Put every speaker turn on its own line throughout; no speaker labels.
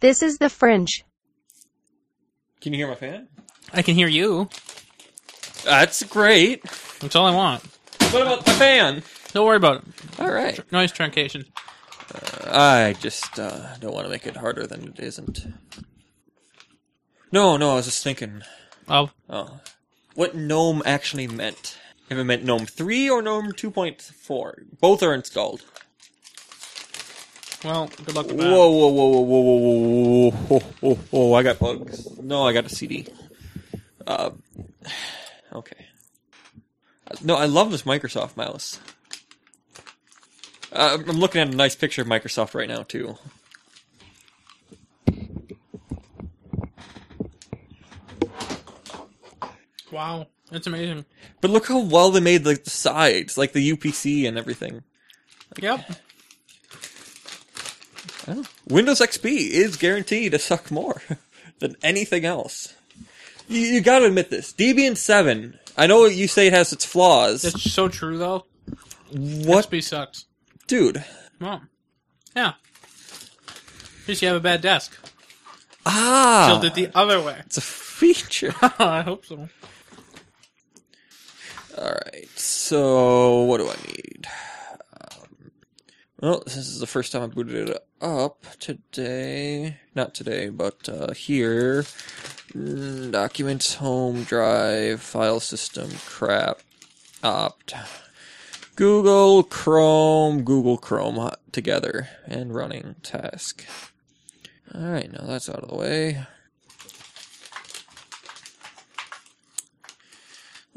This is the fringe.
Can you hear my fan?
I can hear you.
That's great.
That's all I want.
What about the fan?
Don't worry about it.
All right.
Tr- noise truncation.
I just uh, don't want to make it harder than it isn't. No, no, I was just thinking.
Oh,
Oh. What GNOME actually meant. If it meant GNOME 3 or GNOME 2.4. Both are installed.
well, good luck with that.
Whoa, whoa, whoa, whoa, whoa, whoa, whoa, whoa, whoa, whoa, whoa, I got bugs. No, I got a CD. Uh, okay. No, I love this Microsoft mouse. Uh, I'm looking at a nice picture of Microsoft right now, too.
Wow. That's amazing.
But look how well they made like the sides, like the UPC and everything.
Yep.
Windows XP is guaranteed to suck more than anything else. You, you gotta admit this. Debian 7, I know you say it has its flaws.
That's so true, though.
what?
XP sucks.
Dude.
Well, yeah. At least you have a bad desk.
Ah!
Tilt it the other way.
it's a feature.
I hope so.
Alright, so what do I need? Um, Well, this is the first time I booted it up today. Not today, but uh, here. Mm, Documents, home drive, file system, crap, opt. Google Chrome, Google Chrome uh, together, and running task. Alright, now that's out of the way.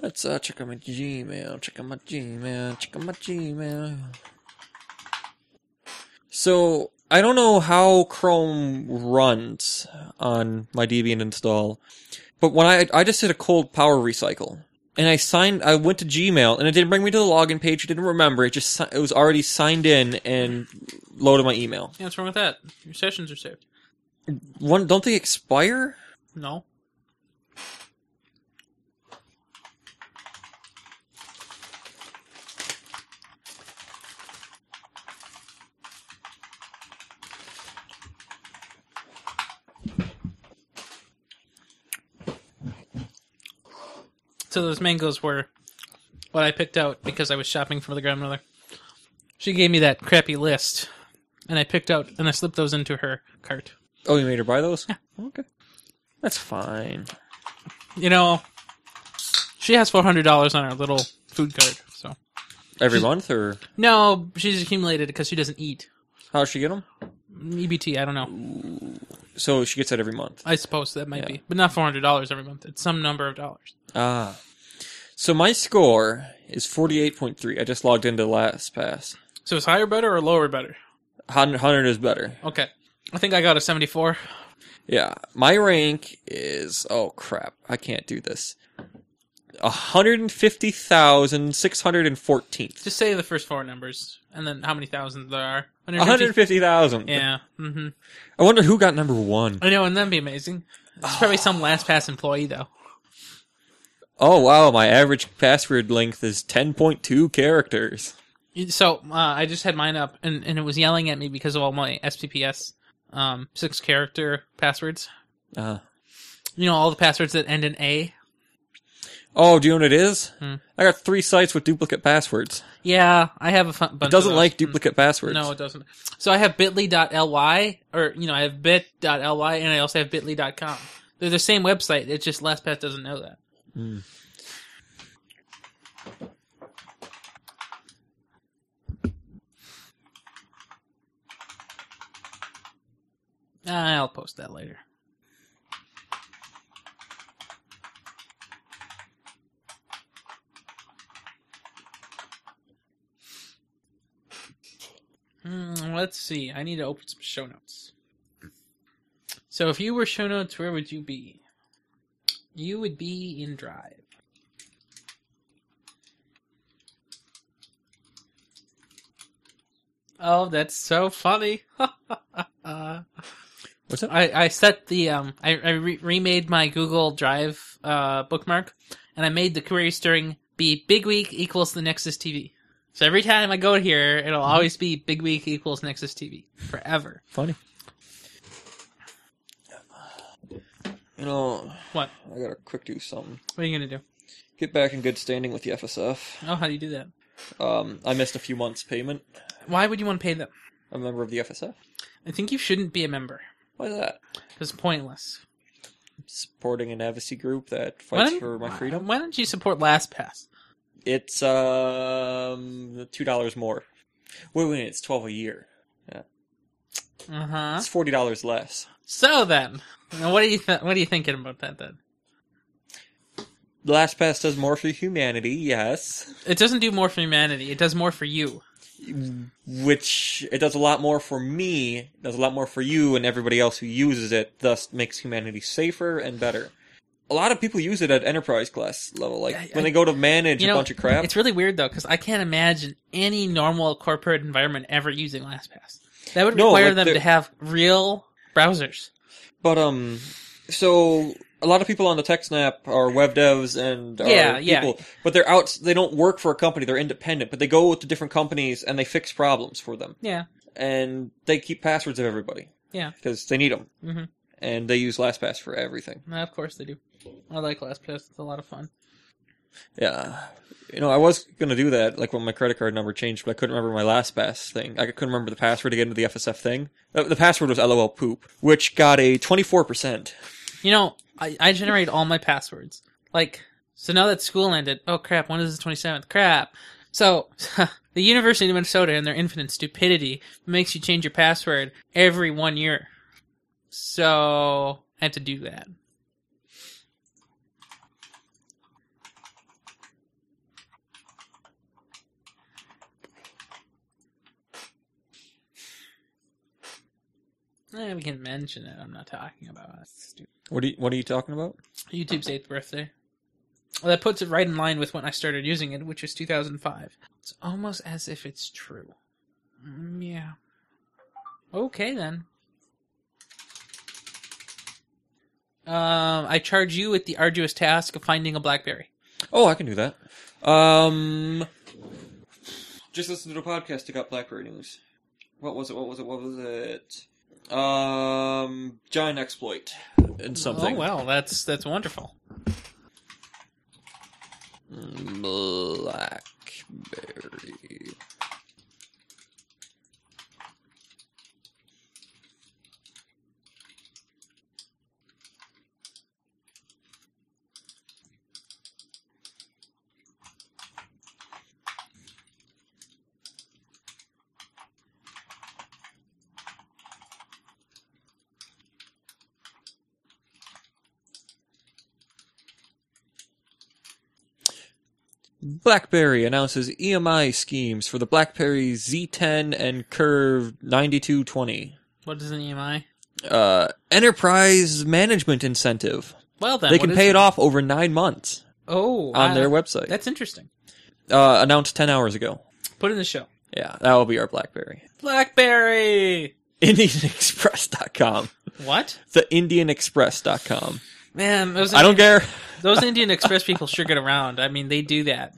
Let's uh, check out my Gmail. Check out my Gmail. Check out my Gmail. So I don't know how Chrome runs on my Debian install, but when I I just did a cold power recycle and I signed, I went to Gmail and it didn't bring me to the login page. It didn't remember. It just si- it was already signed in and loaded my email.
Yeah, what's wrong with that? Your sessions are saved.
One don't they expire?
No. So those mangoes were what I picked out because I was shopping for the grandmother. She gave me that crappy list, and I picked out and I slipped those into her cart.
Oh, you made her buy those? Yeah. Okay, that's fine.
you know, she has four hundred dollars on her little food card. So
Every month or
no, she's accumulated because she doesn't eat
how does she get them?
EBT. I don't know.
So she gets that every month.
I suppose that might
Yeah.
be, but not four hundred dollars every month. It's some number of dollars.
Ah. So my score is 48.3. I just logged into last pass.
So is higher better or lower better?
100 100 is better.
Okay, I think I got a seventy-four.
Yeah. My rank is oh crap. I can't do this. 150,614th.
Just say the first four numbers and then how many thousands there are. 150?
150,000.
Yeah. hmm
I wonder who got number 1.
I know, and that'd be amazing. It's probably some LastPass employee though.
Oh wow, my average password length is 10.2 characters.
So uh, I just had mine up, and, and it was yelling at me because of all my SPPS um, six character passwords.
Uh,
You know all the passwords that end in A.
oh, do you know what it is?
Hmm.
I got 3 sites with duplicate passwords.
Yeah, I have a fun bunch.
It doesn't
of those. Hmm.
like duplicate passwords.
No, it doesn't. So I have bit.ly, or you know, I have bit.ly, and I also have bit.ly.com. They're the same website. It's just LastPass doesn't know that.
Hmm.
Ah, I'll post that later. Hmm, let's see. I need to open some show notes. So, if you were show notes, where would you be? You would be in Drive. Oh, that's so funny.
What's that?
I, I set the um I, I re- remade my Google Drive uh bookmark and I made the query string be big week equals the Nexus TV. So every time I go
Mm-hmm.
here, it'll always be big week equals Nexus TV forever.
Funny. You know,
What?
I gotta quick do something.
What are you gonna do?
Get back in good standing with the FSF.
Oh, how do you do that?
Um, I missed a few months' payment.
Why would you want to pay them?
I'm a member of the FSF.
I think you shouldn't be a member.
Why is that?
It's pointless.
Supporting an advocacy group that
Why
fights
don't-
for my freedom.
Why don't you support LastPass?
It's um two dollars more. Wait, wait, it's twelve a year.
Uh huh.
It's forty dollars less.
So then, now what are you th- what are you thinking about that then?
The last pass does more for humanity, yes.
It doesn't do more for humanity. It does more for you.
Which it does a lot more for me, it does a lot more for you and everybody else who uses it, thus makes humanity safer and better. A lot of people use it at enterprise class level, like
I-
when
I-
they go to manage
you
a
know,
bunch of crap.
It's really weird though, because I can't imagine any normal corporate environment ever using LastPass. That would
No,
require
like
them
they're-
to have real browsers.
But um, so a lot of people on the TechSnap are web devs and are
Yeah, yeah.
people, but they're out. They don't work for a company; they're independent. But they go to different companies and they fix problems for them,
Yeah,
and they keep passwords of everybody.
Yeah.
because they need them,
Mhm.
and they use LastPass for everything.
no, of course they do. I like LastPass. It's a lot of fun.
Yeah. You know, I was gonna do that, like when my credit card number changed, but I couldn't remember my LastPass thing. I couldn't remember the password to get into the FSF thing. Uh, The password was LOL poop, which got a twenty four percent.
You know, I, I generate all my passwords. Like, so now that school ended, oh crap, when is the 27th? Crap. So, the University of Minnesota and their infinite stupidity makes you change your password every one year. So, I have to do that. Eh, we can mention it. I'm not talking about it. It's stupid.
What are you, What are you talking about?
YouTube's eighth birthday. Well, that puts it right in line with when I started using it, which was 2005. It's almost as if it's true. Mm, yeah. Okay then. Um, I charge you with the arduous task of finding a BlackBerry.
Oh, I can do that. Um, just listen to the podcast. I got BlackBerry news. What was it? What was it? What was it? Um, giant exploit and something.
Oh well, that's that's wonderful.
Mm, BlackBerry. BlackBerry announces EMI schemes for the BlackBerry Z10 and Curve 9220.
What is an E EMI?
Uh, enterprise management incentive.
Well then,
they
what
can
is
pay it off over nine months
Oh,
on
I-
their website.
That's interesting.
uh, announced 10 hours ago.
Put in the show.
Yeah, that will be our BlackBerry.
BlackBerry.
IndianExpress.com.
What?
The IndianExpress.com.
Man, those
I don't care.
Those Indian Express people sure get around. I mean, they do that.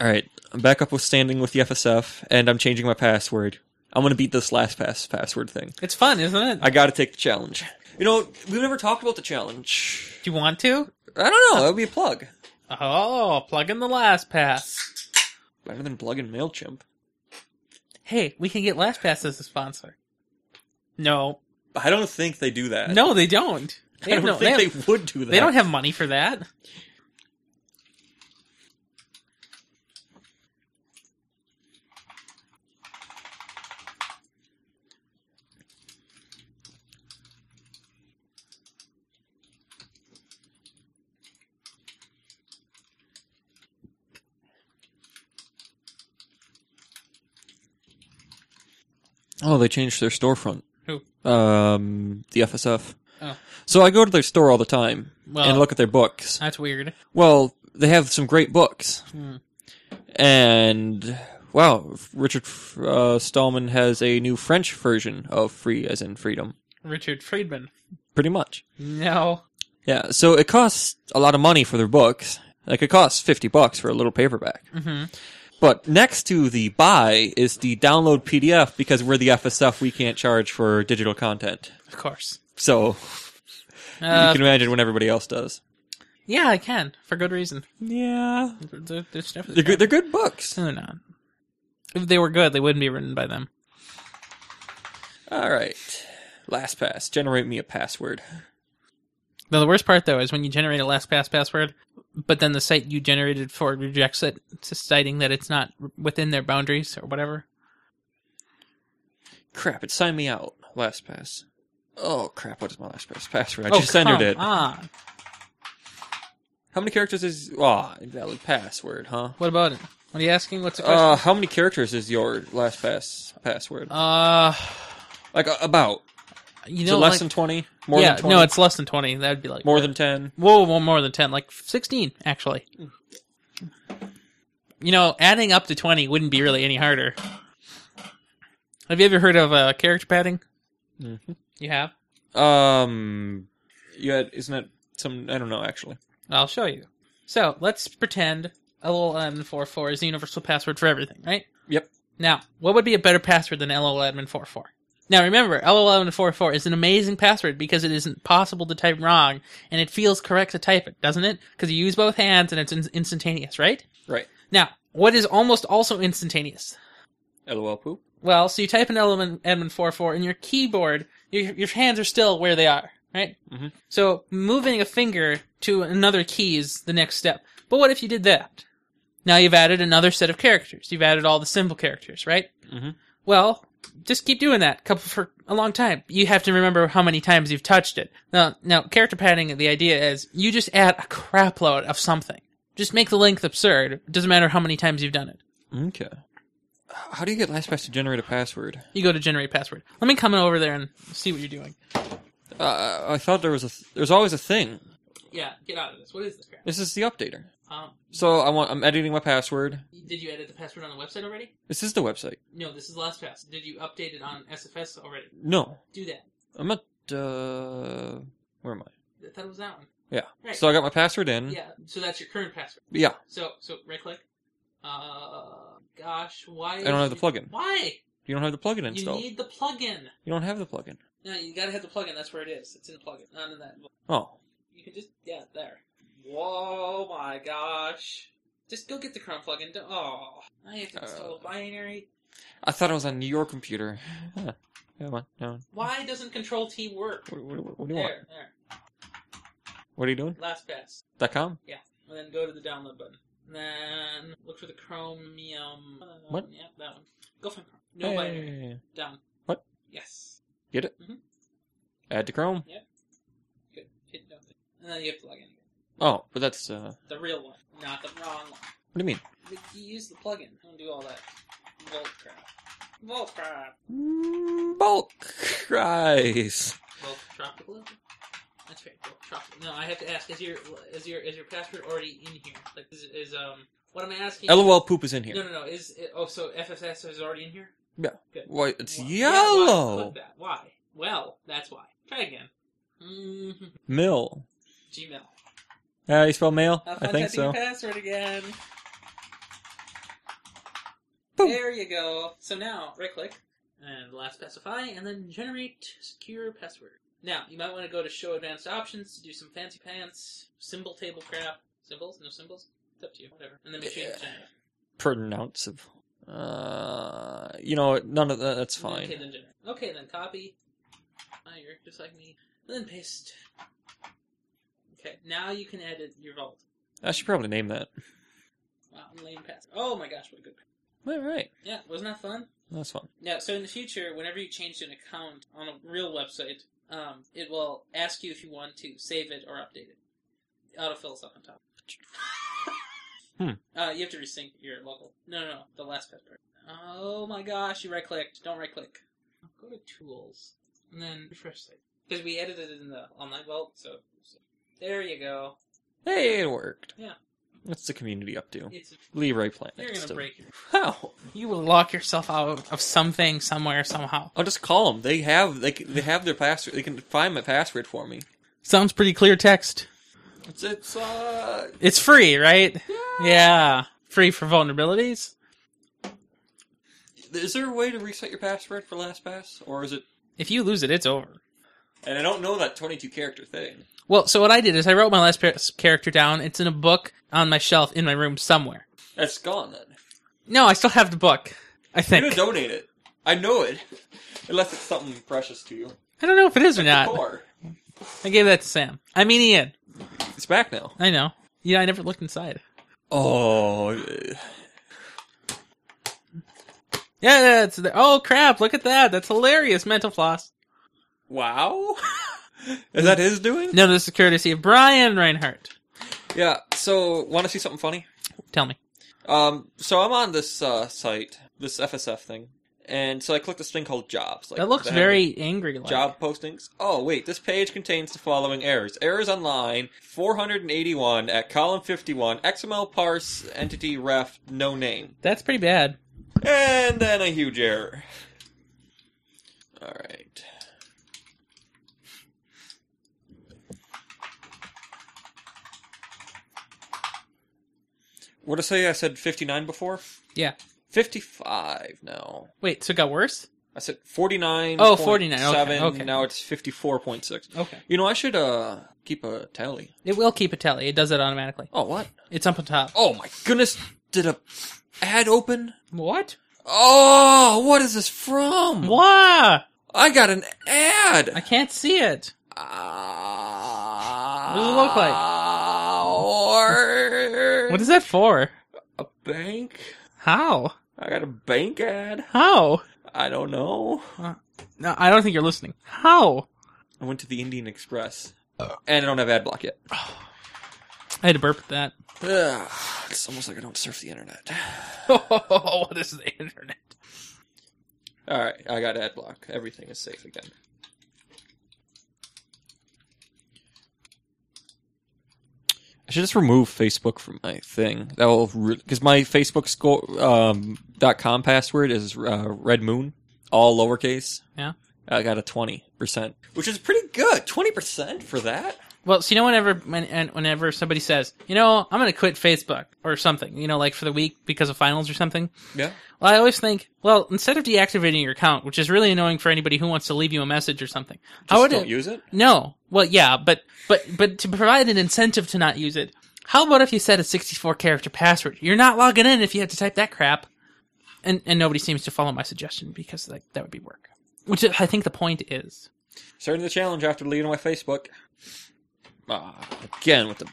All right, I'm back up with standing with the FSF, and I'm changing my password. I'm gonna beat this last pass password thing.
It's fun, isn't it?
I gotta take the challenge. You know, we've never talked about the challenge.
do you want to?
I don't know. That would be a plug.
Oh, plug in the last pass.
Better than plugging Mailchimp.
Hey, we can get LastPass as a sponsor. No,
I don't think they do that.
no, they don't. They
I
have
don't
no,
think
they,
they,
have-
would do that.
they don't have money for that.
Oh, they changed their storefront.
Who?
Um, the FSF.
Oh.
So I go to their store all the time
Well-
and look at their books.
That's weird.
Well, they have some great books,
Hmm.
and wow, Richard uh, Stallman has a new French version of "Free" as in freedom,
Richard Friedman.
pretty much.
No.
Yeah, so it costs a lot of money for their books. Like it costs fifty bucks for a little paperback.
hmm
But next to the buy is the download PDF because we're the FSF. We can't charge for digital content.
Of course.
So you
Uh,
can imagine when everybody else does.
yeah, I can for good reason.
Yeah,
They're, they're, stuff
they're good. They're good books.
No, they're not. If they were good, they wouldn't be written by them.
All right. Last pass. Generate me a password.
Now, the worst part though is when you generate a LastPass password, but then the site you generated for rejects it, citing that it's not within their boundaries or whatever.
Crap! It signed me out. Last pass. Oh crap! What is my last pass password? I
Oh,
just entered
come
it.
on.
How many characters is? Ah, invalid password, huh?
What about it? What are you asking? What's the question?
Uh, how many characters is your last pass password?
Uh,
Like uh, about?
you
Is
know,
it less
like,
than twenty? More
yeah,
than twenty?
no, it's less than twenty. That'd be like
more than ten.
Whoa, whoa, more than 10, like 16, actually. You know, adding up to 20 wouldn't be really any harder. Have you ever heard of uh, character padding?
Mhm.
You have?
Um, you had isn't that some? I don't know actually.
I'll show you. So, let's pretend LOLadmin44 is the universal password for everything, right?
Yep.
Now, what would be a better password than LOLadmin44? Now, remember, LOLadmin44 is an amazing password because it isn't possible to type wrong, and it feels correct to type it, doesn't it? Because you use both hands and it's in- instantaneous, right?
Right.
Now, what is almost also instantaneous?
LOL poop.
Well, so you type in element admin 44 and your keyboard, your, your hands are still where they are, right?
Mhm.
So moving a finger to another key is the next step. But what if you did that? Now you've added another set of characters. You've added all the symbol characters, right?
Mhm.
Well, just keep doing that couple for a long time. You have to remember how many times you've touched it. Now, now character padding, the idea is you just add a crap load of something. Just make the length absurd. It doesn't matter how many times you've done it.
Okay. How do you get LastPass to generate a password?
You go to generate password. Let me come over there and see what you're doing.
Uh, I thought there was a th- there's always a thing.
Yeah, get out of this. What is this crap?
This is the updater.
Um,
So I want I'm editing my password.
did you edit the password on the website already?
This is the website.
No, this is LastPass. Did you update it on SFS already?
No,
Do that.
I'm not. Uh, where am I?
I thought it was that one.
Yeah.
Right.
So I got my password in.
yeah, so that's your current password.
Yeah.
So, so right click. Uh, gosh, why?
I don't have the plugin.
Why?
You don't have the plugin
You
installed.
need the plugin.
You don't have the plugin.
No, you gotta have the plugin. That's where it is. It's in the plugin, not in that.
Oh,
You can just yeah, there. Whoa, my gosh! Just go get the Chrome plugin. Don't- Oh, I have to install
Uh.
a binary.
I thought I was on your computer. Huh. Come on, come on.
Why doesn't Control T work?
What, what, what do you want?
There, there.
What are you doing?
LastPass,
Dot com.
and then go to the download button. And then look for the Chromium. uh,
What?
Yeah, that one. Go find Chrome. No binary.
Hey.
Down.
What?
Yes.
Add to Chrome.
Good. Hit no. And then you have to log in. again.
Oh, but that's uh. What
The real one, not the wrong one.
do you mean?
But You use the plugin. Don't do all that. Volt crap. Volt crap.
Mm, bulk cries.
Both tropical. That's right. Both tropical. No, I have to ask: Is your is your is your password already in here? Like, is, is um, what am I asking?
LOL poop is in here.
No, no, no. Is it, oh, so FFS is already in here?
Why it's
Why- yeah, why
yellow.
put that? Why? Well, that's why. Try again. Mm,
Mill.
Gmail.
How you spell mail?
Have
I
fun
think
typing your
so.
password again.
Boom.
There you go. So now, right click and last specify, and then generate secure password. Now, you might want to go to show advanced options to do some fancy pants, symbol table crap. Symbols? No symbols? It's up to you. Whatever. And then machine
Yeah.
generate.
Pronounce of. Uh, you know, none of that. That's
Okay,
fine.
then generate. Okay, then copy. Ah, you're just like me. And then paste. Okay, now you can edit your vault.
I should probably name that.
Wow, lame password. Oh my gosh, what a good.
All right,
Yeah, wasn't that fun?
that's fun.
Yeah, so in the future, whenever you change an account on a real website, um, it will ask you if you want to save it or update it. It autofills up on top. Uh, you have to resync your local. No, no, no, the last password. Oh my gosh, you right clicked. Don't right click. Go to tools and then refresh site because we edited it in the online vault. So, so there you go.
Hey, it worked.
Yeah.
What's the community up to?
It's
Leroy Planet.
you're gonna
still-
break your.
How?
You will lock yourself out of something somewhere somehow.
I'll just call them. They have they c- they have their password. They can find my password for me.
Sounds pretty clear text.
It's it's uh
It's free, right? Yeah. Free for vulnerabilities?
Is there a way to reset your password for LastPass, or is it
If you lose it, it's over.
And I don't know that 22 character thing.
Well, so what I did is I wrote my last par- character down. It's in a book on my shelf in my room somewhere.
That's gone then.
No, I still have the book. I
You're gonna
think.
donate it. I know it. Unless it's something precious to you.
I don't know if it is or not.
Core.
I gave that to Sam. I mean Ian.
It's back now.
I know. Yeah, I never looked inside.
Oh.
Yeah, that's the- oh crap! Look at that. That's hilarious. Mental floss.
Wow. Is that his doing?
No, this is courtesy of Brian Reinhardt.
Yeah. So, want to see something funny?
Tell me.
Um. So I'm on this uh, site, this FSF thing, and so I click this thing called jobs. Like,
That looks
they have
very angry. Like.
job postings. Oh wait, this page contains the following errors: errors on line 481 at column 51, XML parse entity ref no name,
That's pretty bad.
and then a huge error. All right. What did I say? I said 59 before?
Yeah.
55 now.
Wait, so it got worse?
I said 49.
Oh, 49, okay, okay.
Now it's 54.6.
Okay.
You know, I should uh keep a tally.
It will keep a tally. It does it automatically.
Oh, what?
It's up on top.
Oh, my goodness. Did a ad open?
What?
Oh, what is this from?
Wah!
I got an
I
ad.
can't see it.
Ah.
What does it look like?
Or
What is that for?
a bank?
How?
I got a bank ad.
How?
I don't know.
No, I don't think you're listening. How?
I went to the Indian Express, and I don't have ad block yet.
I had to burp at that.
Ugh, it's almost like I don't surf the internet.
what is the internet?
All right, I got ad block. Everything is safe again. I should just remove Facebook from my thing. That will because my Facebook score um, dot com password is uh, red moon, all lowercase.
Yeah.
I got a twenty percent, which is pretty good. Twenty percent for that.
Well, so you know, whenever when, and whenever somebody says, you know, I'm going to quit Facebook or something, you know, like for the week because of finals or something.
Yeah.
Well, I always think, well, instead of deactivating your account, which is really annoying for anybody who wants to leave you a message or something,
Just
how would
don't
it,
use it.
No. Well, yeah, but but but to provide an incentive to not use it, how about if you set a 64 character password? You're not logging in if you have to type that crap. And and nobody seems to follow my suggestion because like that would be work. Which I think the point is.
Starting the challenge after leaving my Facebook. Ah, again with the.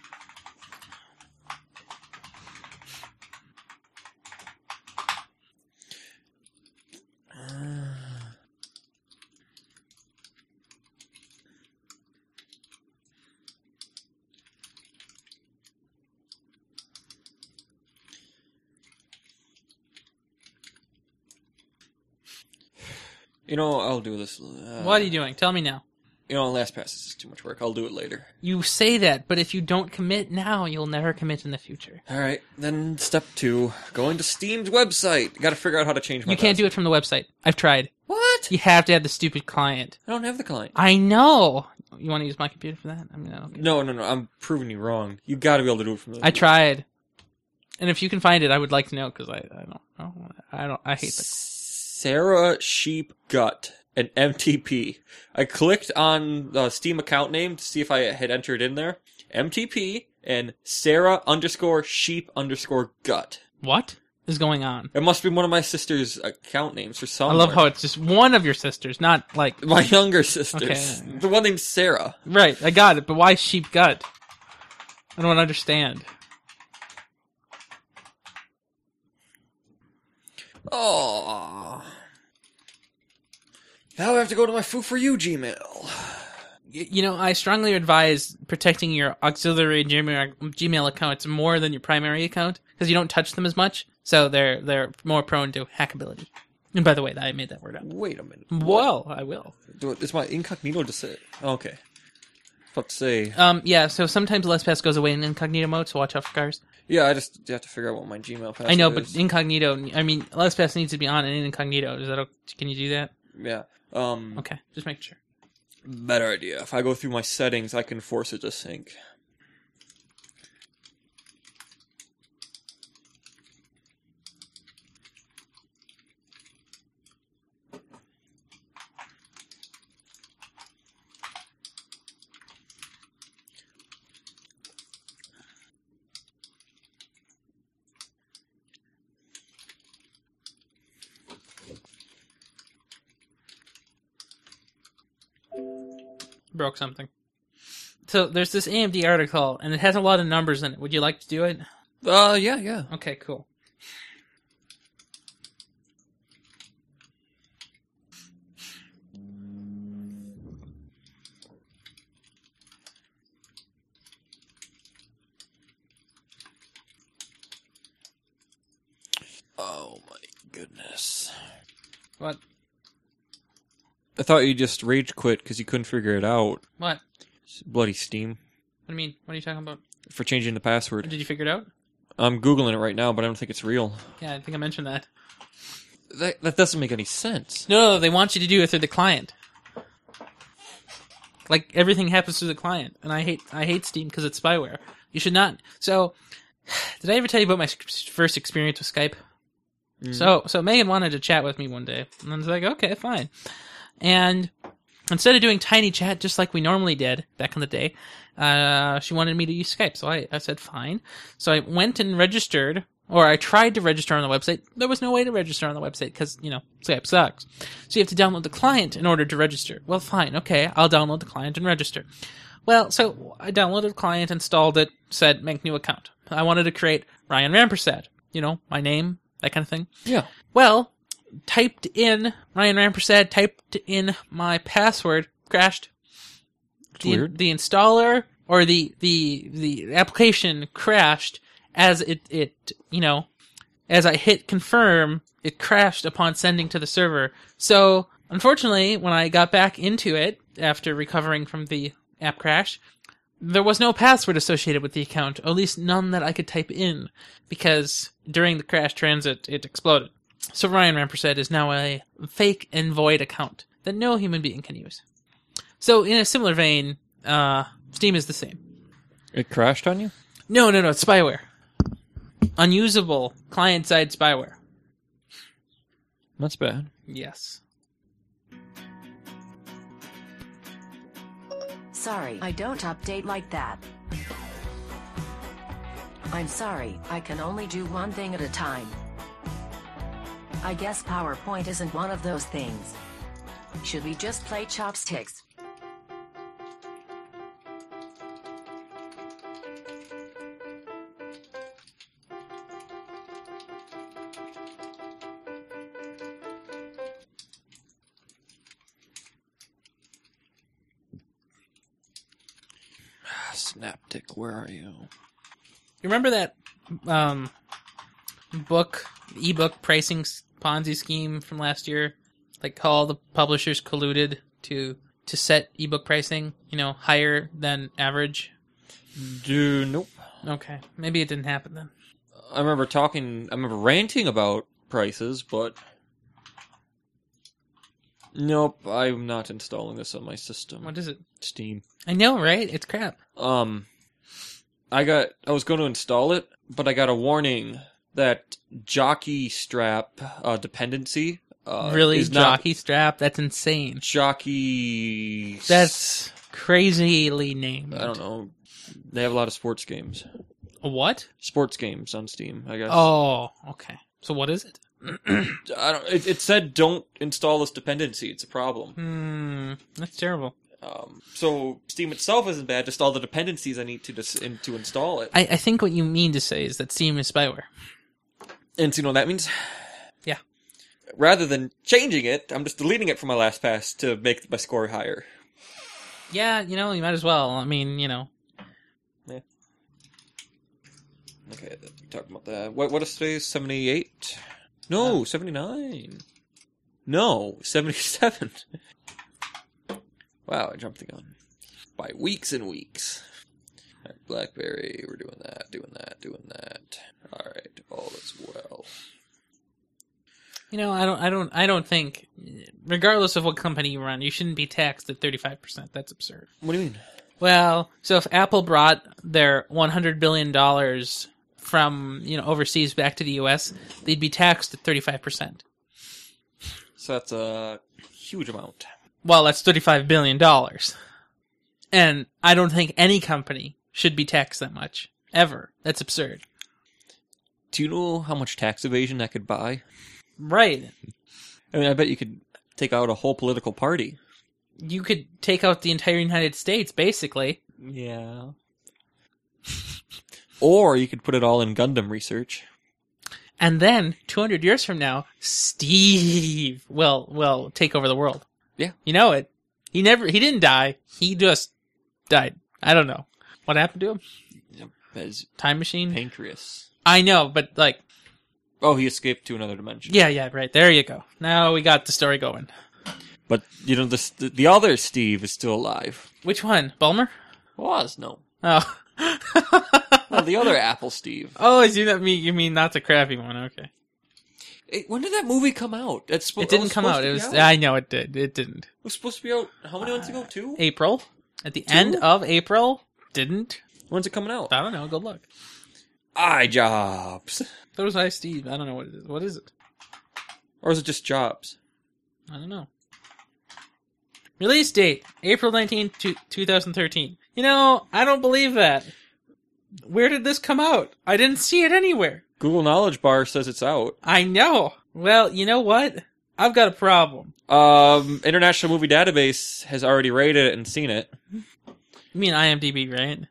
You know, I'll do this. Uh,
What are you doing? Tell me now.
you know, LastPass is just too much work. I'll do it later.
You say that, but if you don't commit now, you'll never commit in the future.
All right, then step two: going to Steam's website. Got to figure out how to change my.
You can't do it from the website. I've tried.
What?
You have to have the stupid client.
I don't have the client.
I know. You want to use my computer for that? I mean, I don't.
No, no, no. I'm proving you wrong. You got to be able to do it from the.
I tried. And if you can find it, I would like to know because I, I don't know. I don't. I hate the.
Sarah Sheep Gut an MTP. I clicked on the Steam account name to see if I had entered in there. MTP and Sarah underscore Sheep underscore Gut.
What is going on?
It must be one of my sister's account names or
I
something.
love how it's just one of your sisters, not like
my younger sister's
Okay.
the one named Sarah.
right. I got it, but why sheep gut? I don't understand.
Oh. Now I have to go to my Foo For You Gmail.
Y- You know, I strongly advise protecting your auxiliary Gmail, Gmail accounts more than your primary account because you don't touch them as much, so they're they're more prone to hackability. And by the way, I made that word up.
Wait a minute.
Well, I will.
Do it- Is my incognito just it? Okay. About to say.
Um, yeah. So sometimes LastPass goes away in incognito mode, so watch out for cars.
Yeah, I just have to figure out what my Gmail password
I know,
is.
but incognito. I mean, LastPass needs to be on in incognito. Is that okay? Can you do that?
yeah. Um,
Okay, just making sure.
better idea. If I go through my settings, I can force it to sync.
broke something. So there's this AMD article, and it has a lot of numbers in it. Would you like to do it?
Uh, yeah, yeah.
Okay, cool.
Oh my goodness.
What?
I thought you just rage quit because you couldn't figure it out.
What? What
Bloody Steam
do you mean? What are you talking about?
for changing the password.
Did you figure it out?
I'm googling it right now, but I don't think it's real.
Yeah, I think I mentioned that.
That that doesn't make any sense.
No, no, they want you to do it through the client. Like everything happens through the client, and I hate I hate Steam because it's spyware. You should not. So, did I ever tell you about my s- first experience with Skype? So, so Megan wanted to chat with me one day, and I was like, okay, fine. And instead of doing tiny chat just like we normally did back in the day, uh, she wanted me to use Skype, so I, I said fine. So I went and registered, or I tried to register on the website. There was no way to register on the website because you know Skype sucks. So you have to download the client in order to register. Well, fine, okay, I'll download the client and register. Well, so I downloaded the client, installed it, said make new account. I wanted to create Ryan Rampersad, you know, my name, that kind of thing.
Yeah.
Well, typed in Ryan Rampersad, typed in my password, crashed. the,
weird.
the installer or the the the application crashed as it it you know as I hit confirm, it crashed upon sending to the server. So unfortunately, when I got back into it after recovering from the app crash, there was no password associated with the account, or at least none that I could type in, because during the crash transit, it exploded. So Ryan Rampersad is now a fake and void account that no human being can use. So in a similar vein, uh, Steam is the same.
It crashed on you?
No, no, no, it's spyware. Unusable client side spyware.
That's bad.
Yes.
Sorry, I don't update like that. I'm sorry, I can only do one thing at a time. I guess PowerPoint isn't one of those things. Should we just play chopsticks?
Snaptic, where are you?
You remember that um, book, ebook pricing s- Ponzi scheme from last year? Like how all the publishers colluded to to set ebook pricing, you know, higher than average.
Do nope.
Okay, maybe it didn't happen then.
I remember talking. I remember ranting about prices, but nope. I'm not installing this on my system.
What is it?
Steam.
I know, right? It's crap.
Um, I got. I was going to install it, but I got a warning that jockey strap uh, dependency uh,
really,
is not
jockey strap? That's insane.
jockey.
That's crazily named.
I don't know. They have a lot of sports games.
A What?
Sports games on Steam, I guess.
Oh, okay. So what is it?
I don't. It, it said don't install this dependency. It's a problem.
Hmm, that's terrible.
Um, so Steam itself isn't bad. Just all the dependencies I need to dis- in, to install it.
I, I think what you mean to say is that Steam is spyware.
and so you know what that means.
Yeah.
Rather than changing it, I'm just deleting it from my last pass to make my score higher.
Yeah, you know, you might as well. I mean, you know,
Okay, we talked about that. What what is today? Seventy eight? No, seventy nine. No, seventy seven. wow, I jumped the gun by weeks and weeks. All right, BlackBerry, we're doing that, doing that, doing that. All right, all is well.
you know, I don't, I don't, I don't think, regardless of what company you run, you shouldn't be taxed at thirty five percent. That's absurd.
What do you mean?
Well, so if Apple brought their one hundred billion dollars from you know overseas back to the U.S., they'd be taxed at thirty five percent.
So that's a huge amount.
Well, that's thirty five billion dollars, and I don't think any company should be taxed that much ever. That's absurd.
Do you know how much tax evasion that could buy?
Right.
I mean, I bet you could take out a whole political party.
you could take out the entire United States, basically.
Yeah. or you could put it all in Gundam research.
And then, 200 years from now, Steve will will take over the world.
Yeah.
You know it. He never he didn't die. He just died. I don't know. What happened to him?
As
Time machine?
pancreas.
I know, but like
Oh, he escaped to another dimension.
yeah, yeah, right. There you go. Now we got the story going.
But you know the the, the other Steve is still alive.
Which one? Bulmer?
Was no.
Oh.
No, the other Apple Steve.
oh, is you that mean you mean not the crappy one. Okay.
It- when did that movie come out? That's suppo-
It didn't
was
come
supposed
out.
to
It
be
was
out.
I know it did. It didn't.
It was supposed to be out. How many months
Uh,
ago? Two.
April? At the end of April? Didn't?
When's it coming out?
I don't know. Good luck.
I jobs,
That was I Steve. I don't know what it is. What is it?
or is it just jobs?
I don't know. Release date April 19th, two- 2013. You know, I don't believe that. Where did this come out? I didn't see it anywhere.
Google Knowledge Bar says it's out.
I know. Well, you know what? I've got a problem.
Um, International Movie Database has already rated it and seen it.
You mean IMDb, right?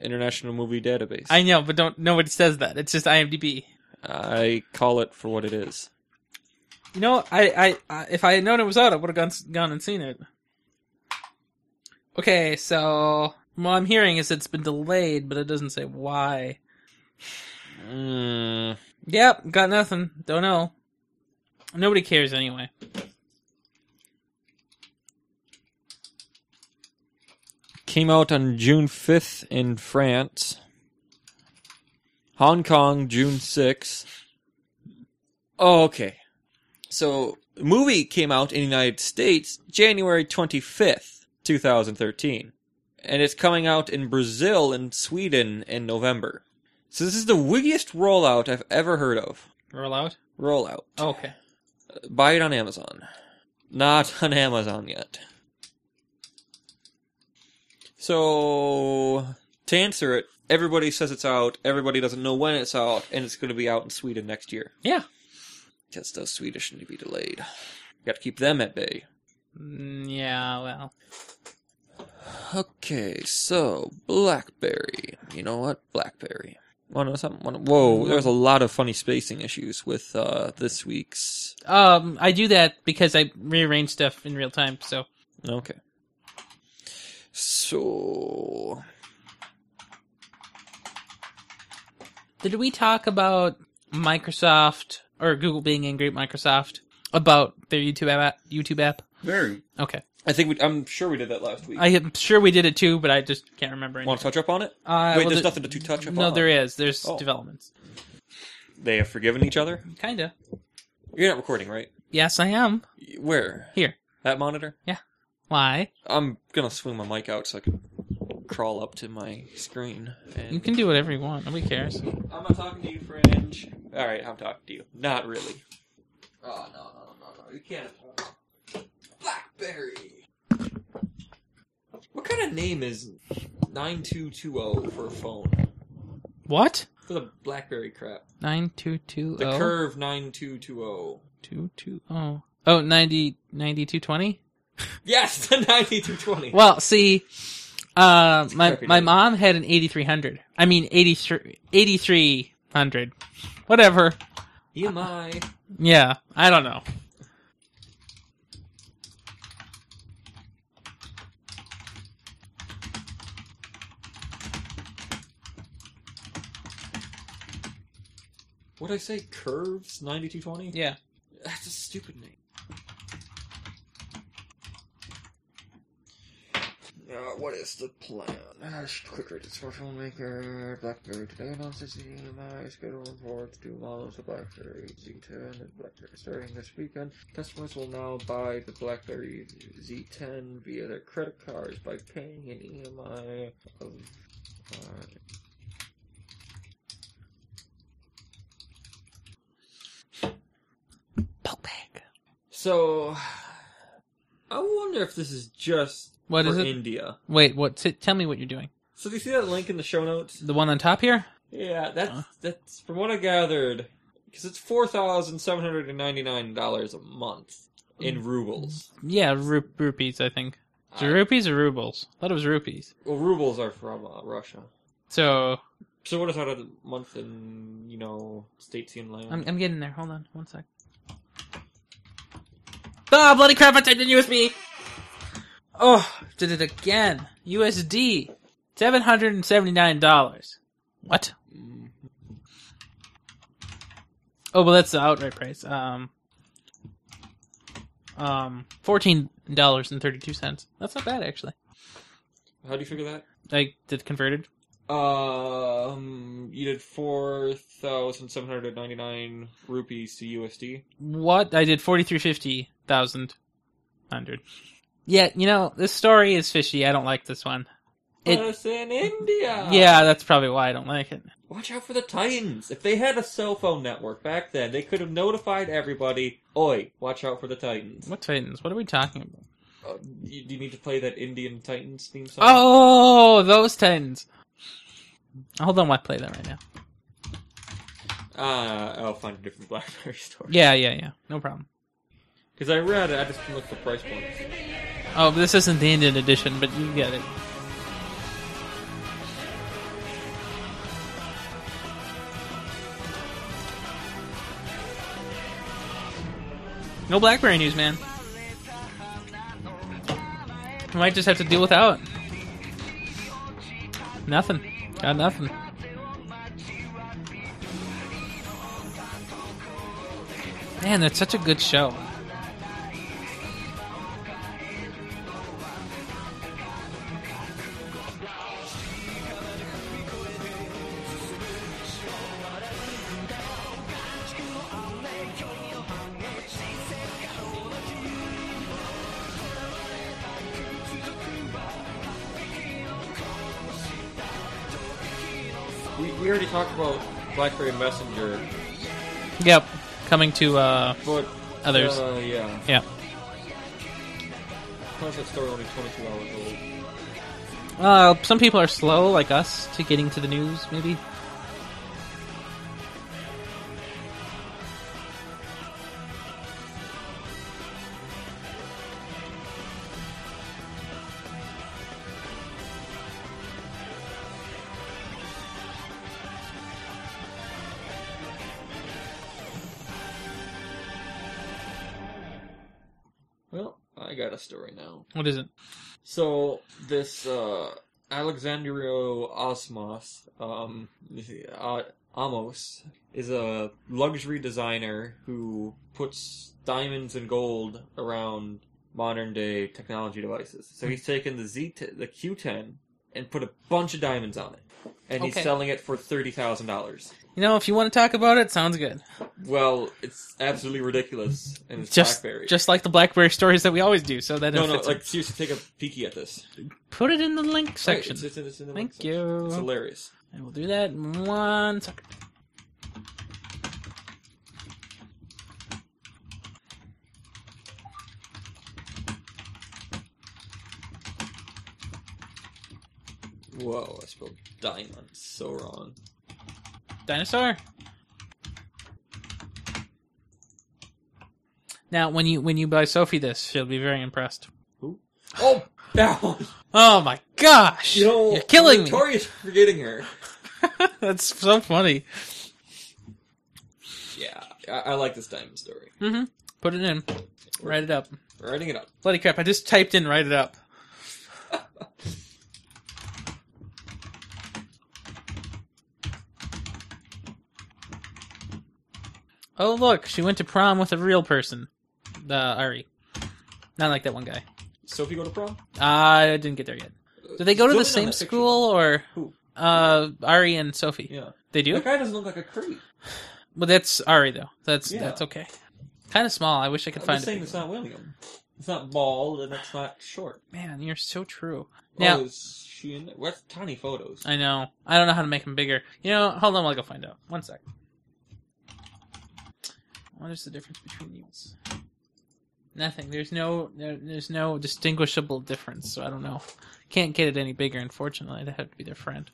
International Movie Database.
I know, but don't nobody says that. It's just IMDb.
I call it for what it is.
You know, I, I, I if I had known it was out, I would have gone gone and seen it. Okay, so what I'm hearing is it's been delayed, but it doesn't say why.
Mm,
Yep, got nothing. Don't know. Nobody cares anyway.
came out on June 5th in France. Hong Kong, June 6th. Oh, okay. So, the movie came out in the United States January 25th, 2013. And it's coming out in Brazil and Sweden in November. So, this is the wiggiest rollout I've ever heard of.
Roll out. Oh,
Rollout.
Okay.
Buy it on Amazon. Not on Amazon yet. So, to answer it, everybody says it's out, everybody doesn't know when it's out, and it's going to be out in Sweden next year.
Yeah.
Because those Swedish need to be delayed. Got to keep them at bay.
Mm, yeah. Well.
Okay, so, Blackberry. You know what? Blackberry. Wanna know something? Wanna- Whoa, there was a lot of funny spacing issues with uh, this week's.
Um, I do that because I rearrange stuff in real time. So
Okay. So,
Did we talk about Microsoft or Google being angry at Microsoft about their YouTube app? YouTube app.
Very.
Okay,
I think we, I'm sure we did that last week.
I am sure we did it too, but I just can't remember.
Want to touch up on it?
Uh,
Wait,
well,
there's
the-
nothing to touch up
No,
on.
there is. There's
Oh.
developments.
They have forgiven each other.
Kinda.
You're not recording, right?
Yes, I am
Where?
here.
That monitor?
Why?
I'm gonna swing my mic out so I can crawl up to my screen. And
You can do whatever you want. Nobody cares.
I'm not talking to you, Fringe. All right, I'm talking to you. Not really. Oh no, no, no, no! You can't. Blackberry. What kind of name is nine two two zero for a phone?
What?
For the BlackBerry crap.
Nine two two
The
oh
Curve nine two two zero.
two two oh oh ninety ninety two twenty.
Yes, the 9220.
Well, see, uh, my
crappy
my
name.
mom had an 8300. I mean, 83 8300. Whatever.
EMI.
Yeah, I don't know.
What I say? Curves 9220?
Yeah.
That's a stupid name. Uh, what is the plan? Uh, sh- quick rate for filmmaker. BlackBerry today announces the EMI schedule for two models of BlackBerry Z10 and BlackBerry starting this weekend. Customers will now buy the BlackBerry Z10 via their credit cards by paying an EMI of. Uh,
Belt bag.
So, I wonder if this is just
What
for
is it?
India.
Wait, what? sit- Tell me what you're doing.
So do you see that link in the show notes?
The one on top here?
Yeah, that's
Huh?
that's from what I gathered, because it's four thousand seven hundred and ninety nine dollars a month. in rubles.
Yeah, ru- rupees, I think. Is it
I-
rupees or rubles? I thought it was rupees.
Well, rubles are from uh, Russia.
So
So what is our month in you know states and land?
I'm, I'm getting there. Hold on, one sec. Ah, bloody crap! I typed in USB. Oh, did it again. USD, seven hundred and seventy-nine dollars. What? Oh, well, that's the outright price. Um, um, fourteen dollars and thirty-two cents. That's not bad actually.
How do you figure that?
I did converted.
Um, you did four thousand seven hundred ninety nine rupees to USD.
What? I did 4350,000. Yeah, you know, this story is fishy. I don't like this one. It-
Us in India.
Oh. Yeah, that's probably why I don't like it.
Watch out for the Titans. If they had a cell phone network back then, they could have notified everybody. Oi, watch out for the Titans.
What Titans? What are we talking about?
Uh, you, do you need to play that Indian Titans theme song?
Oh, those Titans. Hold on, why play that right now?
Uh, I'll find a different BlackBerry store.
Oh. Yeah, yeah, yeah. No problem.
Because I read it, I just looked for price points.
Oh, but this isn't the Indian edition, but you get it. No BlackBerry news, man. I might just have to deal without. Nothing. Got nothing. Man, that's such a good show.
We, we already talked about BlackBerry Messenger,
Yep. Coming to uh
but
Others.
Uh, yeah.
yeah.
Plus, that story only 22 hours old.
Uh some people are slow like us to getting to the news maybe.
Well, I got a story now.
What is it?
So this uh, Alexandrio Osmos, um, uh, Amos, is a luxury designer who puts diamonds and gold around modern day technology devices. So he's taken the Z, t- the Q10, and put a bunch of diamonds on it, and he's
Okay.
selling it for thirty thousand dollars.
You know, if you want to talk about it, sounds good.
Well, it's absolutely ridiculous, and it's
Just
BlackBerry.
just like the BlackBerry stories that we always do, so that
no, no,
fits
like seriously, take a peeky at this
put it in the link section.
It's, it's, it's in the
Thank
link section.
you.
It's hilarious.
I will do that in one second.
Whoa, I spelled diamond so wrong.
Dinosaur. Now when you when you buy Sophie this, she'll be very impressed.
Oh, that one.
Oh my gosh.
You know,
You're killing
I'm
me.
notorious for forgetting her.
That's so funny.
Yeah, I, I like this diamond story.
Mm-hmm. Put it in. Write it up.
Writing it up.
Bloody crap, I just typed in write it up. oh, look, she went to prom with a real person. The Ari. Not like that one guy.
Sophie go to prom?
I didn't get there yet. Do they go to
Zoom in
the
on
same
that picture.
school or
Who?
uh Ari and Sophie?
Yeah.
They do?
That guy doesn't look like a creep.
Well, that's Ari though. That's
Yeah.
that's okay. Kind of small. I wish I could
I'm
find
just saying
it.
it's not William. It's not bald and it's not short.
Man, you're so true.
Yeah.
Now,
Oh, is she in there? What's tiny photos?
I know. I don't know how to make them bigger. You know, hold on, I'll go find out. One sec. What is the difference between these? Nothing. There's no there, there's no distinguishable difference, so I don't know. Can't get it any bigger, unfortunately. I'd have to be their friend.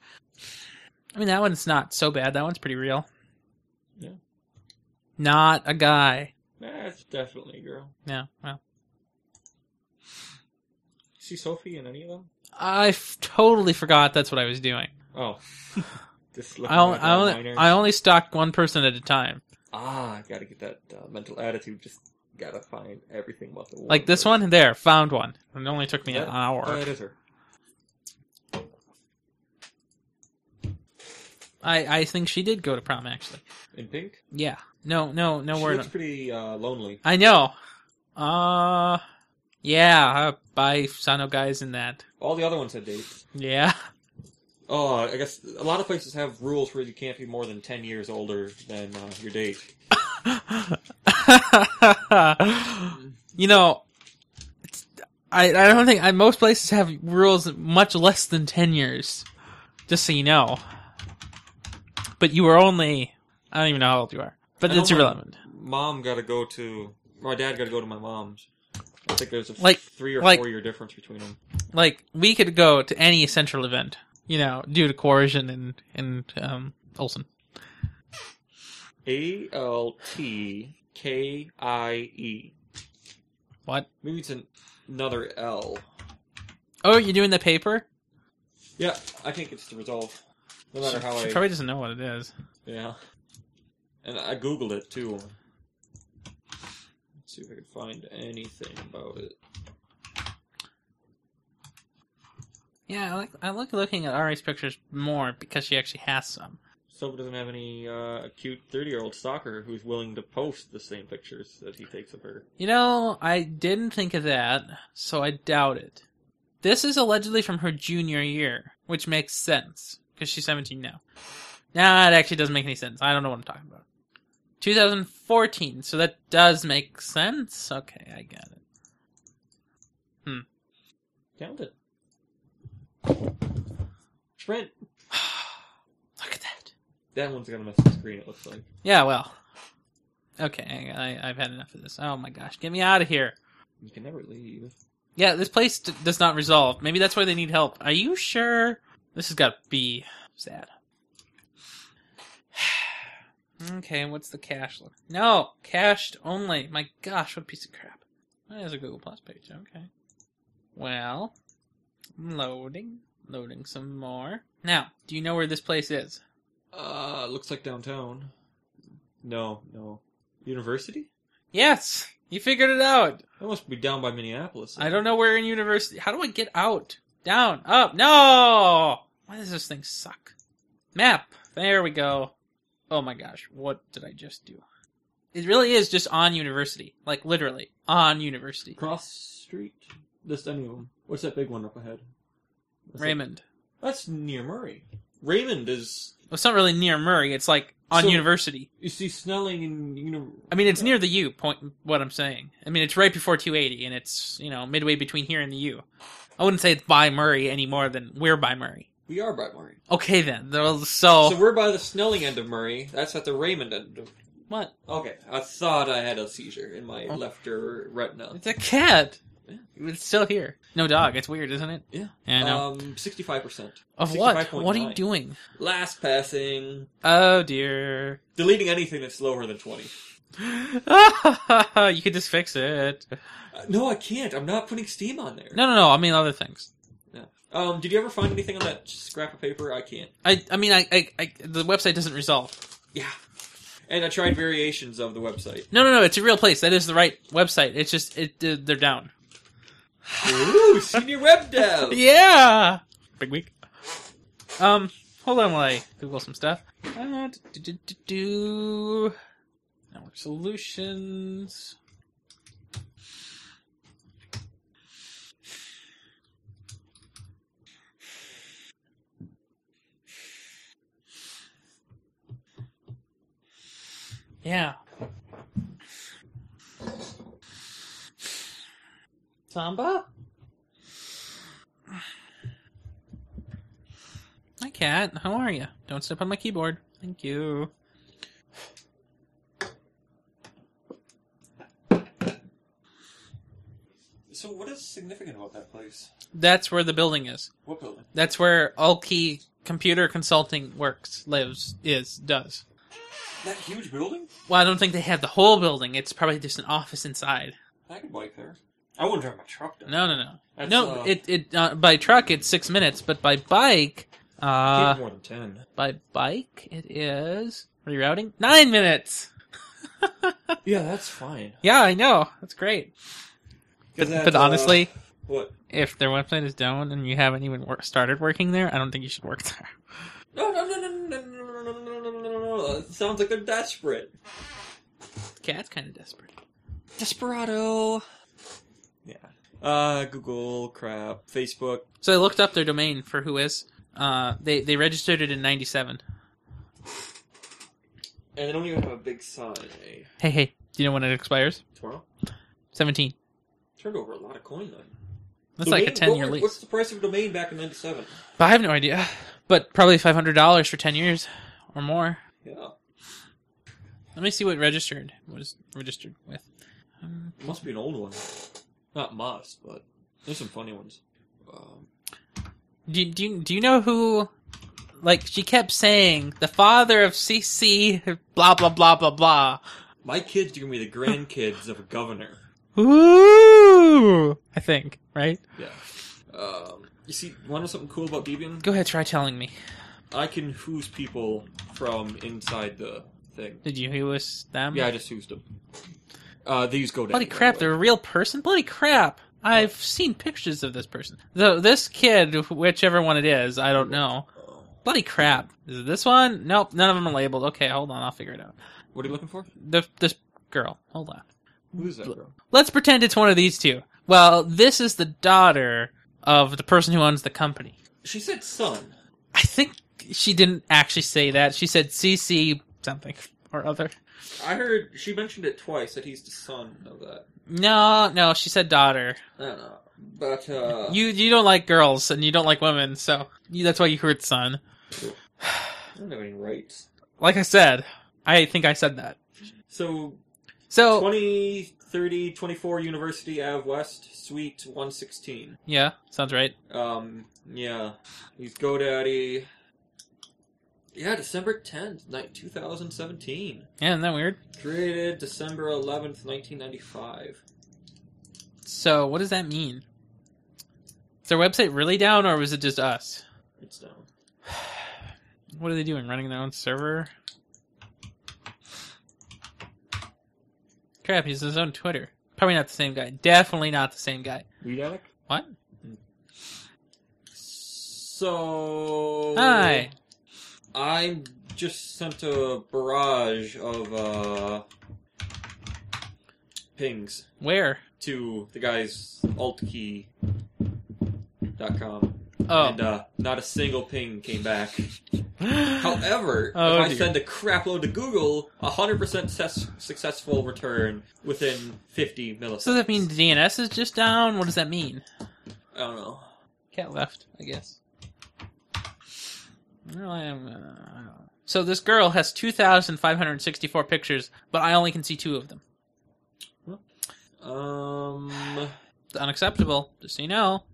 I mean that one's not so bad. That one's pretty real.
Yeah.
Not a guy.
That's definitely a girl.
Yeah, well.
See Sophie in any of them?
I f- totally forgot that's what I was doing.
Oh, just looking
I only,
like
I, only,
minor.
I only stalked one person at a time.
ah, gotta get that uh, mental attitude. Just gotta find everything about the
Like this one, there, found one. And it only took me an
Yeah.
hour.
Oh, it is her.
I, I think she did go to prom, actually.
In pink.
Yeah. No, no, no
she
word.
looks pretty uh, lonely.
I know. Uh, yeah, I saw no guys in that.
All the other ones had dates.
Yeah.
Oh, I guess a lot of places have rules where you can't be more than ten years older than uh, your date.
you know, it's- I I don't think I, most places have rules much less than ten years. Just so you know. But you were only I don't even know how old you are, but
I
it's
know my-
irrelevant.
Mom gotta go to. My dad gotta go to my mom's. I think there's a f-
Like-
three or
like-
four year difference between them.
Like we could go to any central event, you know, due to coercion and and um, Olson.
A L T K I E.
What?
Maybe it's an, another L.
Oh, you're doing the paper?
Yeah, I think it's to resolve. No matter
she,
how
she
I.
probably doesn't know what it is.
Yeah. And I googled it too. Let's see if I can find anything about it.
Yeah, I like I like looking at Ari's pictures more because she actually has some.
Silva doesn't have any uh, cute 30 year old stalker who's willing to post the same pictures that he takes of her.
You know, I didn't think of that, so I doubt it. This is allegedly from her junior year, which makes sense because she's 17 now. Nah, it actually doesn't make any sense. I don't know what I'm talking about. 2014, so that does make sense. Okay, I got it.
Found it. Trent!
Look at that.
That one's gonna mess the screen, it looks like.
Yeah, well. Okay, I, I, I've had enough of this. Oh my gosh, get me out of here.
You can never leave.
Yeah, this place d- does not resolve. Maybe that's why they need help. Are you sure? This has got to be sad. okay, what's the cash look? No, cached only. My gosh, what a piece of crap. There's a Google Plus page. Okay. Well, I'm loading, loading some more. Now, do you know where this place is?
Uh, looks like downtown. No, no. University?
Yes, you figured it out.
That must be down by Minneapolis.
I don't know where in university. How do I get out? Down, up, no! Why does this thing suck? Map. There we go. Oh my gosh, what did I just do? It really is just on university. Like, literally, on university.
Cross Street? Just any of them. What's that big one up ahead? What's that-
Raymond.
That's near Murray. Raymond is.
Well, it's not really near Murray, it's like on
So-
university.
You see Snelling and. You know,
I mean, it's near the U, point what I'm saying. I mean, it's right before 280, and it's, you know, midway between here and the U. I wouldn't say it's by Murray any more than we're by Murray.
We are by Murray.
Okay then, though,
So
so.
we're by the Snelling end of Murray. That's at the Raymond end of.
What?
Okay, I thought I had a seizure in my
Oh.
left or retina.
It's a cat. It's still here. No dog. It's weird, isn't it?
Yeah.
Yeah, I know.
Um, sixty-five percent.
of what?
65.9.
What are you doing?
Last passing.
Oh dear.
Deleting anything that's lower than twenty.
you could just fix it.
Uh, no, I can't. I'm not putting Steam on there.
No, no, no. I mean other things.
No. Um, did you ever find anything on that scrap of paper? I can't.
I, I mean, I, I, I, the website doesn't resolve.
Yeah. And I tried variations of the website.
No, no, no. It's a real place. That is the right website. It's just it. uh, They're down.
Ooh, senior web dev.
Yeah. Big week. Um, hold on while I Google some stuff. Uh, do, do, do, do. Network solutions. Yeah. Samba? Hi, cat. How are you? Don't step on my keyboard. Thank you.
So, what is significant about that place?
That's where the building is.
What building?
That's where Ulki Computer Consulting works, lives, is, does.
That huge building?
Well, I don't think they have the whole building. It's probably just an office inside.
I could bike there. I wouldn't drive my truck down.
No, no, no.
That's,
no,
uh,
it it uh, by truck it's six minutes, but by bike, uh,
more than ten.
by bike it is rerouting nine minutes.
Yeah, that's fine.
Yeah, I know. That's great. But, but honestly,
what?
if their website is down and you haven't even wor- started working there, I don't think you should work there.
No, no, no, no, no, no, no, no, no, no, no, no, no. It sounds like they're desperate.
Cat's kind of desperate.
Desperado. Yeah. Uh, Google, crap, Facebook.
So I looked up their domain for who is. Uh, they they registered it in '97.
And they don't even have a big sign. eh?
Hey, hey, do you know when it expires?
Tomorrow?
Seventeen.
Turned over a lot of coin then.
That's like a
Domain-
ten-year
what-
lease.
What's the price of a domain back in 97?
But I have no idea. But probably five hundred dollars for ten years or more.
Yeah.
Let me see what registered was registered with. Um,
It must be an old one. Not must, but there's some funny ones. Um,
do do you, do you know who? Like she kept saying, the father of CC, blah blah blah blah blah.
my kids are gonna be the grandkids of a governor.
Ooh, I think right.
Yeah. Um, you see, want to know something cool about Debian?
Go ahead, try telling me.
I can who's people from inside the thing.
Did you who's them?
Yeah, I just who's them. Uh, these go down.
Bloody crap, they're a real person? Bloody crap. I've seen pictures of this person. Though this kid, whichever one it is, I don't know. Bloody crap. Is it this one? Nope, none of them are labeled. Okay, hold on, I'll figure it out.
What are you looking for?
The, this girl, hold on.
Who's that girl?
Let's pretend it's one of these two. Well, this is the daughter of the person who owns the company.
She said son.
I think she didn't actually say that. She said CC something or other.
I heard she mentioned it twice that he's the son of that.
No, no, she said daughter.
I don't know, but uh,
You you don't like girls and you don't like women, so you, that's why you hurt son.
I don't have any rights.
Like I said, I think I said that.
So
So
20, 30, 24 University Ave West, Suite 116.
yeah, sounds right.
Um, yeah. He's GoDaddy. Yeah, December 10th, ni- 2017.
Yeah, isn't that weird?
Created December 11th, 1995.
So what does that mean? Is their website really down, or was it just us?
It's down.
What are they doing? Running their own server? Crap, he's his own Twitter. Probably not the same guy. Definitely not the same guy.
Read Alec?
What?
So.
Hi.
I'm just sent a barrage of, uh. pings
Where?
to the guy's altkey.com.
Oh.
And, uh, not a single ping came back. However,
Oh,
if I
dear.
send a crapload to Google, 100% ses- successful return within 50 milliseconds.
so that means DNS is just down. What does that mean?
I don't know.
Cat left, I guess. Well, I am. Uh, I don't know. so this girl has two thousand five hundred sixty-four pictures, but I only can see two of them.
Um.
It's unacceptable. Just so you know.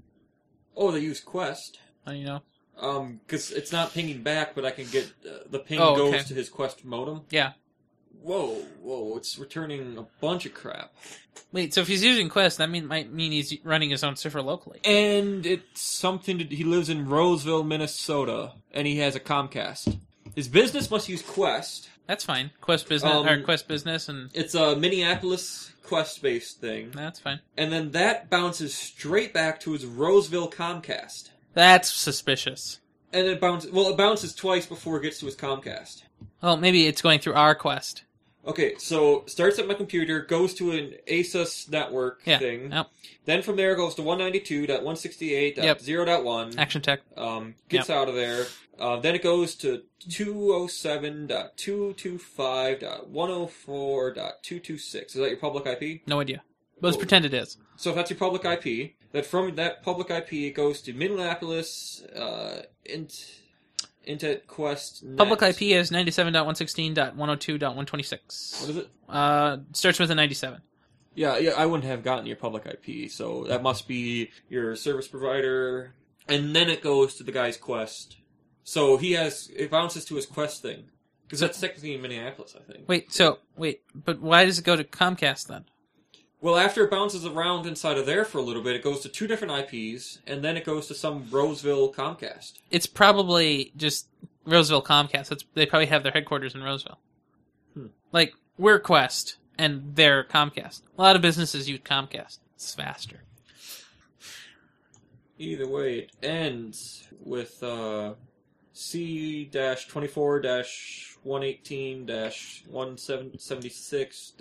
Oh, they use Quest.
How do you know?
Um, because it's not pinging back, but I can get uh, the ping
Oh,
goes
okay.
to his Quest modem.
Yeah.
Whoa, whoa! It's returning a bunch of crap,
Wait. So if he's using Quest, that mean might mean he's running his own server locally.
and it's something. To, he lives in Roseville, Minnesota, and he has a Comcast. His business must use Quest.
That's fine. Quest business
Um,
or Quest business, and
It's a Minneapolis Quest-based thing.
that's fine.
and then that bounces straight back to his Roseville Comcast.
That's suspicious.
And it bounces well, it bounces twice before it gets to his Comcast.
Well, Oh, maybe it's going through our Quest.
Okay, so starts at my computer, goes to an ASUS network
Yeah.
thing.
Yep.
Then from there goes to 192.168.0.1.
Yep.
Yep.
Action Tech.
Um, gets out of there. Uh, then it goes to 207.225.104.226. Is that your public IP?
No idea. But let's
Whoa.
pretend it is.
So if that's your public IP, that from that public IP it goes to Minneapolis, uh, Int, Intet Quest. Net.
Public IP is ninety-seven point one sixteen point one hundred two point one twenty-six.
What is it?
Uh, starts with a 97.
Yeah, yeah. I wouldn't have gotten your public IP, so that must be your service provider, and then it goes to the guy's Quest. So he has it bounces to his Quest thing. Because that's technically in Minneapolis, I think.
Wait, so wait, but why does it go to Comcast then?
Well, after it bounces around inside of there for a little bit, it goes to two different IPs, and then it goes to some Roseville Comcast.
It's probably just Roseville Comcast. That's, they probably have their headquarters in Roseville. Like we're Quest and they're Comcast. A lot of businesses use Comcast. It's faster.
Either way, it ends with uh, C 24 118 176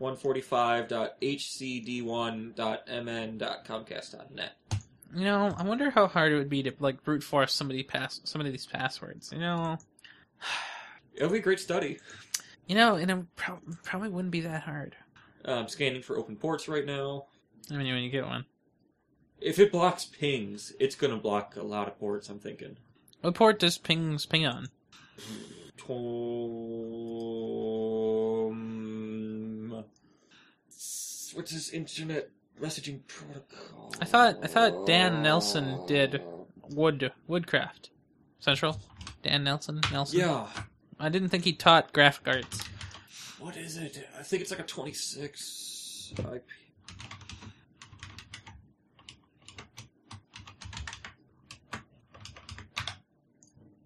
145.hcd1.mn.comcast.net.
You know, I wonder how hard it would be to like brute force somebody pass some of these passwords. You know,
It'll be a great study.
you know, and it prob probably wouldn't be that hard.
I'm Um, scanning for open ports right now.
I mean, when you get one,
If it blocks pings, it's going to block a lot of ports, I'm thinking.
what port does pings ping on?
Tom... What's his internet messaging protocol?
I thought I thought Dan Nelson did wood woodcraft central. Dan Nelson Nelson.
Yeah.
I didn't think he taught graphic arts.
What is it? I think it's like a 26 IP.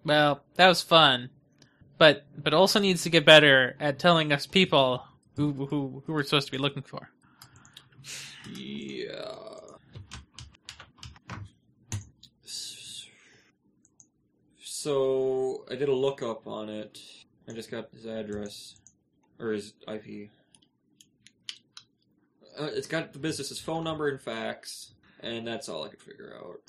Well, that was fun, but but also needs to get better at telling us people who who who we're supposed to be looking for.
Yeah. So I did a lookup on it. I just got his address or his IP. Uh, it's got the business's phone number and fax, and that's all I could figure out.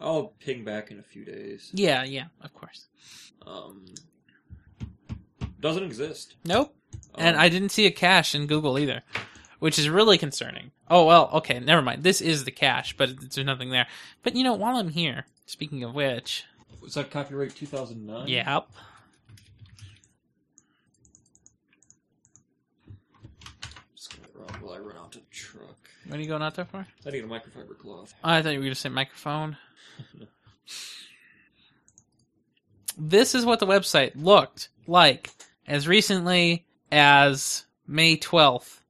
I'll ping back in a few days.
Yeah, yeah, of course.
Um, doesn't exist.
Nope. And
Um,
I didn't see a cache in Google either, which is really concerning. Oh well, okay, never mind. This is the cache, but there's nothing there. But you know, while I'm here, speaking of which,
was that copyright 2009?
yeah,
Just gonna run while I run out to the truck.
what are you going out there for?
I need a microfiber cloth.
I thought you were going to say microphone. this is what the website looked like as recently as May 12th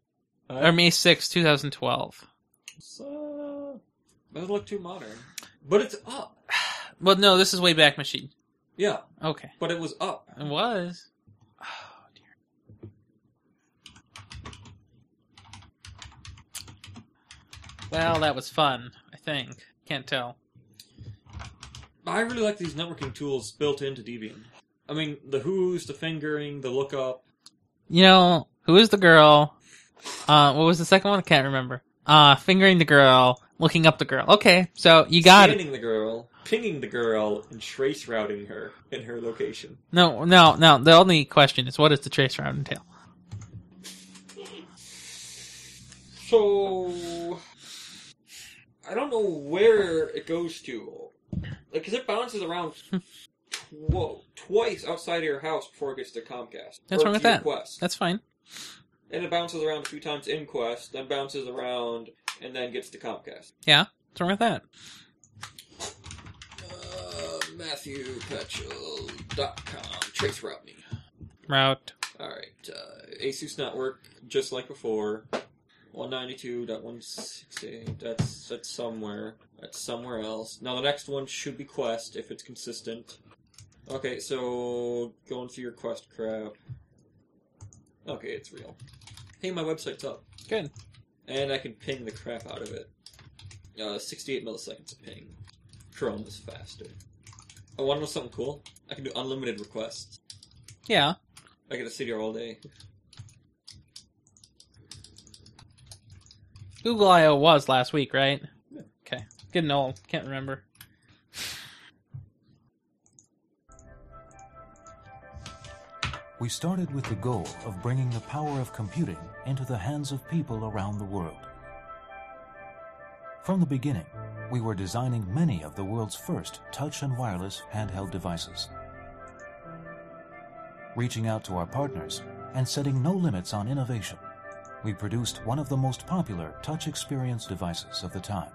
or May 6th, 2012.
So doesn't look too modern, but it's up.
Well, no, this is way back machine.
Yeah,
Okay.
but it was up.
It was. Oh, dear. Well, that was fun, I think. Can't tell.
I really like these networking tools built into Debian. I mean, the who's, the fingering, the lookup.
You know, who is the girl? Uh, what was the second one? I can't remember. Uh, fingering the girl, looking up the girl. Okay, so you got it.
scanning the girl, pinging the girl, and trace routing her in her location.
No, no, no. The only question is what does the trace route entail?
So I don't know where it goes to, like, cause it bounces around. Whoa! Twice outside of your house before it gets to Comcast.
What's
or
wrong
to
with
your
that?
Quest.
That's fine.
and it bounces around a few times in Quest, then bounces around, and then gets to Comcast.
Yeah, what's wrong with that?
Uh, MatthewPetchel.com. Trace route me.
Route.
Alright, uh, Asus network, just like before. 192.168, that's, that's somewhere. That's somewhere else. Now the next one should be Quest, if it's consistent. Okay, so, going through your Quest crap. Okay, it's real. Hey, my website's up.
Good.
And I can ping the crap out of it. Uh, 68 milliseconds of ping. Chrome is faster. I want to know something cool. I can do unlimited requests.
Yeah.
I get a CDR all day.
Google I.O. was last week, right? Okay. Getting old. Can't remember.
We started with the goal of bringing the power of computing into the hands of people around the world. From the beginning, we were designing many of the world's first touch and wireless handheld devices. Reaching out to our partners and setting no limits on innovation, we produced one of the most popular touch experience devices of the time.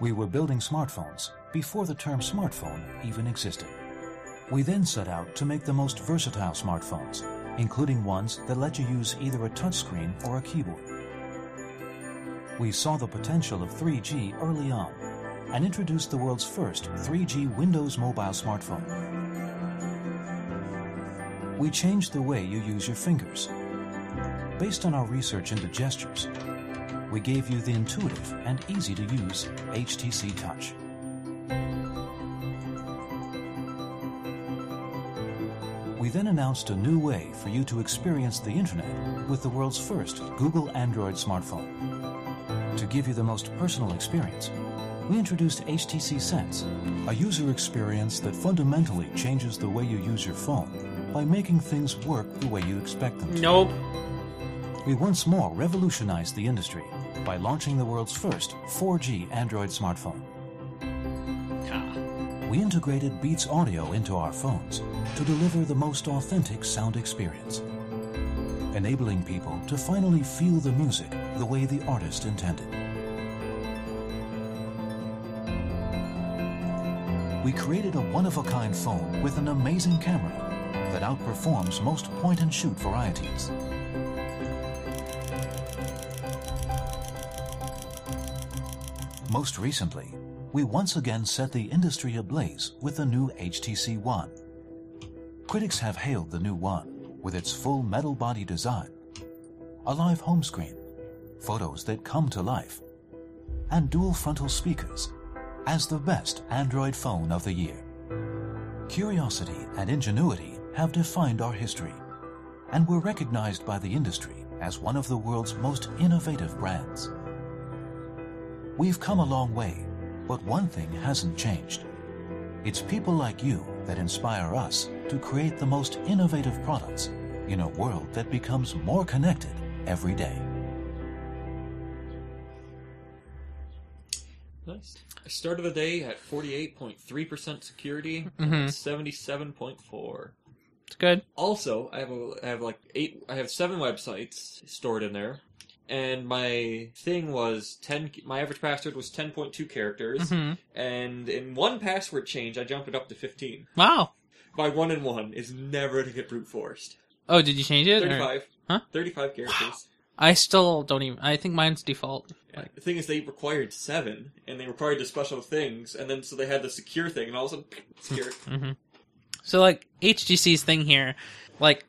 We were building smartphones before the term smartphone even existed. We then set out to make the most versatile smartphones, including ones that let you use either a touchscreen or a keyboard. We saw the potential of 3G early on and introduced the world's first 3G Windows mobile smartphone. We changed the way you use your fingers. Based on our research into gestures, we gave you the intuitive and easy to use HTC Touch. We then announced a new way for you to experience the internet with the world's first Google Android smartphone. To give you the most personal experience, we introduced HTC Sense, a user experience that fundamentally changes the way you use your phone by making things work the way you expect them to.
Nope.
We once more revolutionized the industry by launching the world's first 4G Android smartphone. We integrated Beats Audio into our phones to deliver the most authentic sound experience, enabling people to finally feel the music the way the artist intended. We created a one of a kind phone with an amazing camera that outperforms most point and shoot varieties. Most recently, we once again set the industry ablaze with the new HTC One. Critics have hailed the new One with its full metal body design, a live home screen, photos that come to life, and dual frontal speakers as the best Android phone of the year. Curiosity and ingenuity have defined our history, and we're recognized by the industry as one of the world's most innovative brands. We've come a long way, but one thing hasn't changed. It's people like you that inspire us to create the most innovative products in a world that becomes more connected every day.
Nice. I started the day at 48.3% security,
Mhm.
77.4.
It's good.
Also, I have a, I have like eight, I have seven websites stored in there, and my thing was ten. My average password was 10.2 characters,
Mhm.
and in one password change, I jumped it up to 15.
Wow.
My one and one is never to get brute forced.
Oh, did you change it? or-
35.
Huh?
35 characters.
I still don't even. I think mine's default.
Yeah. The thing is, they required seven, and they required the special things, and then so they had the secure thing, and all of a sudden, secure.
Mm-hmm. So like HTC's thing here, like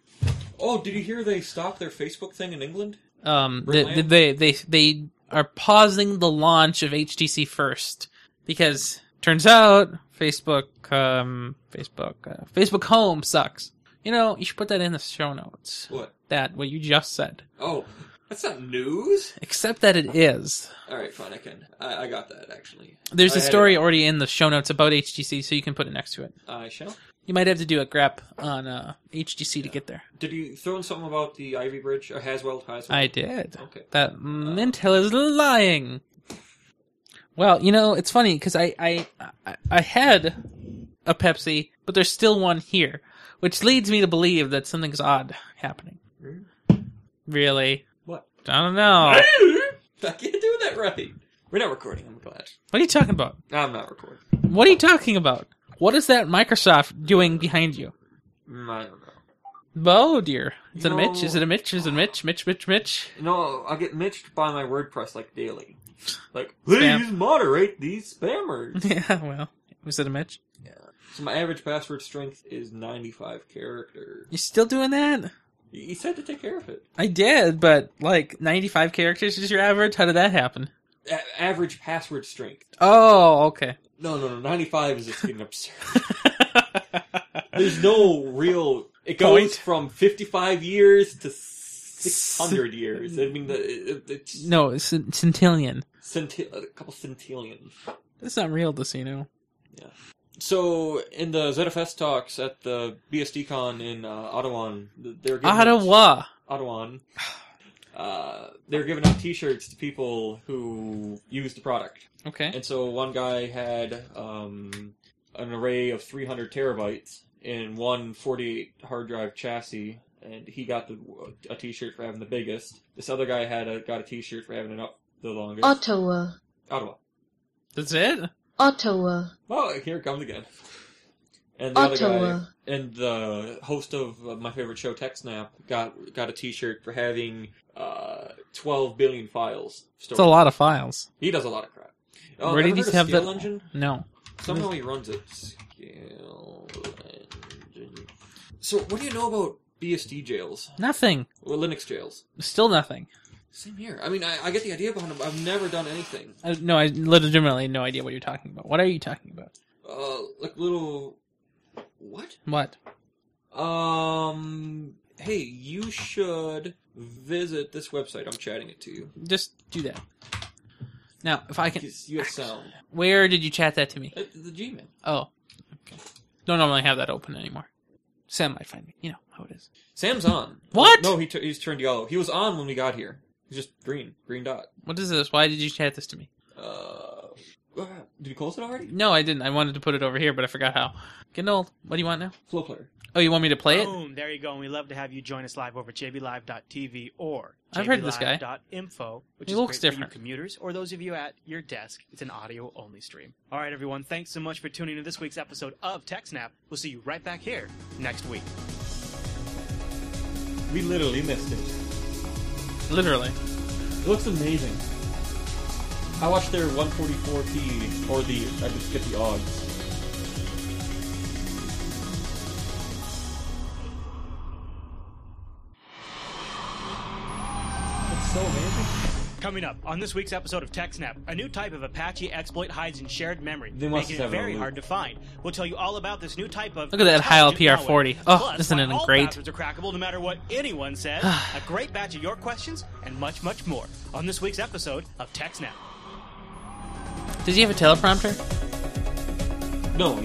Oh, did you hear they stopped their Facebook thing in England?
um, they,
Really?
they they they are pausing the launch of HTC first because turns out Facebook um Facebook uh, Facebook Home sucks. You know you should put that in the show notes.
What?
That what you just said,
Oh, that's not news.
except that it is.
All right, fine, I can. I, I got that actually.
There's
I
a
had
story
it.
already in the show notes about HTC, so you can put it next to it.
I shall.
You might have to do a grep on uh, HTC to get there.
Did you throw in something about the Ivy Bridge or Haswell? Haswell.
I did.
Okay.
That Mintel is lying. Well, you know, it's funny because I, I I I had a Pepsi, but there's still one here, which leads me to believe that something's odd happening.
Hmm?
Really,
What?
I don't know.
I can't do that right. We're not recording. I'm glad.
What are you talking about?
I'm not recording.
What are you talking about? What is that Microsoft doing behind you?
Mm, I don't know.
Oh dear, is it a Mitch?
No.
Is it a Mitch? Is it a Mitch? Mitch? Mitch? Mitch?
No, I get mitched by my WordPress like daily. Like,
Spam.
please moderate these spammers.
yeah. Well, was it a Mitch?
yeah. So my average password strength is 95 characters.
You still doing that?
You said to take care of it.
I did, but like 95 characters is your average? How did that happen?
A- average password strength.
Oh, okay.
No, no, no. 95 is just getting absurd. There's no real. It goes
Point.
from 55 years to 600 years. I mean, the, it, it's
no, c- Centillion.
centi- a couple centillion.
That's not real, Decino.
So in the ZFS talks at the BSDCon in uh, Ottawa, they're giving
Ottawa.
Ottawa. Uh, they're giving out T-shirts to people who use the product,
Okay.
and so one guy had um, an array of 300 terabytes in one 48 hard drive chassis, and he got the, a T-shirt for having the biggest. This other guy had a, got a T-shirt for having it up the longest.
Ottawa,
Ottawa.
That's it?
Ottawa,
Well, here it comes again. And the other
Ottawa.
guy, and the host of uh, my favorite show, TechSnap, got got a T-shirt for having uh, 12 billion files. Stored.
It's a lot of files.
He does a lot of crap. Oh,
Where did
ever
he
heard of
have
Scale
that-
Engine?
No.
Somehow he runs it. Scale Engine. So, what do you know about BSD jails?
Nothing.
Well, Linux jails.
Still nothing.
Same here. I mean, I, I get the idea behind them. but I've never done anything.
I, no, I legitimately have no idea what you're talking about. What are you talking about?
Uh, like little. What?
What?
Um. Hey, you should visit this website. I'm chatting it to you.
Just do that. Now, if I can.
Because you have sound.
Where did you chat that to me?
Uh, the Gmail.
Oh. Okay. Don't normally have that open anymore. Sam might find me. You know how it is.
Sam's on.
What?
No, he t- he's turned yellow. He was on when we got here. He's just green. Green dot.
What is this? Why did you chat this to me?
Uh. uh, Did we close it already?
No, I didn't. I wanted to put it over here, but I forgot how. Getting old. What do you want now?
Flow player.
Oh, you want me to play it?
Boom! There you go. And we love to have you join us live over at jblive.tv or
I've heard of this guy.
jblive.info, which
He
is
looks
great
different.
for you commuters or those of you at your desk. It's an audio only stream. All right, everyone. Thanks so much for tuning in to this week's episode of TechSnap. We'll see you right back here next week.
We literally missed it.
Literally.
It looks amazing. I watched their 144p or the I just get the odds. It's so amazing.
Coming up on this week's episode of TechSnap, a new type of Apache exploit hides in shared memory,
They must
making it
have it on
very
loop.
hard to find. We'll tell you all about this new type of
Look at that Heil
intelligent
PR40.
malware.
Oh,
Plus,
isn't
why
it
all
great?
passwords are crackable no matter what anyone says. a great batch of your questions and much, much more on this week's episode of TechSnap.
Does he have a teleprompter?
No,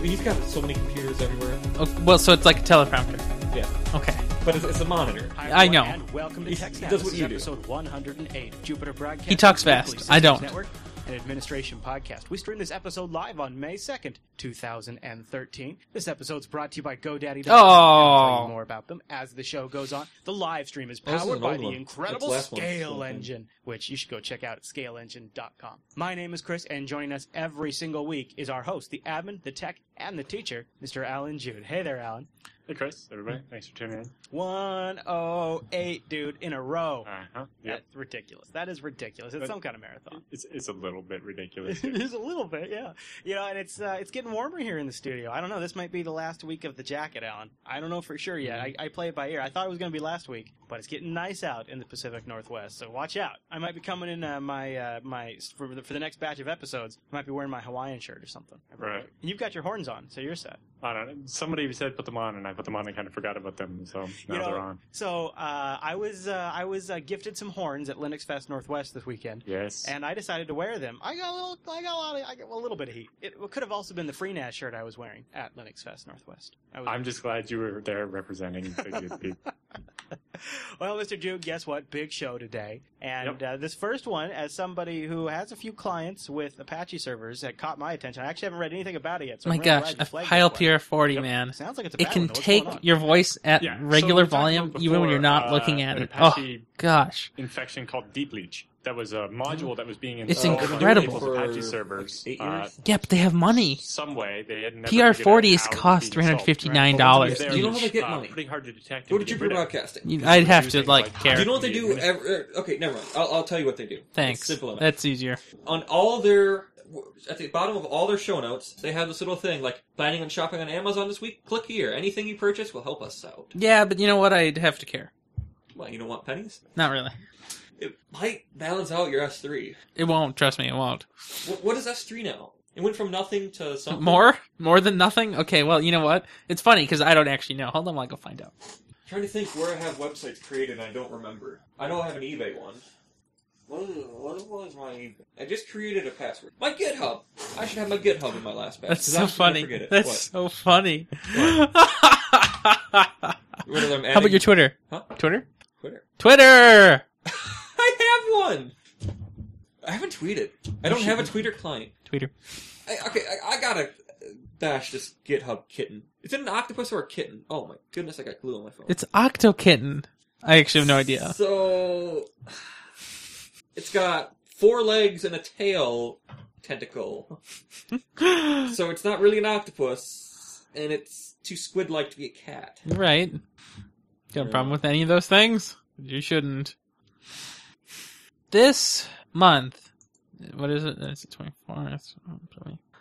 he, he's got so many computers everywhere.
Oh, well, so it's like a teleprompter.
Yeah,
Okay.
but it's, it's a monitor.
Hi,
I
everyone,
know.
And welcome to
He- he
TechSnap.
does what
this is
you do.
episode 108 of Jupiter Broadcast.
He talks
Weekly
fast.
Systems
I don't.
Network and administration podcast. We streamed this episode live on May 2nd, 2013. This episode's brought to you by GoDaddy. I'll tell
Oh.
you more about them as the show goes on. The live stream is
Oh, this is
powered
an
by
old
the
one.
incredible
That's last one's
Scale
little thing.
Engine, which you should go check out at scaleengine.com. My name is Chris, and joining us every single week is our host, the admin, the tech, and the teacher, Mr. Alan Jude. Hey there, Alan.
Hey, Chris, everybody, thanks for tuning in.
108, dude, in a row.
Uh
Uh-huh.
huh. Yep.
That's ridiculous. That is ridiculous. It's
But-
some kind of marathon.
It's, it's a little bit ridiculous.
it is a little bit, yeah. You know, and it's uh, it's getting warmer here in the studio. I don't know. This might be the last week of the jacket, Alan. I don't know for sure yet. I, I play it by ear. I thought it was going to be last week, but it's getting nice out in the Pacific Northwest. So watch out. I might be coming in uh, my uh, my for the, for the next batch of episodes. I might be wearing my Hawaiian shirt or something.
Right.
And you've got your horns on, so you're set.
I don't know. Somebody said put them on, and I put them on and kind of forgot about them, so now
you know,
they're on.
so uh, I was uh, I was uh, gifted some horns at Linux Fest Northwest this weekend.
Yes.
and I decided to wear them. I got a little, I got a lot of, I got a little bit of heat. It could have also been the FreeNAS shirt I was wearing at Linux Fest Northwest. I was,
I'm just glad you were there representing the good people.
well, Mr. Duke, guess what? Big show today, and uh, this first one, as somebody who has a few clients with Apache servers, that caught my attention. I actually haven't read anything about it yet. So
My
I'm really
gosh,
glad you
a
flagged
Heil
this one.
PR40, man.
Sounds like it's a
It
bad
can
one, though. What's
take
going on?
your voice at
Yeah, so we
regular
talked about
volume, even when
before,
you're not
uh,
looking at
an
it. Oh,
Apache-
gosh.
Infection called Deep Leech. That was a module that was being
It's
installed
incredible.
on people's Apache
For,
servers.
like, eight
uh,
years?
Yeah, but they have money.
some way they had never
PR
figured
40s
out how
cost
it was being solved.
$359
They're,
Do you know how they get
uh,
money?
Pretty hard to detect.
Go
and
to
get
Jupiter
rid of.
Broadcasting.
You- I'd have to,
using,
like,
like,
care.
Do you know what they
Yeah.
do? Every, er, okay, never mind. I'll, I'll tell you what they do. It's
Thanks.
simple enough.
That's easier.
on all their at the bottom of all their show notes, they have this little thing like planning on shopping on Amazon this week. Click here. Anything you purchase will help us out.
Yeah, but you know what? I'd have to care.
Well, you don't want pennies.
Not really.
It might balance out your S three.
It won't. Trust me, it won't.
What, what is S three now? It went from nothing to something.
More? More than nothing? Okay, well, you know what? It's funny because I don't actually know. Hold on, I'll go find out.
I'm trying to think where I have websites created. and I don't remember. I know I have an eBay one. What is- What was my? eBay? I just created a password. My GitHub. I should have my GitHub in my last batch.
That's
'cause
so
I'm just gonna
funny.
forget it.
That's
What?
so funny.
Whether I'm
How about
adding-
your Twitter?
Huh?
Twitter?
Twitter?
Twitter!
I have one. I haven't tweeted. I don't have a tweeter client.
Twitter.
I, okay, I, I gotta uh, bash this GitHub kitten. Is it an octopus or a kitten? Oh my goodness, I got glue on my phone.
It's Octokitten. I actually have no idea.
So it's got four legs and a tail tentacle. so it's not really an octopus. and it's too squid like to be a cat.
You're right. Got a problem with any of those things? You shouldn't. This month, what is it? It's the 24th.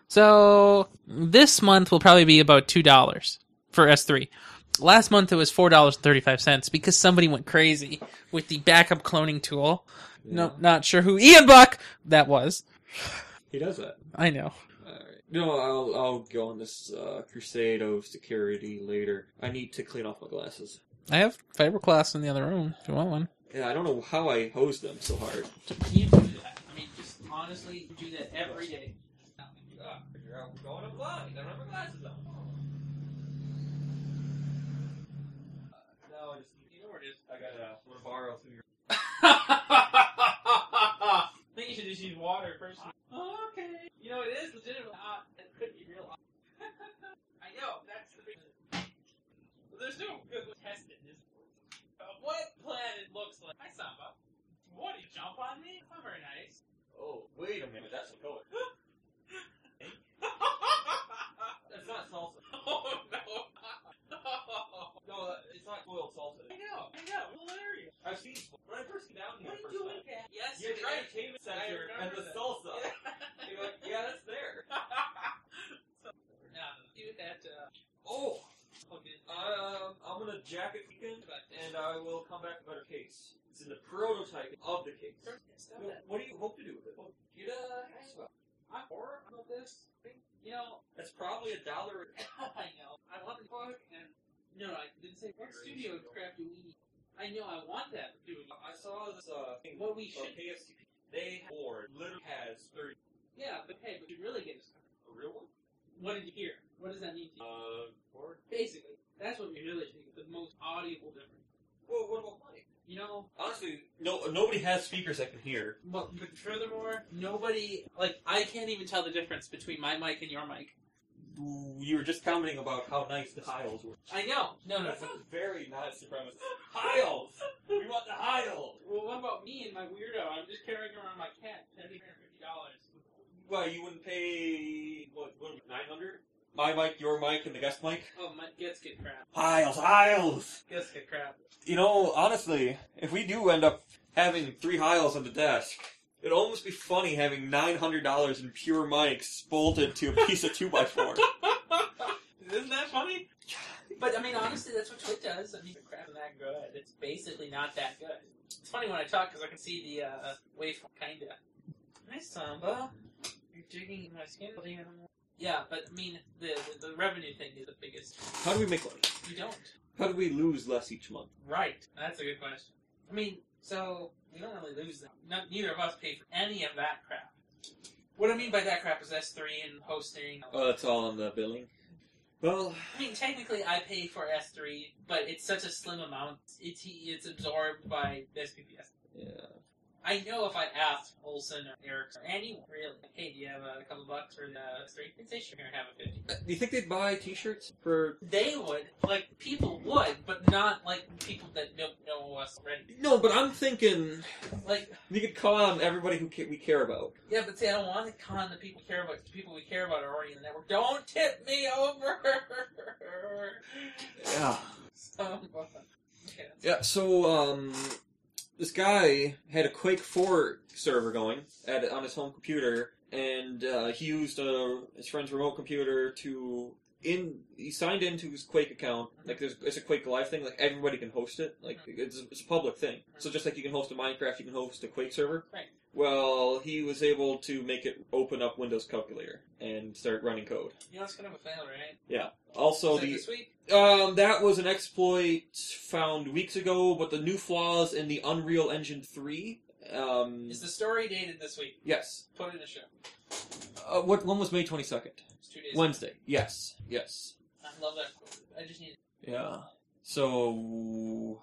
So this month will probably be about two dollars for S3. Last month it was four dollars and thirty-five cents because somebody went crazy with the backup cloning tool. No, not sure who Ian Buck that was.
He does that.
I know.
Alright. No, I'll I'll go on this uh, crusade of security later. I need to clean off my glasses.
I have fiberglass in the other room. If you want one?
Yeah, I don't know how I hose them so hard.
You do that. I mean, just honestly do that every day. uh, Uh, I think you should just use water first. Oh, okay. You know, it is legitimate. Uh, it could be real. I know, that's the big There's no good test in this. Uh, what planet looks like? Hi, Samba. What, you jump on me? Not very nice.
Oh, wait a minute, that's a color. That's not salsa.
oh, no.
No, that- it's not boiled salsa.
I know, I know, hilarious.
I've seen when I first came down here.
What
first
are you doing
time,
that? Yes,
You're the
right.
entertainment
I
center and
remember
the
that.
salsa. You're like, yeah, that's there.
so, no, you had to
Oh,
plug in.
um, I'm gonna jack it weekend, and I will come back with a better case. It's in the prototype of the case.
Stop
Well,
that.
What do you hope to do with it? Well, get a Haswell.
I'm
Or about this thing.
You know,
That's probably a dollar.
I know. I want the book, and no, I didn't say what studio crap you need. I know I want that dude.
I saw this uh, thing.
What we
of
should-
KFC. They have board literally has thirty.
Yeah, but hey, but you really get is
A real one?
what did you hear? What does that mean to you?
Uh, board.
Basically, that's what we really think is the most audible difference.
Well, what about money?
You know,
Honestly, no. Nobody has speakers that can hear.
Well, but furthermore, nobody like I can't even tell the difference between my mic and your mic.
You were just commenting about how nice the tiles were.
I know. No, no.
That sounds very not supremacist. Hiles! We want the Hiles!
Well, what about me and my weirdo? I'm just carrying around my cat, seventy hundred fifty dollars.
Well, you wouldn't pay, what, what, 900? My mic, your mic, and the guest mic?
Oh, my gets get crap.
Hiles! Hiles!
Gets get crap.
You know, honestly, if we do end up having three Hiles on the desk, it'd almost be funny having $900 in pure mics bolted to a piece of 2x4.
Isn't that funny? But I mean, honestly, that's what Twitch does. I mean, the crap's not that good. It's basically not that good. It's funny when I talk because I can see the uh, waveform, kinda. Nice samba. You're digging in my skin. Yeah, but I mean, the, the the revenue thing is the biggest.
How do we make money?
You don't.
How do we lose less each month?
Right. That's a good question. I mean, so we don't really lose them. Not, neither of us pay for any of that crap. What I mean by that crap is S3 and hosting.
Oh, that's all on the billing. Well,
I mean, technically, I pay for S3, but it's such a slim amount. It's it's absorbed by SPPS.
yeah.
I know if I asked Olson or Eric or anyone really, hey, do you have a couple bucks for the S3? They'd say sure, here, have a fifty.
Uh, Do you think they'd buy T-shirts for?
They would, like people would, but not like people that don't know us already.
No, but I'm thinking
Like
you could con everybody who ca- we care about.
Yeah, but see, I don't want to con the people we care about. 'cause The people we care about are already in the network. Don't tip me over.
Yeah.
Some- okay.
Yeah. So, um, this guy had a Quake Four server going at on his home computer, and uh, he used uh, his friend's remote computer to in. He signed into his Quake account. Like, there's it's a Quake Live thing. Like everybody can host it. Like it's, it's a public thing. So just like you can host a Minecraft, you can host a Quake server.
Right.
Well, he was able to make it open up Windows Calculator and start running code.
You know, it's kind of a fail, right?
Also,
Is that
the
this week?
um, that was an exploit found weeks ago, but the new flaws in the Unreal Engine 3. Um,
Is the story dated this week?
yes.
Put in a show.
Uh, what one was May 22nd?
It's two days.
Wednesday. Yes. Yes.
I love that. I just need.
Yeah. So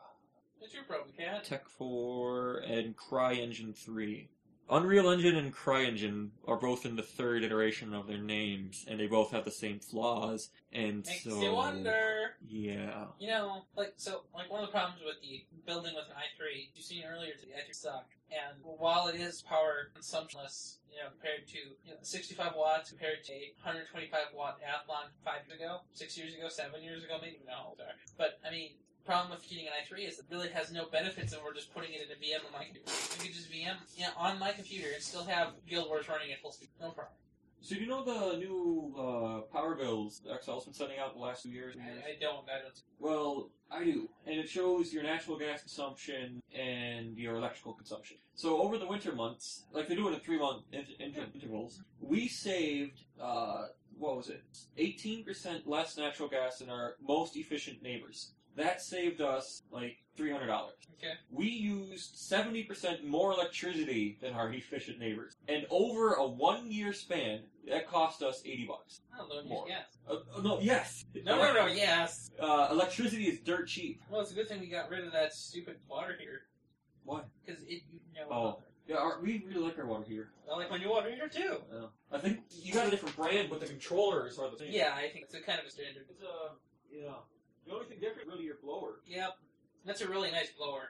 What's your problem, Cat?
Tech 4 and Cry Engine 3. Unreal Engine and CryEngine are both in the third iteration of their names, and they both have the same flaws. And
Makes
so,
you wonder.
yeah,
You know, like so, like one of the problems with the building with an i3, you seen earlier, the i3 suck. And while it is power consumptionless, you know, compared to you know, 65 watts compared to a 125 watt Athlon five years ago, six years ago, seven years ago, maybe no, sorry. But I mean, problem with getting an i3 is it really has no benefits, and we're just putting it in a VM on my computer. I could just VM you know, on my computer and still have Guild Wars running at full speed, no problem.
So do you know the new uh, power bills that Excel's been sending out the last two years?
I, I don't, I don't.
Well, I do, and it shows your natural gas consumption and your electrical consumption. So over the winter months, like they do it in three month inter- inter- intervals, we saved uh, what was it, eighteen percent less natural gas than our most efficient neighbors. That saved us like three hundred dollars.
Okay.
We used 70% more electricity than our efficient neighbors. And over a one year span, that cost us 80 bucks.
I don't know.
More.
Yes.
Uh, oh, no, yes!
No, no, no. Yes.
Uh, electricity is dirt cheap.
Well, it's a good thing we got rid of that stupid water heater.
What?
Because it, you know,
Oh. Yeah, our, we really like our water here.
I like my new water heater too.
Uh, I think you got a different brand, but the controllers are the same.
Yeah, I think it's a kind of a standard.
It's, uh, yeah. The only thing different, really, your blower.
Yep, that's a really nice blower.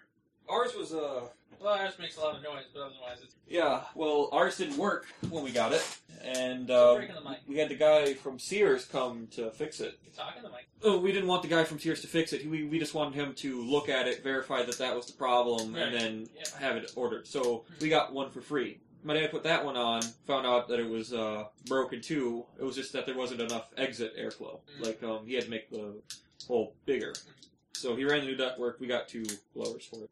Ours was, uh,
Well, ours makes a lot of noise, but otherwise it's
Yeah, well, ours didn't work when we got it, and
Stop
um,
breaking the mic.
we had the guy from Sears come to fix it.
it's talking to the mic.
Oh, we didn't want the guy from Sears to fix it. We, we just wanted him to look at it, verify that that was the problem,
Right.
and then
Yeah. Hmm.
have it ordered. So we got one for free. My dad put that one on, found out that it was uh, broken too. It was just that there wasn't enough exit airflow.
Mm.
Like, um, he had to make the hole bigger. So he ran the new ductwork. We got two blowers for it.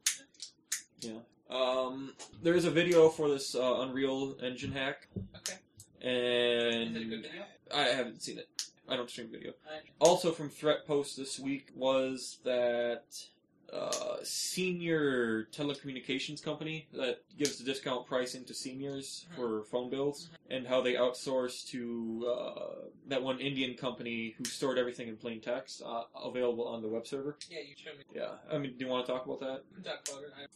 Yeah. Um, there is a video for this uh, Unreal Engine hack.
Okay.
And
Is it a good video?
I haven't seen it. I don't stream video.
I-
Also from Threat Post this week was that uh, senior telecommunications company that gives the discount pricing to seniors for phone bills and how they outsource to uh, that one Indian company who stored everything in plain text uh, available on the web server.
Yeah, you showed me.
Yeah, I mean, do you want to talk about that?
Duck water. I,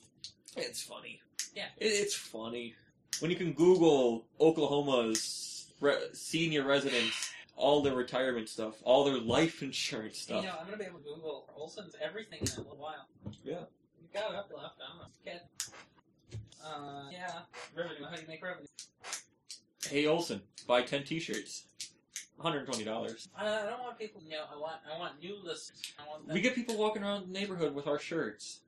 It's funny.
Yeah.
It, it's funny. When you can Google Oklahoma's re- senior residents, all their retirement stuff, all their life insurance stuff.
You know, I'm gonna be able to Google Olson's everything in a little while.
Yeah.
You got it up left. I don't know. Cat. Uh, yeah. Revenue. How do you make revenue?
Hey Olson, buy 10 t shirts. $120.
I Uh, I don't want people. You know, I want. I want new listeners. I want. Them.
We get people walking around the neighborhood with our shirts.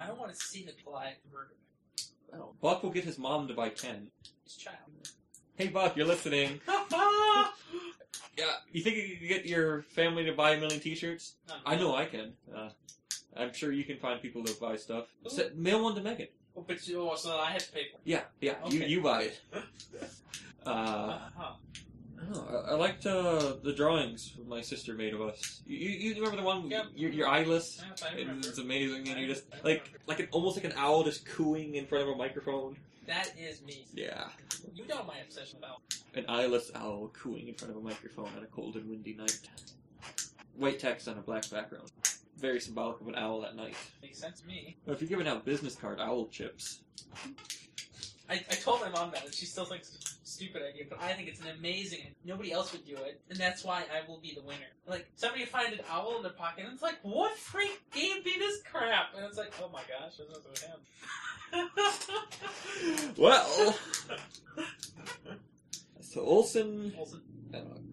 I don't want to see the people I murdered.
Buck will get his mom to buy 10.
His child.
Hey Buck, you're listening. Yeah. You think you can get your family to buy a million t shirts? I know I can. Uh, I'm sure you can find people to buy stuff. Se- mail one to Megan.
Oh, but you, oh, so I have to pay for it.
Yeah, yeah. You
Okay.
you buy it. Uh,
Uh-huh.
I, don't know, I- I liked uh, the drawings my sister made of us. You, you, you remember the one? with
Yep.
Your, your eyeless.
Yeah, I
It-
remember.
It's amazing, and
I-
you just
I
like
remember.
like an, almost like an owl just cooing in front of a microphone.
That is me.
Yeah,
You know my obsession about.
an eyeless owl cooing in front of a microphone on a cold and windy night. White text on a black background. Very symbolic of an owl at night.
Makes sense to me.
If you're giving out business card owl chips,
I, I told my mom that, and she still thinks it's a stupid idea, but I think it's an amazing idea. Nobody else would do it, and that's why I will be the winner. Like, somebody find an owl in their pocket, and it's like, what freak gave me this crap? And it's like, oh my gosh, this is with him.
Well, so Olson,
Olson.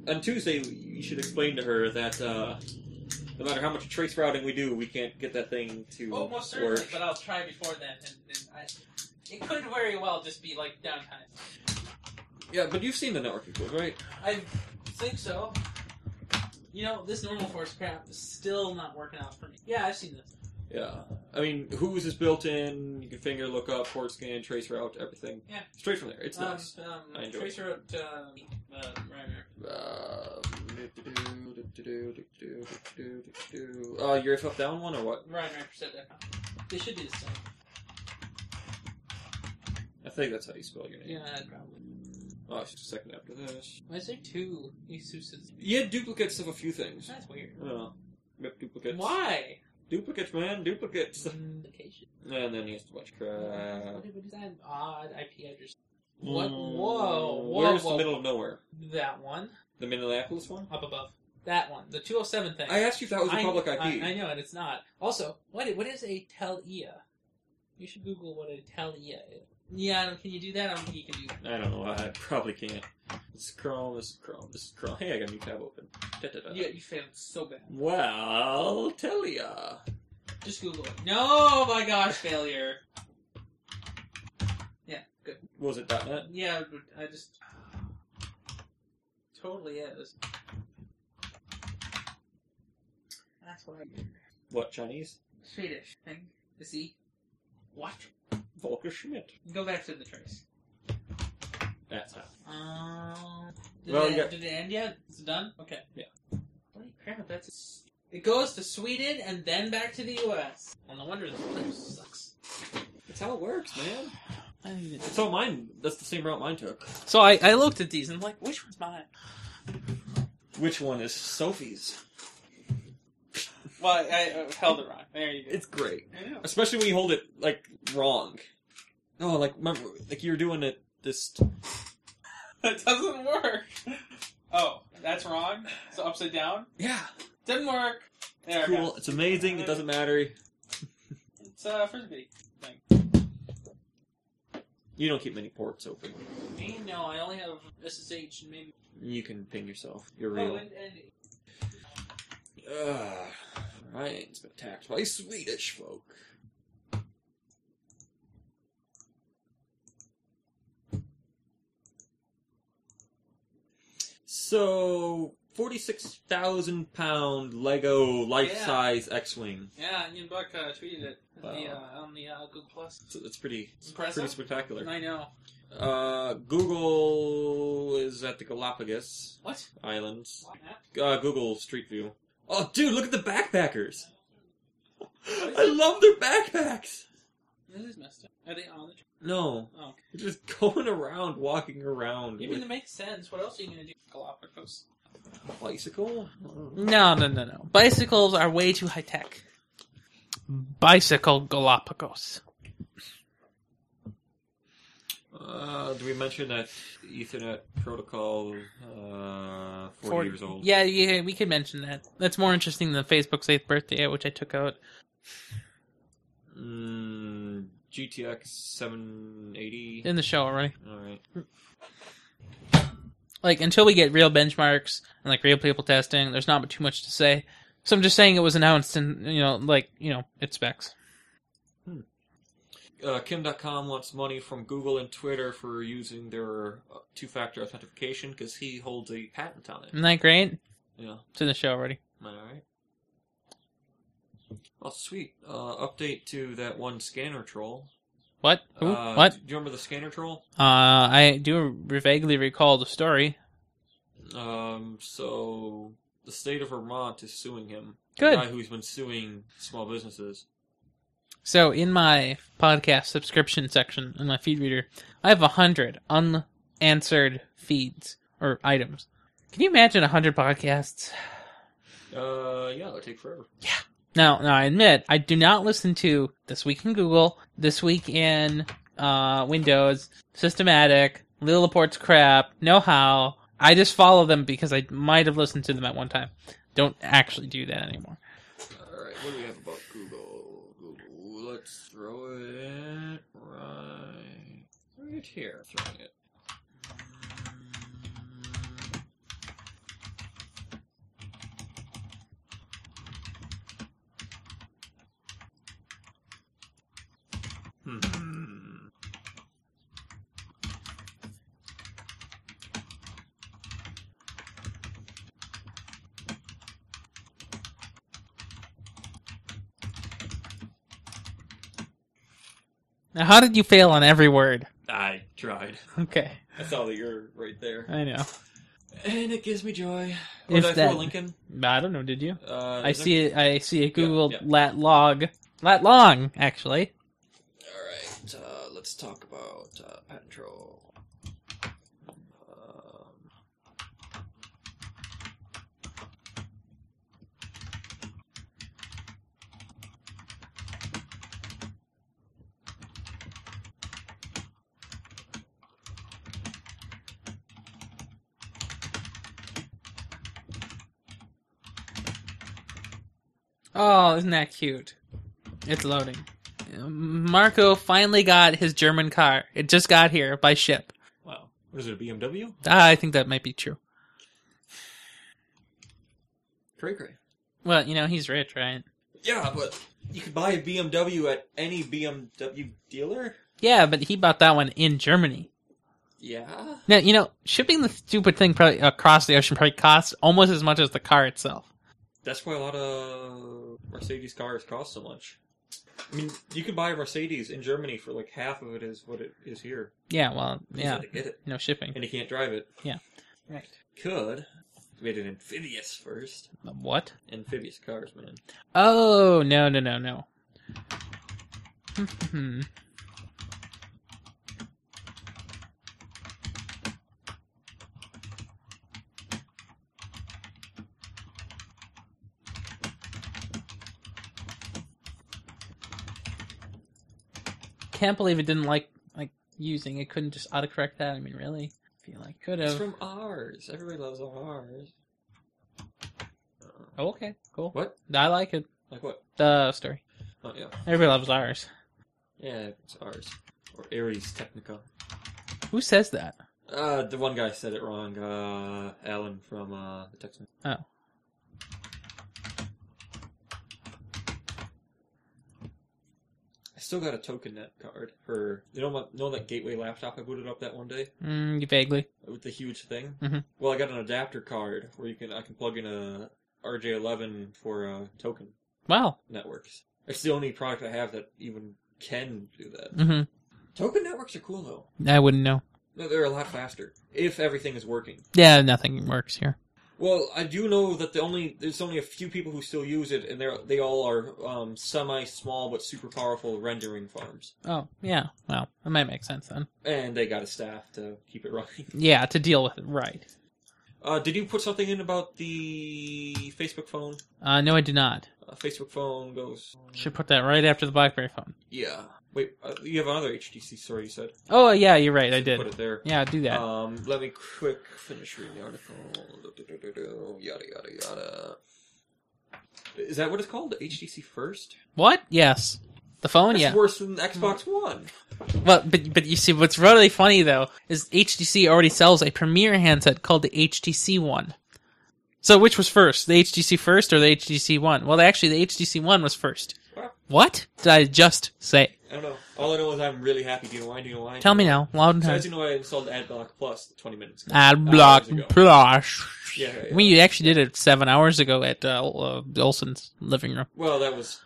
on Tuesday, you should explain to her that uh, no matter how much trace routing we do, we can't get that thing to
Oh, most certainly,
work.
but I'll try before then, and, and I, it could very well just be like downtime.
Yeah, but you've seen the networking tools, right?
I think so. You know, this normal force crap is still not working out for me. Yeah, I've seen this.
Yeah. I mean, who's is built in? You can finger look up, port scan, trace route, everything.
Yeah.
Straight from there. It's
um,
nice.
um,
I enjoy it.
Tracer at um, uh, Rymer.
Um, do-do-do, do-do-do, do-do-do, do-do-do. Uh, your if up down one or what?
Rymer said that. They should do the same.
I think that's how you spell your name.
Yeah, probably.
Oh, it's just a second after this.
Uh, Why is there two Isuses?
You had duplicates of a few things.
That's weird.
Oh, Rip duplicates.
Why?
Duplicates, man, duplicates.
Duplication.
And then he has to watch crap.
What if it is an odd IP address? What? Whoa, whoa,
Mm, Where's
whoa.
the middle of nowhere?
That one
The Minneapolis one?
up above. That one. The 207 thing.
I asked you if that was a public IP.
I, I know, and it's not. Also, what i- what is a telea? You should Google what a telea is. Yeah, I don't- can you do that? I don't think you can do that.
I don't know. I probably can't. This is Chrome. This is Chrome. This is Chrome. Hey, I got a new tab open. Da-da-da.
Yeah, you failed so bad.
mm. Well, tell ya.
Just Google it. No, oh my gosh, failure. Yeah, good.
Was it .net?
Yeah, but I just totally is. That's what I do.
What Chinese?
Swedish thing. You see? What?
Volker Schmidt.
Go back to the trace.
That's not.
Um, did,
Well,
it,
you got-
did it end yet? Is it done? Okay.
Yeah.
Holy crap, that's. It goes to Sweden and then back to the US. Well, no wonder the place sucks.
That's how it works, man.
I need it.
So mine. That's the same route mine took.
So I, I looked at these and I'm like, which one's mine?
Which one is Sophie's?
Well, I, I held it wrong. There you go.
It's great,
I know.
especially when you hold it like wrong. No, like remember, like you were doing it this.
That doesn't work. Oh, that's wrong. So upside down
Yeah,
didn't work. There,
it's
I got
cool. It's amazing. It doesn't matter.
it. It's uh, frisbee.
You don't keep many ports open.
Me? No, I only have SSH and maybe.
You can ping yourself. You're
Oh,
real.
and, and
Ugh. Ryan's been attacked by Swedish folk. So, 46,000 pound Lego life size X Wing.
yeah, Ian Buck uh, tweeted it at the,
Wow.
uh, on the uh, Google Plus.
So that's pretty, pretty
Impressive.
spectacular.
I know.
Uh, Google is at the Galapagos
What?
Islands. Uh, Google Street View. Oh, dude, look at the backpackers! I love their backpacks!
This is messed up. Are they on the? Tra-
No,
oh, okay.
they're just going around, walking around
You mean
with
that makes sense? What else are you gonna do? Galapagos.
a bicycle.
No, no, no, no. Bicycles are way too high tech. Bicycle Galapagos.
Uh, do we mention that Ethernet protocol uh, 40,
Forty-
years old?
Yeah, yeah, we can mention that. That's more interesting than Facebook's eighth birthday, which I took out.
Mm, GTX 780.
in the show already.
All right.
Like until we get real benchmarks and like real people testing, there's not too much to say. So I'm just saying it was announced and you know, like you know, it specs.
Uh, Kim.com wants money from Google and Twitter for using their uh, two-factor authentication because he holds a patent on it.
Isn't that great?
Yeah.
It's in the show already.
Alright. Oh, sweet. Uh, update to that one scanner troll.
What? Who?
Uh,
what?
Do you remember the scanner troll?
Uh, I do re- vaguely recall the story.
Um, so, the state of Vermont is suing him.
Good.
The guy who's been suing small businesses.
So in my podcast subscription section in my feed reader, I have a hundred unanswered feeds or items. Can you imagine a hundred podcasts?
Uh, yeah, it'll take forever.
Now, now I admit I do not listen to this week in Google, this week in uh, Windows, systematic, Lil Laporte's crap, know how. I just follow them because I might have listened to them at one time. Don't actually do that anymore.
Alright, what do we have about Google? Google, let's throw it right, right here. Throwing it. Hmm.
Now, how did you fail on every word?
I tried.
Okay,
I saw that you're right there.
I know.
And it gives me joy. Oh,
If
did I
that-
throw Lincoln?
I don't know. Did you?
Uh,
I see. it- I see a Google
yeah.
lat log, lat long actually.
Alright, uh, let's talk about uh, patent troll. Um,
Oh, isn't that cute? It's loading. Marco finally got his German car. It just got here by ship.
Wow. What is it, a BMW?
Ah, I think that might be true.
Cray cray.
Well, you know, he's rich, right?
Yeah, but you could buy a BMW at any BMW dealer?
Yeah, but he bought that one in Germany.
Yeah.
Now, you know, shipping the stupid thing probably across the ocean probably costs almost as much as the car itself.
That's why a lot of Mercedes cars cost so much. I mean, you could buy a Mercedes in Germany for like half of it is what it is here.
Yeah, well,
You just
yeah,
had to get it.
no shipping.
And you can't drive it.
Right.
Could. Made an amphibious first.
What?
Amphibious cars, man.
Oh no no no no. Hmm. Can't believe it didn't like like using. It couldn't just autocorrect that. I mean, really? I feel like could
It's
have.
from ours. Everybody loves ours.
Oh, okay, cool.
What?
I like it.
Like what?
The story.
Oh, yeah.
Everybody loves ours.
Yeah, it's ours. Or Aries Technica.
Who says that?
Uh, the one guy said it wrong. Uh, Alan from, uh, the Texan.
Oh.
I still got a token net card for, you know, my, know that gateway laptop I booted up that one day?
Mm, vaguely.
with the huge thing.
Mhm.
Well, I got an adapter card where you can I can plug in a RJ11 for uh, token
Wow.
networks. It's the only product I have that even can do that.
hmm
Token networks are cool though.
I wouldn't know.
No, they're a lot faster if everything is working.
Yeah, nothing works here.
Well, I do know that the only there's only a few people who still use it, and they're they all are um, semi small but super powerful rendering farms,
Oh, yeah. Well, that might make sense then.
and they got a staff to keep it running.
Yeah, to deal with it. Right.
Uh, did you put something in about the Facebook phone?
Uh, no, I do not.
Uh, Facebook phone goes.
Should put that right after the Blackberry phone.
Yeah. Wait, uh, you have another HTC story you said.
Oh, yeah, you're right. I
Put
did.
it there.
Yeah, do that.
Um, let me quick finish reading the article. Do-do-do-do-do. Yada yada yada. Is that what it's called? HTC First?
What? Yes. The phone?
That's
Yeah. Mm.
worse than Xbox One.
Well, but but you see, what's really funny though is HTC already sells a premier handset called the HTC One. So which was first, the HTC First or the HTC One? Well, actually, the HTC One was first.
Wow.
What did I just say?
I don't know. All I know is I'm really happy. Do you know why? Do you know why?
Tell me now, loud and
So as
hard.
you know, I installed AdBlock Plus 20 minutes ago.
Ad
Hours
block
ago.
plush.
Yeah, yeah, yeah.
We actually did it seven hours ago at uh, uh, Olson's living room.
Well, that was.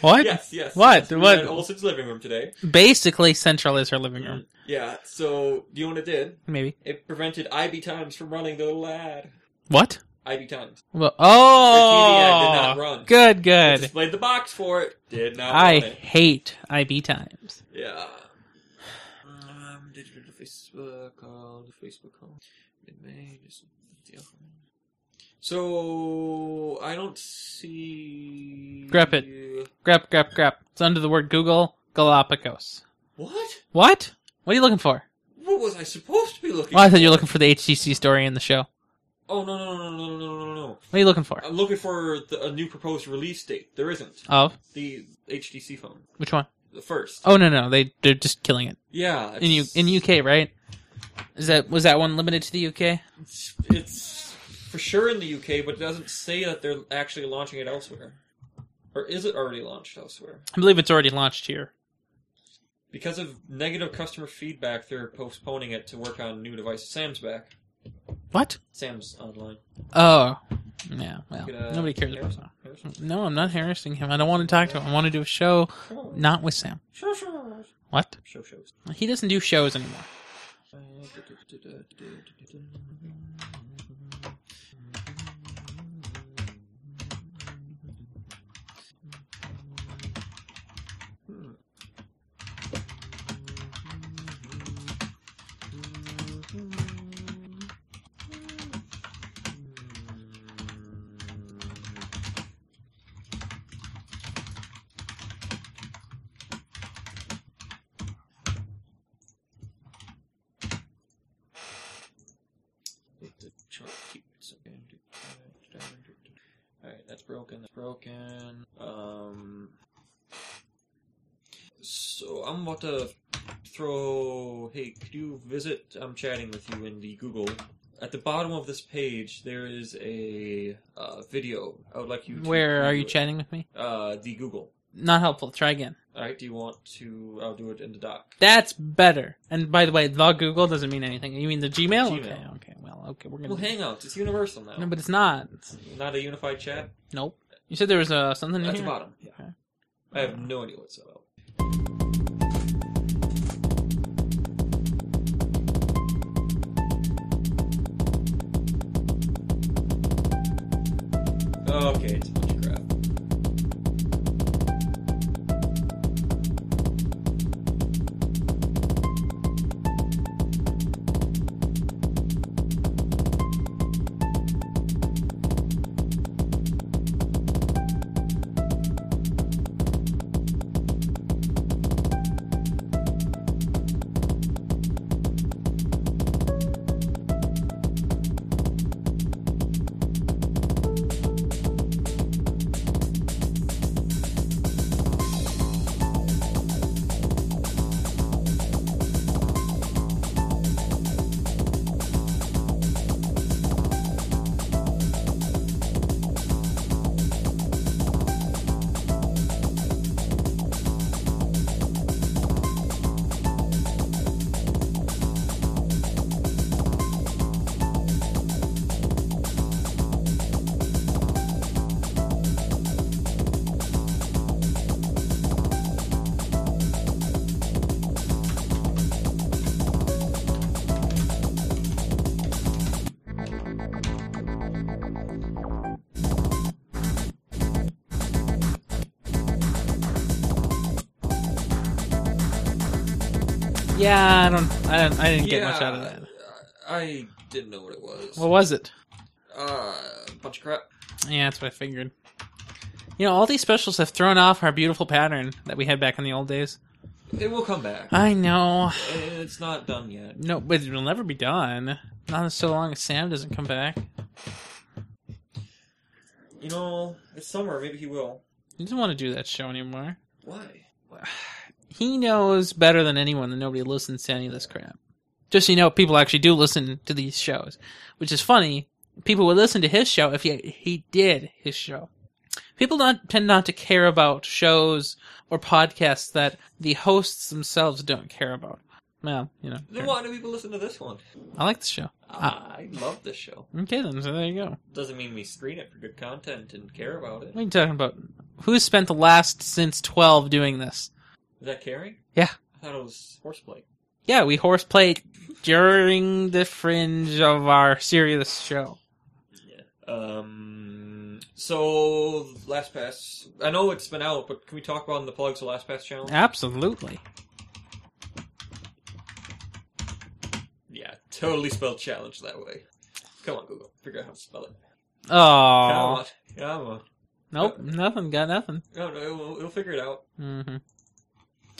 What?
Yes, yes.
What?
yes. We were
What?
At Olsen's living room today.
Basically, Central is her living
Mm.
room.
Yeah, so, do you know what it did?
Maybe.
It prevented IB Times from running the little ad.
What?
IB Times.
Well, oh,
Her TV ad did not run.
good,
I
good.
displayed the box for it. Did not
I
want it.
hate IB times.
Yeah. Um, did you do the Facebook call? The Facebook call. Mid May. Just the other one. So I don't see.
Grab Grep, grep, grep. It's under the word Google Galapagos.
What?
What? What are you looking for?
What was I supposed to be looking?
Well, I thought you
for?
were looking for the HTC story in the show.
Oh no no no no no no no no! no.
What are you looking for?
I'm looking for the, a new proposed release date. There isn't
Oh,
the HTC phone.
which one?
The first.
Oh no, no, they they're just killing it
Yeah.
in U
it's-
in UK, right? Is that was that one limited to the UK?
It's, it's for sure in the UK, but it doesn't say that they're actually launching it elsewhere. Or is it already launched elsewhere?
I believe it's already launched here.
Because of negative customer feedback, they're postponing it to work on new devices. Sam's back.
What?
Sam's online.
Oh, yeah. Well,
Gonna-
nobody cares about
Harrison?
that.
Harrison?
No, I'm not harassing him. I don't want to talk to him. I want to do a show,
Sure.
not with Sam.
Sure, sure.
What?
Show shows.
He doesn't do shows anymore.
Alright, that's broken. That's broken. Um. So I'm about to throw. Hey, could you visit? I'm chatting with you in the Google. At the bottom of this page, there is a uh, video. I would like you. To
Where are you
view it.
chatting with me?
Uh, the Google.
Not helpful. Try again.
All right. Do you want to? I'll do it in the doc.
That's better. And by the way, the Google doesn't mean anything. You mean the Gmail?
Gmail.
Okay. Okay. Well. Okay. We're gonna.
Well, Hangouts. It's universal now.
no, but it's not.
Not a unified chat.
Nope. You said there was uh, something in
At the
here.
bottom. Yeah.
Okay.
I have no idea what's about. Okay, it's a bunch of crap.
Yeah. I don't. I don't. I didn't get much out of that.
I didn't know what it was.
What was it?
uh, bunch of crap.
Yeah, that's what I figured. You know, all these specials have thrown off our beautiful pattern that we had back in the old days.
It will come back.
I know.
It's not done yet.
No, but it'll never be done. Not so long as Sam doesn't come back.
You know, it's summer. Maybe he will.
He doesn't want to do that show anymore.
Why?
He knows better than anyone that nobody listens to any of this crap. Just so you know, people actually do listen to these shows, which is funny. People would listen to his show if he he did his show. People not tend not to care about shows or podcasts that the hosts themselves don't care about. Well, you know,
Then why do people listen to this one?
I like the show. Uh,
I love this show.
Okay, then so there you go.
Doesn't mean we screen it for good content and care about it.
What are you talking about? Who's spent the last since twelve doing this?
Is that caring?
Yeah.
I thought it was horseplay.
Yeah, we horseplayed during the fringe of our serious show.
Um. So LastPass, I know it's been out, but can we talk about in the plugs the LastPass challenge?
Absolutely.
Yeah, totally spelled challenge that way. Come on, Google, figure out how to spell it. Come
Oh
on, come on.
nope, nothing. Got nothing.
No, no, it'll, it'll figure it out.
Mm-hmm.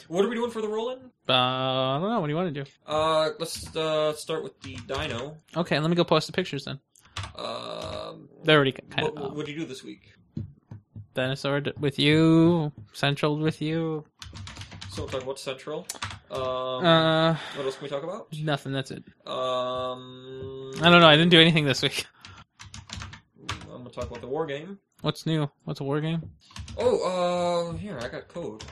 What are we doing for the roll-in?
Uh, I don't know. What do you want to do?
Uh, let's uh start with the Dino.
Okay, let me go post the pictures then.
Um,
They're already kind
what,
of
what,
up.
what do you do this week?
dinosaur d- with you, central with you.
So we'll talk about Central. Um,
Uh,
what else can we talk about?
nothing. That's it.
Um,
I don't know. I didn't do anything this week.
I'm gonna talk about the war game.
What's new? What's a war game?
Oh, uh, here I got code.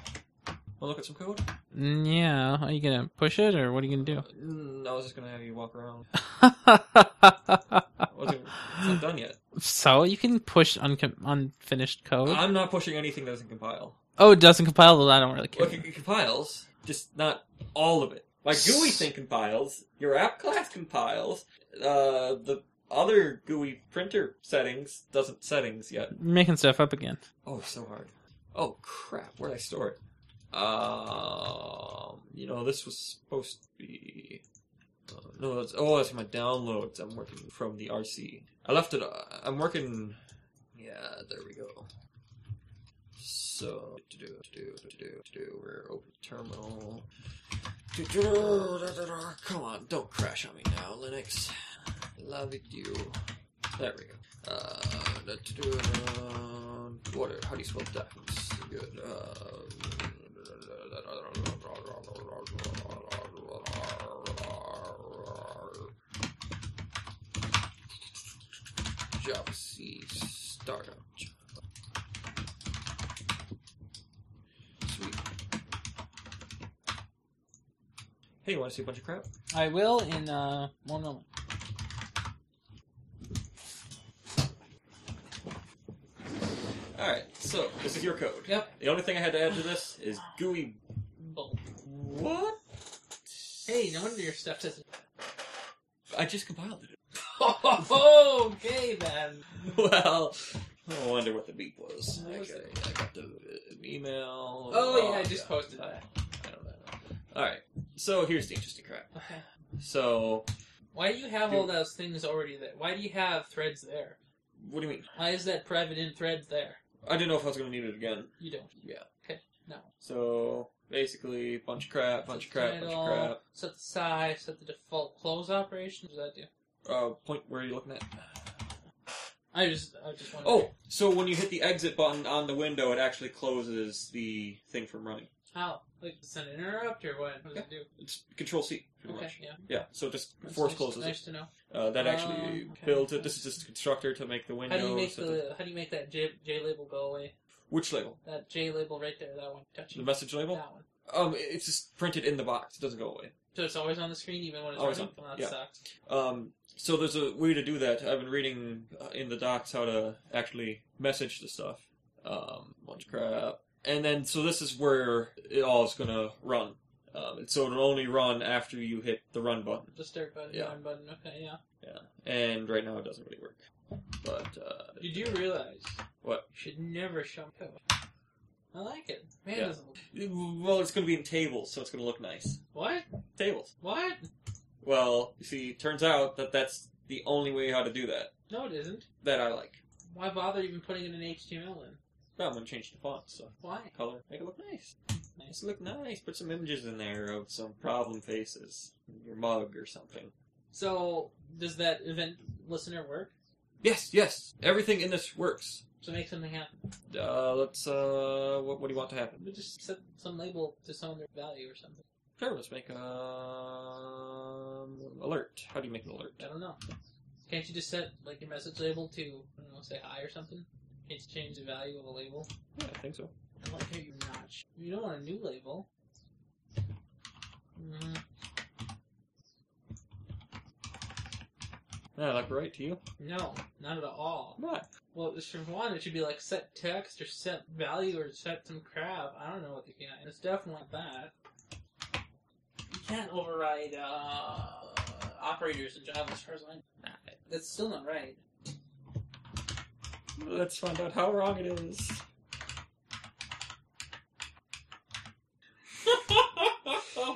Wanna look at some code?
Mm, Yeah, are you gonna push it or what are you gonna do?
Mm, I was just gonna have you walk around. I wasn't, it's not done yet.
so you can push uncom- unfinished code.
I'm not pushing anything that doesn't compile.
oh, it doesn't compile. Well, I don't really care.
Look, it compiles, just not all of it. My GUI thing compiles. Your app class compiles. Uh, the other GUI printer settings doesn't settings yet.
You're making stuff up again.
Oh, so hard. Oh crap! Where'd I store it? Um, you know this was supposed to be. Uh, no, that's oh, that's my downloads. I'm working from the RC. I left it. Uh, I'm working. Yeah, there we go. So to do to do to do to do. We're open terminal. To-do, da-da-da. Come on, don't crash on me now, Linux. Love you. There we go. Uh, da-da-da.
what are, how do you spell documents? Good. Uh, Java C startup. Sweet.
Hey, you want to see a bunch of crap?
I will in uh, one moment.
All right, so this is your code.
Yep.
The only thing I had to add to this is GUI.
Bull.
What?
Hey, no wonder your stuff doesn't.
I just compiled it.
okay, then.
Well, I wonder what the beep was.
What was
I, got, I got the uh, email.
Oh, yeah, I just posted
I,
that.
I don't know. All right, so here's the interesting crap.
Okay.
So,
Why do you have all those things already there? Why do you have threads there?
what do you mean?
Why is that private in thread there?
I didn't know if I was going to need it again.
You don't.
Yeah.
Okay. No.
So basically, bunch of crap, bunch of crap, bunch of crap.
Set the size. Set the default close operation. What does that do?
Uh, point where are you looking at?
I just, I just wanted.
Oh, so when you hit the exit button on the window, it actually closes the thing from running.
how? Like, send an interrupt or what? What does it do?
It's Control C, pretty
okay.
much.
Yeah.
Yeah, so it just
That's
force
nice,
closes
Nice to know.
it. Uh, that actually
Um, okay.
builds it. This is just a constructor to make the
How
window.
do you make
so
the? How do you make that J, J label go away?
Which label?
That J label right there. That one. Touch
The
it.
message label?
That one.
Um, it's just printed in the box. It doesn't go away.
So it's always on the screen, even when it's
Always
running.
on,
Well, that
Oh, yeah.
sucks.
Um, so there's a way to do that. I've been reading uh, in the docs how to actually message the stuff. Um, bunch of crap. And then, so this is where it all is gonna run. Um, and so it'll only run after you hit the run button.
The start button,
Yeah.
run button. Okay, yeah.
And right now it doesn't really work. But, uh,
You do realize
What?
you should never show code. I like it. Man,
Yeah.
does it look...
well, it's gonna be in tables, so it's gonna look nice.
what?
Tables.
What?
Well, you see, turns out that that's the only way how to do that,
No, it isn't.
that I like.
Why bother even putting it in HTML in?
But I'm gonna change the font, so.
Why?
color. Make it look nice. Nice look nice. Put some images in there of some problem faces. Your mug or something.
So does that event listener work?
Yes, yes. Everything in this works.
So make something happen.
Uh, let's, uh, what, what do you want to happen?
We just set some label to some other value or something.
Sure, let's make a, um, alert. How do you make an alert?
I don't know. Can't you just set like your message label to I don't know, say hi or something? Can't you change the value of a label?
Yeah, I think so.
I like how you're not. sh- You don't want a new label. hmm
Yeah, look right to you.
No, not at all.
Why?
Well, it's from one, it should be like set text or set value or set some crap. I don't know what they can. It's definitely not that. You can't override uh, operators in Java as far as I know. That's still not right.
Let's find out how wrong it is.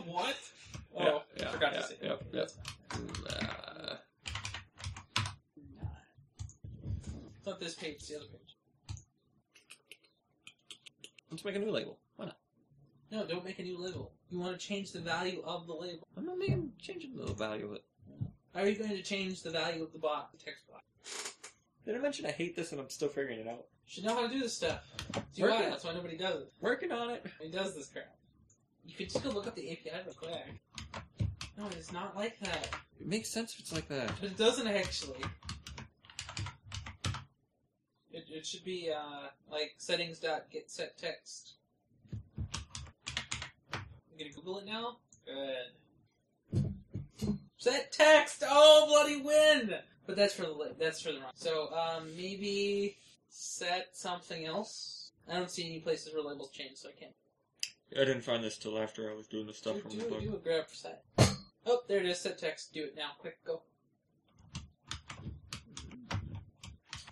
what? Oh,
Yeah, yeah,
forgot
yeah,
to say.
Yep, yep. Uh,
It's not this page, it's the other page.
let's make a new label. Why not?
No, don't make a new label. You want to change the value of the label.
I'm not making, changing the value of it.
How are you going to change the value of the box, the text box?
Did I mention I hate this and I'm still figuring it out?
should know how to do this stuff. See
Work
why?
it.
That's why nobody does it.
Working on it.
It does this crap. You could just go look up the API real quick. No, it's not like that.
It makes sense if it's like that.
But it doesn't actually. It, it should be uh, like settings dot get set text. I'm gonna Google it now. Good. Set text. Oh bloody win! But that's for the li- that's for the wrong. So um, maybe set something else. I don't see any places where labels change, so I can't.
I didn't find this till after I was doing the stuff
Do-
from
do,
the
it,
book.
do it, grab for set. Oh, there it is. Set text. Do it now. Quick, go.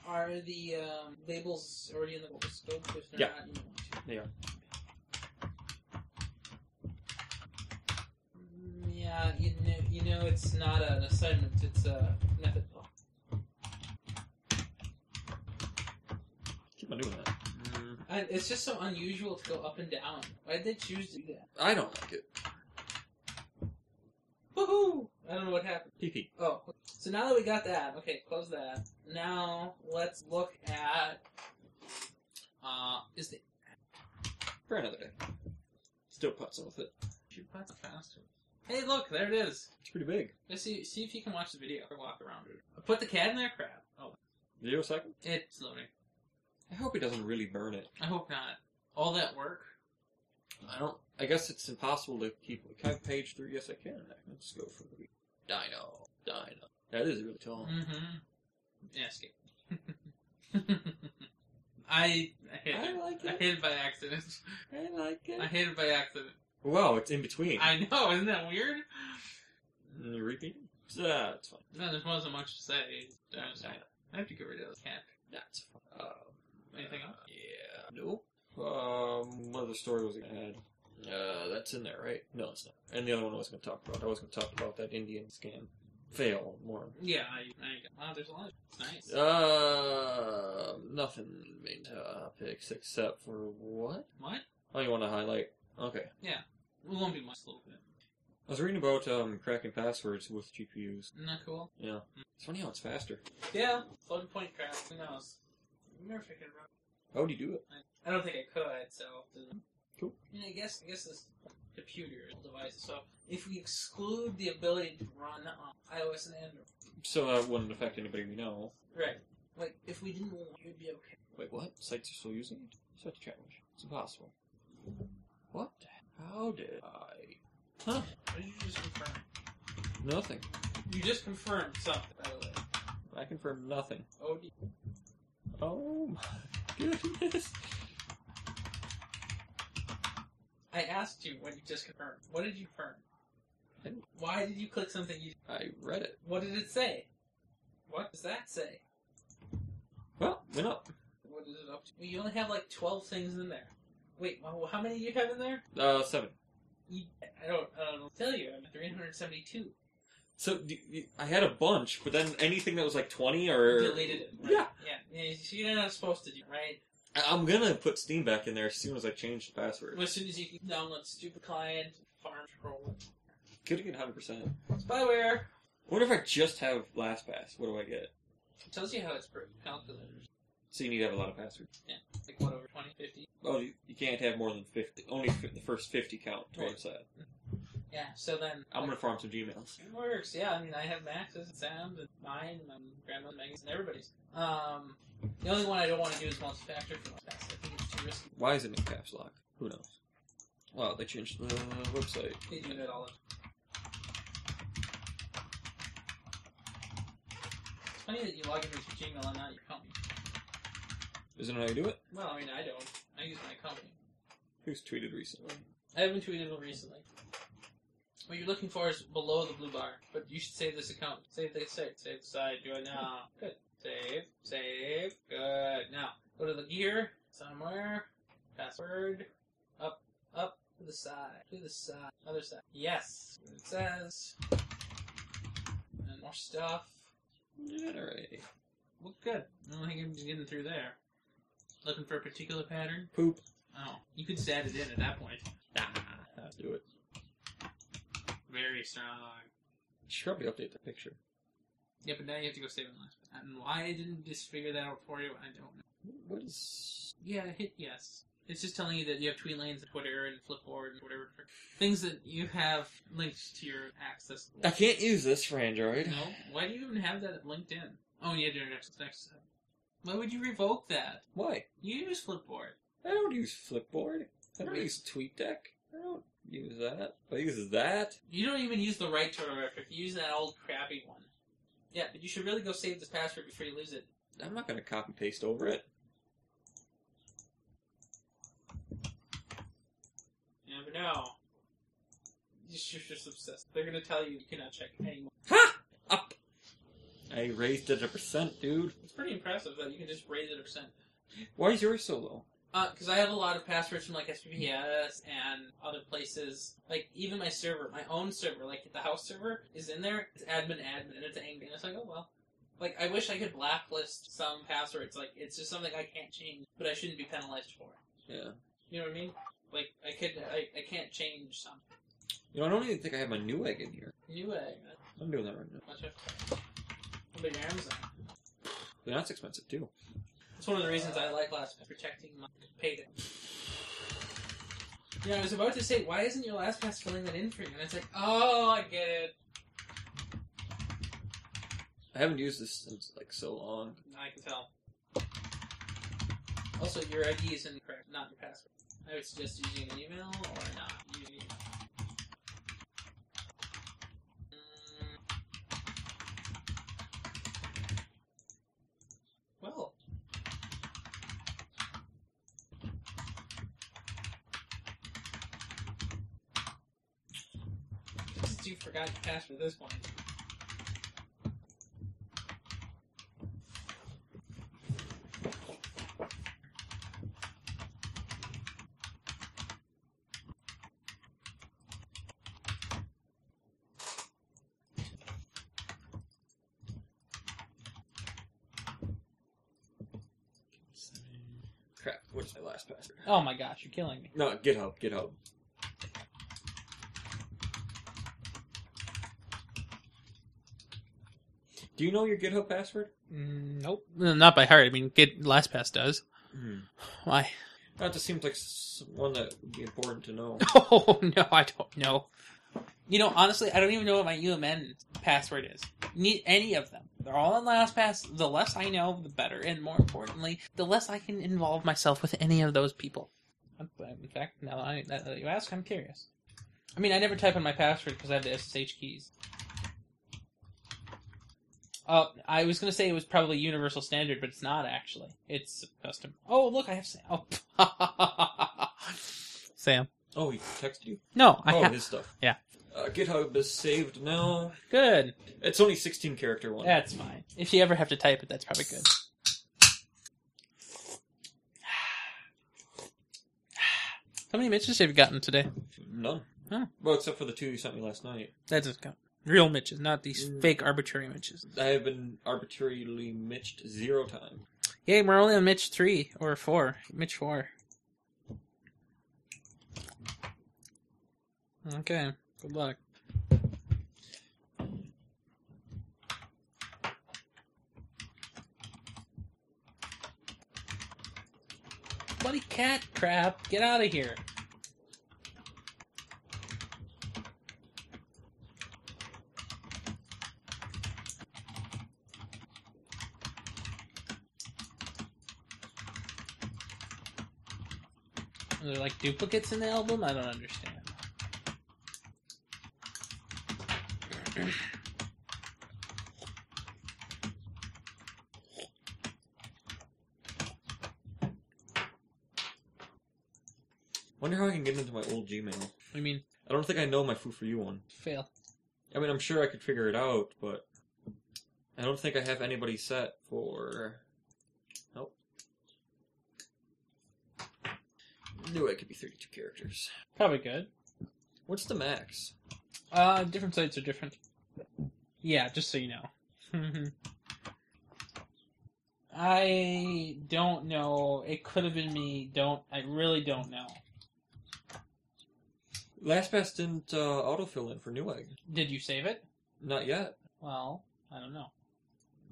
Are the um, labels already in the global scope? If they're
Yeah.
not, you don't want to.
They are.
Mm, Yeah, you know, you know, it's not an assignment. It's a method call.
Keep on doing that.
I, it's just so unusual to go up and down. Why did they choose to do that?
I don't like it.
Woohoo! I don't know what happened.
PP.
Oh, so now that we got that, okay, close that. Now let's look at Uh, is the
For another day. Still puts with it.
shoot pots faster? Hey, look, there it is.
It's pretty big.
Let's see, see if you can watch the video or walk around it. Put the cat in there, crap. Oh,
Video cycle?
it's loading.
I hope he doesn't really burn it.
I hope not. All that work.
I don't. I guess it's impossible to keep. Can I page through? Yes, I can. Let's go for the Dino. Dino. That is really tall.
Mm-hmm. Yeah, skip. I I hit
I
it.
like
I
it.
hit it by accident.
I like it.
I hit it by accident.
Wow, it's in between.
I know, isn't that weird?
Mm, Repeat. Uh, it's fine.
No, there wasn't much to say. I, was- I have to get rid of this cat.
That's fine. Um,
Anything
uh,
else?
Yeah. Nope. Um, what other story was I gonna add? Uh, that's in there, right? No, it's not. And the other one I was gonna talk about. I was gonna talk about that Indian scam. Fail more.
Yeah, I, I wow, there's a lot. It's nice.
Uh, nothing main topics except for what?
What?
Oh, you want to highlight? Okay.
It won't be much, a little bit.
I was reading about um, cracking passwords with GPUs.
Isn't that cool?
Yeah. It's funny how it's faster.
Yeah, floating point crap. Who knows? I wonder if I could run.
How would you do it?
I don't think I could, so.
Cool.
I, mean, I guess I guess this computer is a device. So if we exclude the ability to run on iOS and Android,
So that wouldn't affect anybody we know.
right? Like if we didn't want, it would be okay.
Wait, what? Sites are still using it? Such a challenge. It's impossible. What? How did I? Huh?
What did you just confirm?
Nothing.
You just confirmed something, by the way.
I confirmed nothing.
Oh, d-
Oh my goodness.
I asked you what you just confirmed. What did you confirm?
I didn't-
Why did you click something? You
I read it.
what did it say? What does that say?
Well, went up.
What is it up to? You only have like twelve things in there. Wait, wh- how many do you have in there?
Uh, seven.
You, I don't. I don't know. Tell you, I'm 372.
So d- y- I had a bunch, but then anything that was like twenty or
Deleted it. right?
Er, Yeah.
yeah. Yeah. So you're not supposed to do right.
I- I'm gonna put Steam back in there as soon as I change the password.
As soon as you can download stupid client, farm scroll,
Getting it hundred percent.
spyware.
Wonder if I just have LastPass? What do I get?
It tells you how it's per calculators.
So you need to have a lot of passwords.
Like what over 20, 50.
Oh, you, you can't have more than fifty. Only f- the first fifty count towards that.
Yeah. So then
I'm gonna farm some Gmails.
It works, yeah. I mean, I have Max's and Sam's and mine and my grandma's, Maggie's, and everybody's. Um, the only one I don't want to do is multi-factor for multi I think it's too risky.
Why is it in caps lock? Who knows? Wow, they changed the website.
They do that all the time. It's funny that you log into your Gmail and not your company.
Isn't that how you do it?
Well, I mean, I don't. I use my company.
Who's tweeted recently?
I haven't tweeted one recently. What you're looking for is below the blue bar, but you should save this account. Save the site. Save the site. Do it now. Good. Save. Save. Good. Now go to the gear somewhere. Password. Up. Up to the side. To the side. Other side. Yes. It says. And more stuff.
Generate.
Look good. I don't think I'm just getting through there. Looking for a particular pattern.
Poop.
Oh, you could just add it in at that point. Ah,
Let's do it.
very strong.
Should probably update the picture.
Yeah, but now you have to go save and last. And why I didn't just figure that out for you, I don't know.
What is?
Yeah, hit yes. It's just telling you that you have tweet lanes and Twitter and Flipboard and whatever. Things that you have linked to your access.
I can't use this for Android.
No? Why do you even have that at LinkedIn? Oh, yeah, do next, next time. Why would you revoke that?
Why?
You use Flipboard.
I don't use Flipboard. I don't
Nice.
use TweetDeck. I don't use that. I use that.
You don't even use the right to terrific. You use that old crappy one. Yeah, but you should really go save this password before you lose it.
I'm not going to copy paste over it.
You never know. You're just, you're just obsessed. They're gonna tell you you cannot check anymore.
Ha! Up. I raised it a percent, dude.
It's pretty impressive that you can just raise it a percent.
Why is yours so low?
Because I have a lot of passwords from like SPPS and other places. Like even my server, my own server, like the house server, is in there. It's admin, admin, and it's angry. And it's like, oh well. Like I wish I could blacklist some passwords. Like it's just something I can't change, but I shouldn't be penalized for.
Yeah.
it. You know what I mean? Like I could, I, I can't change something.
You know, I don't even think I have my new egg in here.
New egg.
I'm doing that right now.
Much of. Big Amazon.
Yeah, that's expensive, too.
It's one of the reasons I like LastPass, protecting my payday. Yeah, I was about to say, why isn't your LastPass filling that in for you? And it's like, oh, I get it.
I haven't used this since like so long.
I can tell. Also, your ID is incorrect, not your password. I would suggest using an email or not using email. Mm. Well, since you forgot your password at this point,
Crap, what is my last password?
oh my gosh, you're killing me.
No, GitHub, GitHub. Do you know your GitHub password?
Mm, nope. No, Not by heart. I mean, get LastPass does.
Hmm.
Why?
That just seems like s- one that would be important to know.
Oh no, I don't know.
You know, honestly, I don't even know what my UMN password is. Ne- any of them. They're all in LastPass. The less I know, the better. And more importantly, the less I can involve myself with any of those people. I'm- I'm- In fact, now that, I, now that you ask, I'm curious. I mean, I never type in my password because I have the SSH keys. Uh, I was going to say it was probably universal standard, but it's not actually. It's custom. Oh, look, I have Sam. Oh.
Sam.
Oh, he texted you?
No, I
oh,
ha-
his stuff.
yeah.
Uh, GitHub is saved now.
good.
It's only 16 character one.
That's fine. If you ever have to type it, that's probably good. How many Mitches have you gotten today?
None.
Huh.
Well, except for the two you sent me last night.
That doesn't count. Real Mitches, not these
Mm.
fake arbitrary Mitches.
I have been arbitrarily mitched zero time.
Yay, we're only on Mitch 3 or 4. Mitch 4. Okay, good luck. Bloody cat crap, get out of here. Are there like duplicates in the album? I don't understand.
Wonder how I can get into my old Gmail.
I mean,
I don't think I know my Foo For You one.
fail.
I mean, I'm sure I could figure it out, but I don't think I have anybody set for. Nope. Knew it could be 32 characters.
Probably good.
What's the max?
Uh, different sites are different. Yeah, just so you know. I don't know. It could have been me. Don't. I really don't know.
LastPass didn't uh, autofill in for Newegg.
Did you save it?
Not yet.
Well, I don't know.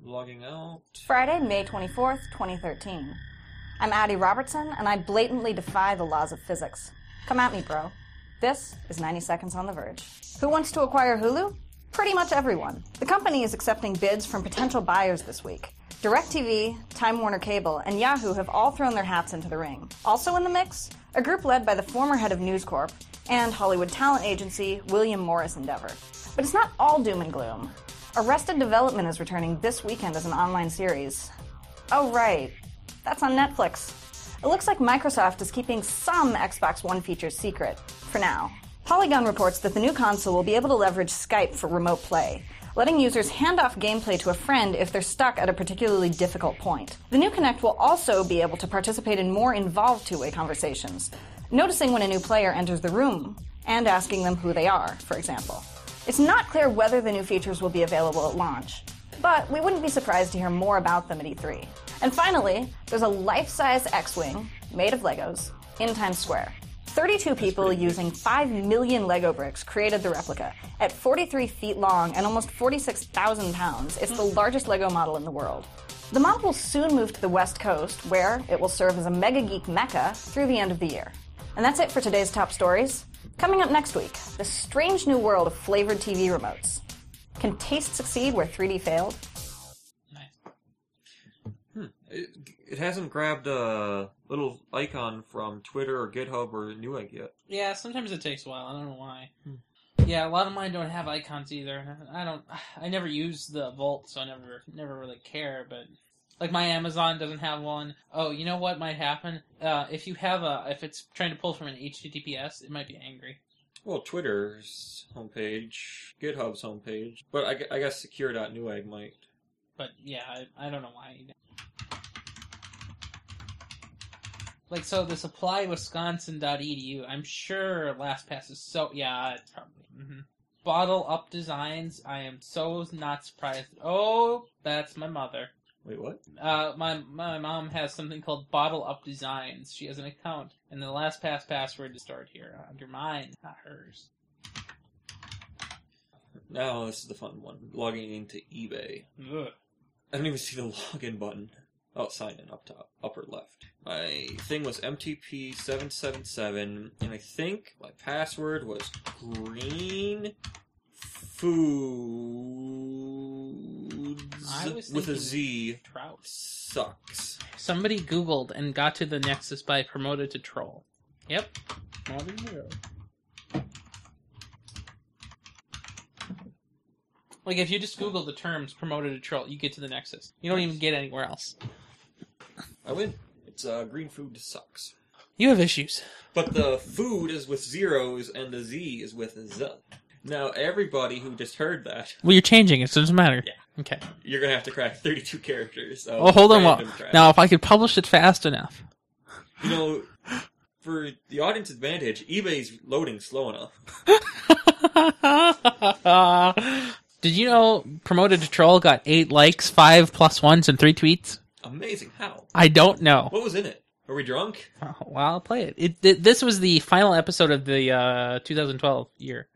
Logging out.
Friday, May 24th, 2013. I'm Addie Robertson, and I blatantly defy the laws of physics. Come at me, bro. This is 90 Seconds on the Verge. Who wants to acquire Hulu? Pretty much everyone. The company is accepting bids from potential buyers this week. DirecTV, Time Warner Cable, and Yahoo have all thrown their hats into the ring. Also in the mix, a group led by the former head of News Corp and Hollywood talent agency William Morris Endeavor. But it's not all doom and gloom. Arrested Development is returning this weekend as an online series. Oh, right. That's on Netflix. It looks like Microsoft is keeping some Xbox One features secret, for now. Polygon reports that the new console will be able to leverage Skype for remote play, letting users hand off gameplay to a friend if they're stuck at a particularly difficult point. The new Kinect will also be able to participate in more involved two way conversations, noticing when a new player enters the room and asking them who they are, for example. It's not clear whether the new features will be available at launch, but we wouldn't be surprised to hear more about them at E3. And finally, there's a life size X Wing made of Legos in Times Square. 32 people using 5 million Lego bricks created the replica. At 43 feet long and almost 46,000 pounds, it's the largest Lego model in the world.
The mob will soon move to the West Coast, where it will serve as a mega geek mecca through the end of the year. And that's it for today's top stories. Coming up next week, the strange new world of flavored TV remotes. Can taste succeed where 3D failed?
It, it hasn't grabbed a little icon from Twitter or GitHub or Newegg yet.
Yeah, sometimes it takes a while. I don't know why. Yeah, a lot of mine don't have icons either. I don't. I never use the Vault, so I never never really care. But like my Amazon doesn't have one. Oh, you know what might happen? Uh, if you have a, if it's trying to pull from an HTTPS, it might be angry.
Well, Twitter's homepage, GitHub's homepage, but I, gu- I guess secure.newegg might.
But yeah, I, I don't know why. either. Like so, this applywisconsin.edu. I'm sure LastPass is so. Yeah, it's probably. hmm Bottle up designs. I am so not surprised. Oh, that's my mother.
Wait, what?
Uh, my my mom has something called Bottle Up Designs. She has an account, and the LastPass password is stored here under mine, not hers.
Now this is the fun one. Logging into eBay.
Ugh.
I don't even see the login button. Oh, sign in up top, upper left. My thing was MTP777, and I think my password was green foods
I was
with a
thinking-
Z.
Trout.
Sucks.
Somebody Googled and got to the Nexus by promoted to troll. Yep. More than zero. Like if you just Google the terms promoted to troll, you get to the Nexus. You don't even get anywhere else.
I win. It's uh, green food sucks.
You have issues.
But the food is with zeros, and the Z is with a Z. Now, everybody who just heard that,
Well, you're changing it, so it doesn't matter. Okay.
you're gonna have to crack 32 characters. of
Oh, hold on. Well,
random crap.
now if I could publish it fast enough.
You know, for the audience advantage, eBay's loading slow enough.
Did you know promoted to troll got eight likes, five plus ones, and three tweets?
Amazing. How?
I don't know.
What was in it? Are we drunk?
Oh, well, I'll play it. it th- this was the final episode of the uh, 2012 year.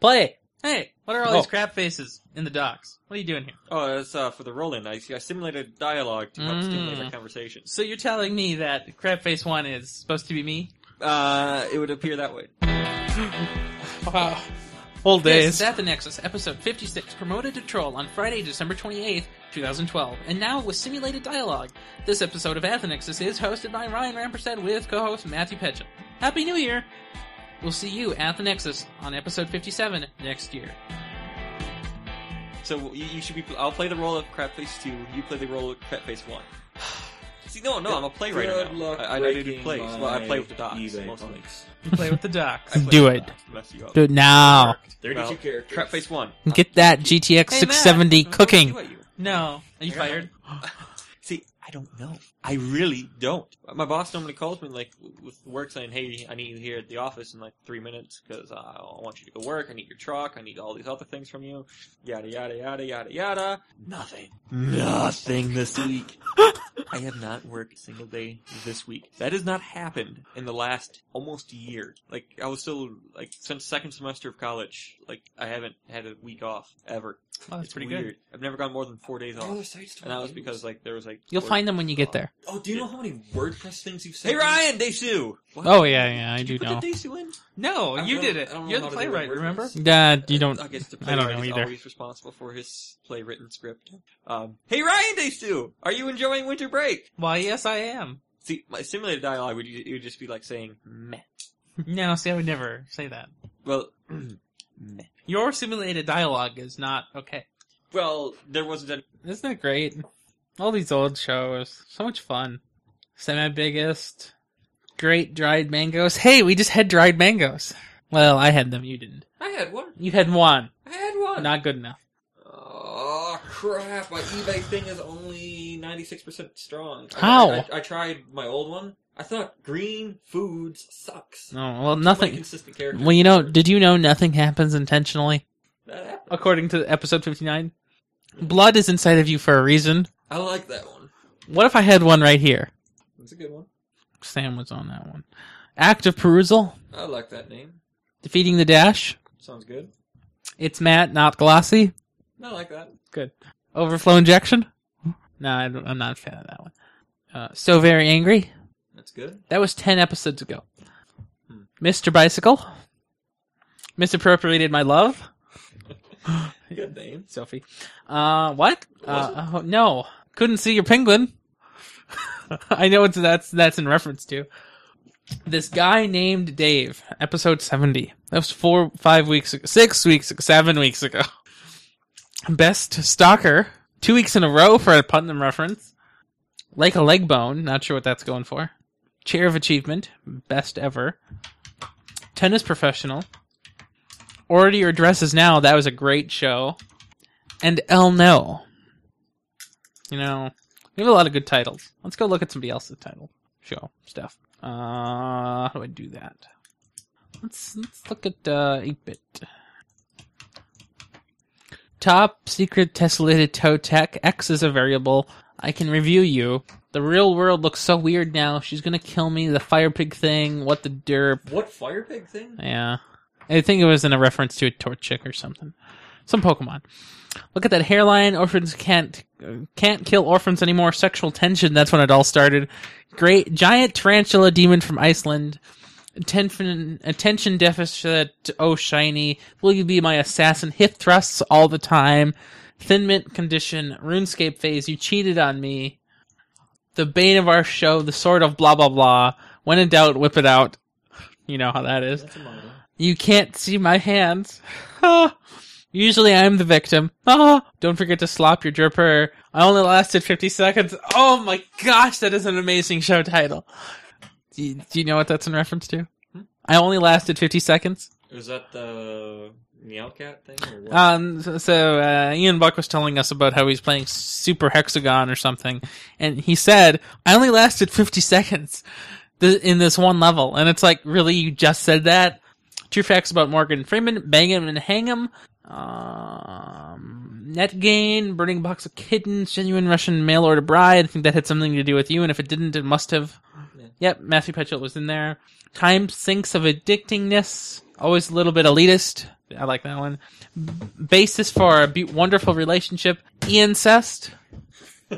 Play. Hey, what are all
Oh.
these crap faces in the docks? What are you doing here?
Oh, that's uh, for the roll-in. I, I simulated dialogue to help stimulate
Mm.
our conversation.
So you're telling me that crap face one is supposed to be me?
Uh, it would appear that way.
Wow.
Old
This
days.
is at the Nexus, episode 56, promoted to troll on Friday, December 28th, 2012, and now with simulated dialogue. This episode of At the Nexus is hosted by Ryan Rampersad with co-host Matthew Petchum. Happy New Year! We'll see you at the Nexus on episode 57 next year.
So you, you should be. I'll play the role of Crapface Two. You play the role of Crapface One. See, no, no, I'm a play writer
Good
now.
luck
I, I, I do
breaking
plays. Well, I play with the
my
dots
eBay
mostly.
box.
Play with the docs.
I play
Do
with the
it.
dots to Mess you up.
Do it now.
Well,
characters.
Crapface One.
Get that GTX
Hey, Matt.
670
What do I
cooking.
do at you?
No. Are you fired? Oh,
See, I don't know. I really don't. My boss normally calls me like with work saying, "Hey, I need you here at the office in like three minutes because uh, I want you to go work. I need your truck. I need all these other things from you. Yada yada yada yada yada. Nothing. Nothing this week. I have not worked a single day this week. That has not happened in the last almost year. Like I was still like since second semester of college. Like I haven't had a week off ever.
Oh,
Well, that's
It's
pretty
weird.
good.
I've never gone more than four days off. And that was because like there was like
You'll
work-
find them when you get there.
Oh, do you know how many WordPress things you've sent? Hey Ryan, Desu. What?
Oh, yeah, yeah, I
Did
do
you put
know.
the Desu in?
No,
I
you
don't-
did
I
it.
don't know
You're
how
the
to do
playwright,
WordPress.
remember?
Dad, you don't.
I guess the
I don't know
playwright is
either.
always responsible for his playwritten script. Um, hey Ryan, Desu, are you enjoying winter break?
Why, yes, I am.
See, my simulated dialogue would you, it would just be like saying meh.
No, see, I would never say that.
Well, meh.
Your simulated dialogue is not okay.
Well, there wasn't any.
Isn't that great? All these old shows. So much fun. Semi biggest. Great dried mangoes. Hey, we just had dried mangoes. Well, I had them, you didn't.
I had one.
You had one.
I had one.
Not good enough.
Oh crap! My eBay thing is only ninety six percent strong. I-
How?
I, I tried my old one. I thought green foods sucks.
No, well,
Like
nothing.
consistent characters.
Well, you know, did you know nothing happens intentionally?
That happened.
According to episode 59.
Blood is inside of you for a reason.
I like that one.
What if I had one right here?
That's a good one.
Sam was on that one. Act of perusal,
I like that name.
defeating the dash.
Sounds good.
It's Matt, not glossy.
I like that.
Good.
Overflow injection? No, I don't- I'm not a fan of that one. Uh, so very angry.
That's good.
That was 10 episodes ago. Mr. Bicycle. Misappropriated my love.
Good name.
Sophie. Uh, what? Uh, oh, no. Couldn't see your penguin. I know it's that's that's in reference to this guy named Dave, episode 70. That was four, five weeks, ago, six weeks, seven weeks ago. Best stalker, two weeks in a row for a Putnam reference. Like a leg bone, not sure what that's going for. Chair of achievement, best ever. Tennis professional. Already your dresses now. That was a great show. And El No. You know, we have a lot of good titles. Let's go look at somebody else's title show stuff. Uh, how do I do that? Let's let's look at uh, 8-bit. Top secret tessellated toe tech. X is a variable. I can review you. The real world looks so weird now. She's gonna kill me. The fire pig thing. What the derp?
What fire pig thing?
Yeah. I think it was in a reference to a Torchic or something. Some Pokemon. Look at that hairline. Orphans can't uh, can't kill orphans anymore. Sexual tension. That's when it all started. Great giant tarantula demon from Iceland. Attention, attention deficit. Oh, shiny. Will you be my assassin? Hip thrusts all the time. Thin mint condition. RuneScape phase. You cheated on me. The bane of our show. The sword of blah blah blah. When in doubt, whip it out. You know how that is.
That's a manga.
You can't see my hands. Ah. Usually I'm the victim. Ah, don't forget to slop your dripper. I only lasted 50 seconds. Oh my gosh, that is an amazing show title. Do you, do you know what that's in reference to? I only lasted 50 seconds.
Is that the Meowcat thing? Or
Ah.
what?
Um, so- so uh, Ian Buck was telling us about how he's playing Super Hexagon or something, and he said, "I only lasted 50 seconds th- in this one level," and it's like, really, you just said that. True facts about Morgan Freeman: bang him and hang him. Um, net gain, burning box of kittens, genuine Russian mail order bride. I think that had something to do with you, and if it didn't, it must have. Yep, Matthew Petchett was in there. Time sinks of addictingness, always a little bit elitist. I like that one basis for a be- wonderful relationship incest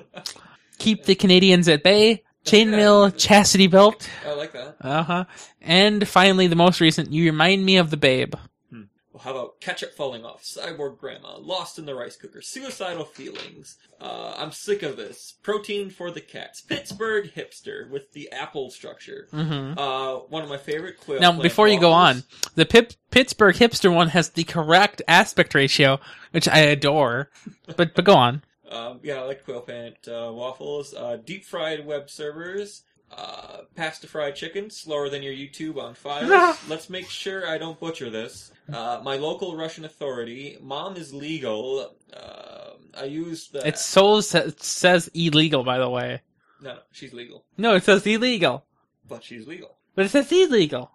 keep the canadians at bay chainmail chastity belt
I like that.
uh-huh and finally the most recent you remind me of the babe
Well, how about ketchup falling off, cyborg grandma, lost in the rice cooker, suicidal feelings, uh, I'm sick of this, protein for the cats, Pittsburgh hipster with the apple structure.
mm-hmm.
Uh, one of my favorite quail.
now
plant
before you go
waffles.
on the Pip- pittsburgh hipster one has the correct aspect ratio which i adore but but go on
Um, yeah, I like quail pant uh, waffles. Uh, deep fried web servers. Uh, pasta fried chicken, slower than your YouTube on fire. Let's make sure I don't butcher this. Uh, my local Russian authority. Mom is legal. Um I use the.
it so sa- says illegal by the way
No, no, she's legal.
no it says illegal
But she's legal.
but it says illegal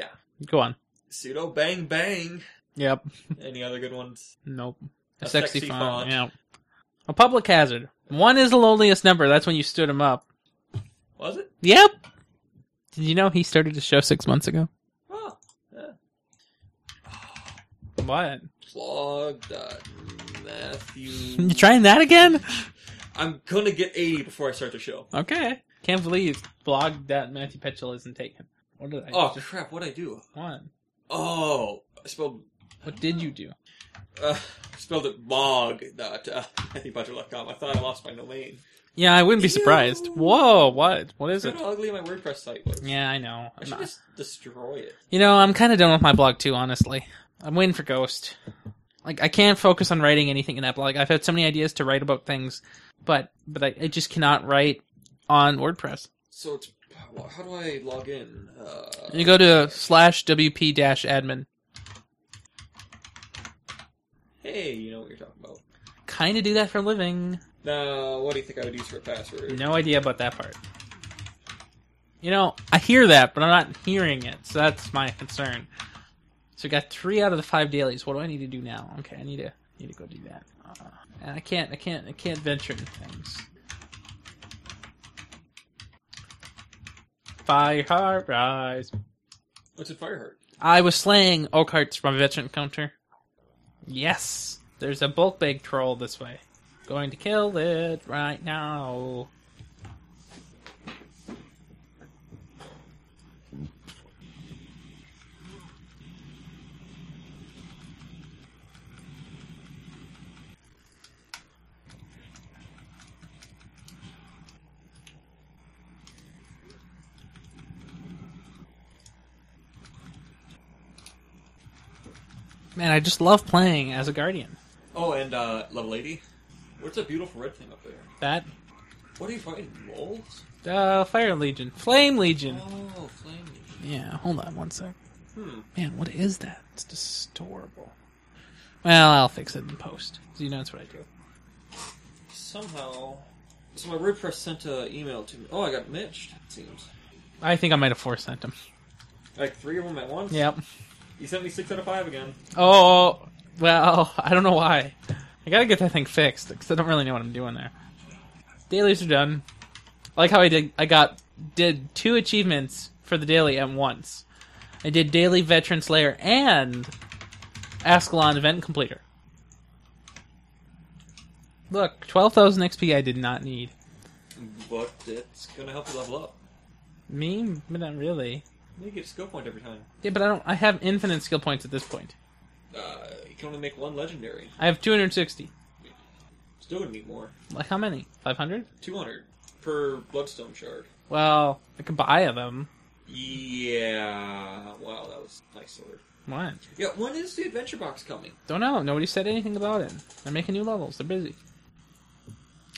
Yeah.
go on
Pseudo bang bang.
yep
Any other good ones?
Nope.
A
A, sexy,
sexy font.
font. Yeah. A public hazard. One is the loneliest number. That's when you stood him up.
Was it?
Yep. Did you know he started the show six months ago?
Oh.
What?
Plug.matthew.
You trying that again?
I'm gonna get 80 before I start the show.
Okay. Can't believe blog that Matthew Petchel isn't taken. What did I
Oh
just
crap, what'd I do?
want?
Oh, I spelled
What did you do?
uh, spelled it mog. Not uh, matthewbutcher.com. I thought I lost my domain.
Yeah, I wouldn't be surprised.
Ew.
Whoa, what? What is
Look
it?
how ugly my WordPress site was.
Yeah, I know.
I should just destroy it.
You know, I'm kind of done with my blog too, honestly. I'm waiting for Ghost. Like, I can't focus on writing anything in that blog. I've had so many ideas to write about things, but but I, I just cannot write on WordPress.
So it's how do I log in? Uh,
You go to slash wp dash admin.
hey, you know what you're talking about.
Kind of do that for a living.
Now, what do you think I would use for a password?
No idea about that part. You know, I hear that, but I'm not hearing it, so that's my concern. So we got three out of the five dailies. What do I need to do now? Okay, I need to need to go do that. Uh, and I can't, I can't, I can't venture into things. Fire heart rise.
What's in Fireheart?
I was slaying Oakhearts from a veteran counter. Yes, there's a bulk bag troll this way. Going to kill it right now. Man, I just love playing as a guardian.
Oh, and uh, level 80. What's that beautiful red thing up there?
That
What are you fighting? Wolves?
uh, Fire Legion, Flame Legion.
Oh, flame. legion.
Yeah, hold on one sec.
Hmm.
Man, what is that? It's just horrible. Well, I'll fix it in post. 'cause You know that's what I do.
Somehow. So my WordPress sent an email to me. Oh, I got mitched, it seems.
I think I might have force sent him.
Like three of them at once?
Yep.
You sent me six out of five again.
Oh, well, I don't know why. I gotta get that thing fixed because I don't really know what I'm doing there. Dailies are done. I like how I did. I got did two achievements for the daily at once. I did daily veteran slayer and Ascalon event completer. Look, twelve thousand XP I did not need.
But it's gonna help you level up.
Me, but not really.
You get a skill point every time.
Yeah, but I don't. I have infinite skill points at this point.
Uh, you can only make one legendary.
I have two hundred sixty.
Still gonna need more.
Like how many? Five hundred.
200 per Bloodstone shard.
Well, I could buy them.
Yeah. Wow, that was a nice sword.
What?
Yeah, when is the adventure box coming?
Don't know. Nobody said anything about it. They're making new levels. They're busy.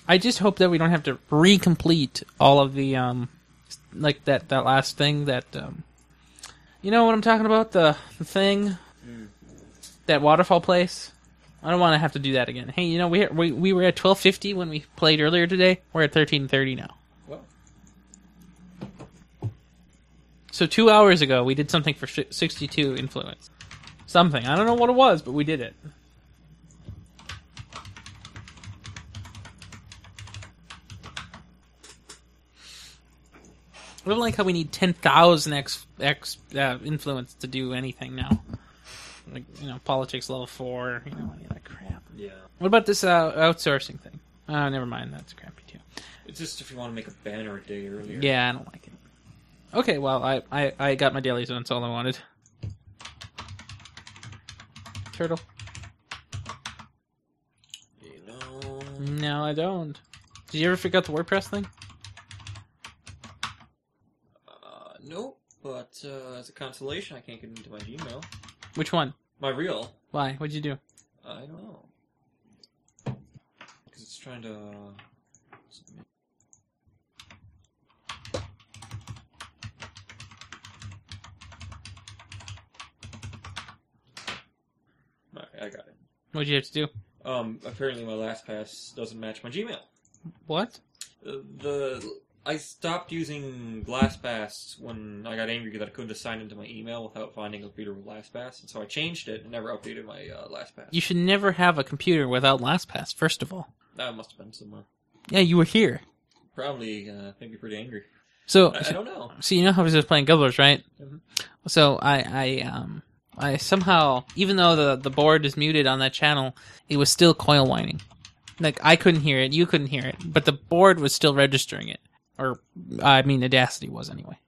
I just hope that we don't have to recomplete all of the um, like that that last thing that um, you know what I'm talking about the, the thing that waterfall place. I don't want to have to do that again. Hey, you know we we we were at 1250 when we played earlier today. We're at 1330 now.
What?
So two hours ago, we did something for sh- 62 influence. Something. I don't know what it was, but we did it. I don't like how we need 10,000 X, X uh, influence to do anything now. Like, you know, politics level 4, you know, any of that crap.
Yeah.
What about this uh, outsourcing thing? Oh, never mind. That's crappy, too.
It's just if you want to make a banner a day earlier.
Yeah, I don't like it. Okay, well, I, I, I got my daily zone. That's all I wanted. Turtle.
You know.
No, I don't. Did you ever figure out the WordPress thing?
Uh, nope. But uh, as a consolation, I can't get into my Gmail.
Which one?
My real.
Why? What'd you do?
I don't know. Because it's trying to. uh, submit- Alright, I got it.
What'd you have to do?
Um, apparently my last pass doesn't match my Gmail.
What?
Uh, The I stopped using LastPass when I got angry that I couldn't sign into my email without finding a computer with LastPass, and so I changed it and never updated my uh, LastPass.
You should never have a computer without LastPass, first of all.
That must have been somewhere.
Yeah, you were here.
Probably uh, maybe pretty angry.
So,
I, I don't know.
so you know how I was just playing Gobblers, right?
Mhm.
So I, I, um, I somehow, even though the the board is muted on that channel, it was still coil whining. Like I couldn't hear it, you couldn't hear it, but the board was still registering it, or I mean, Audacity was anyway.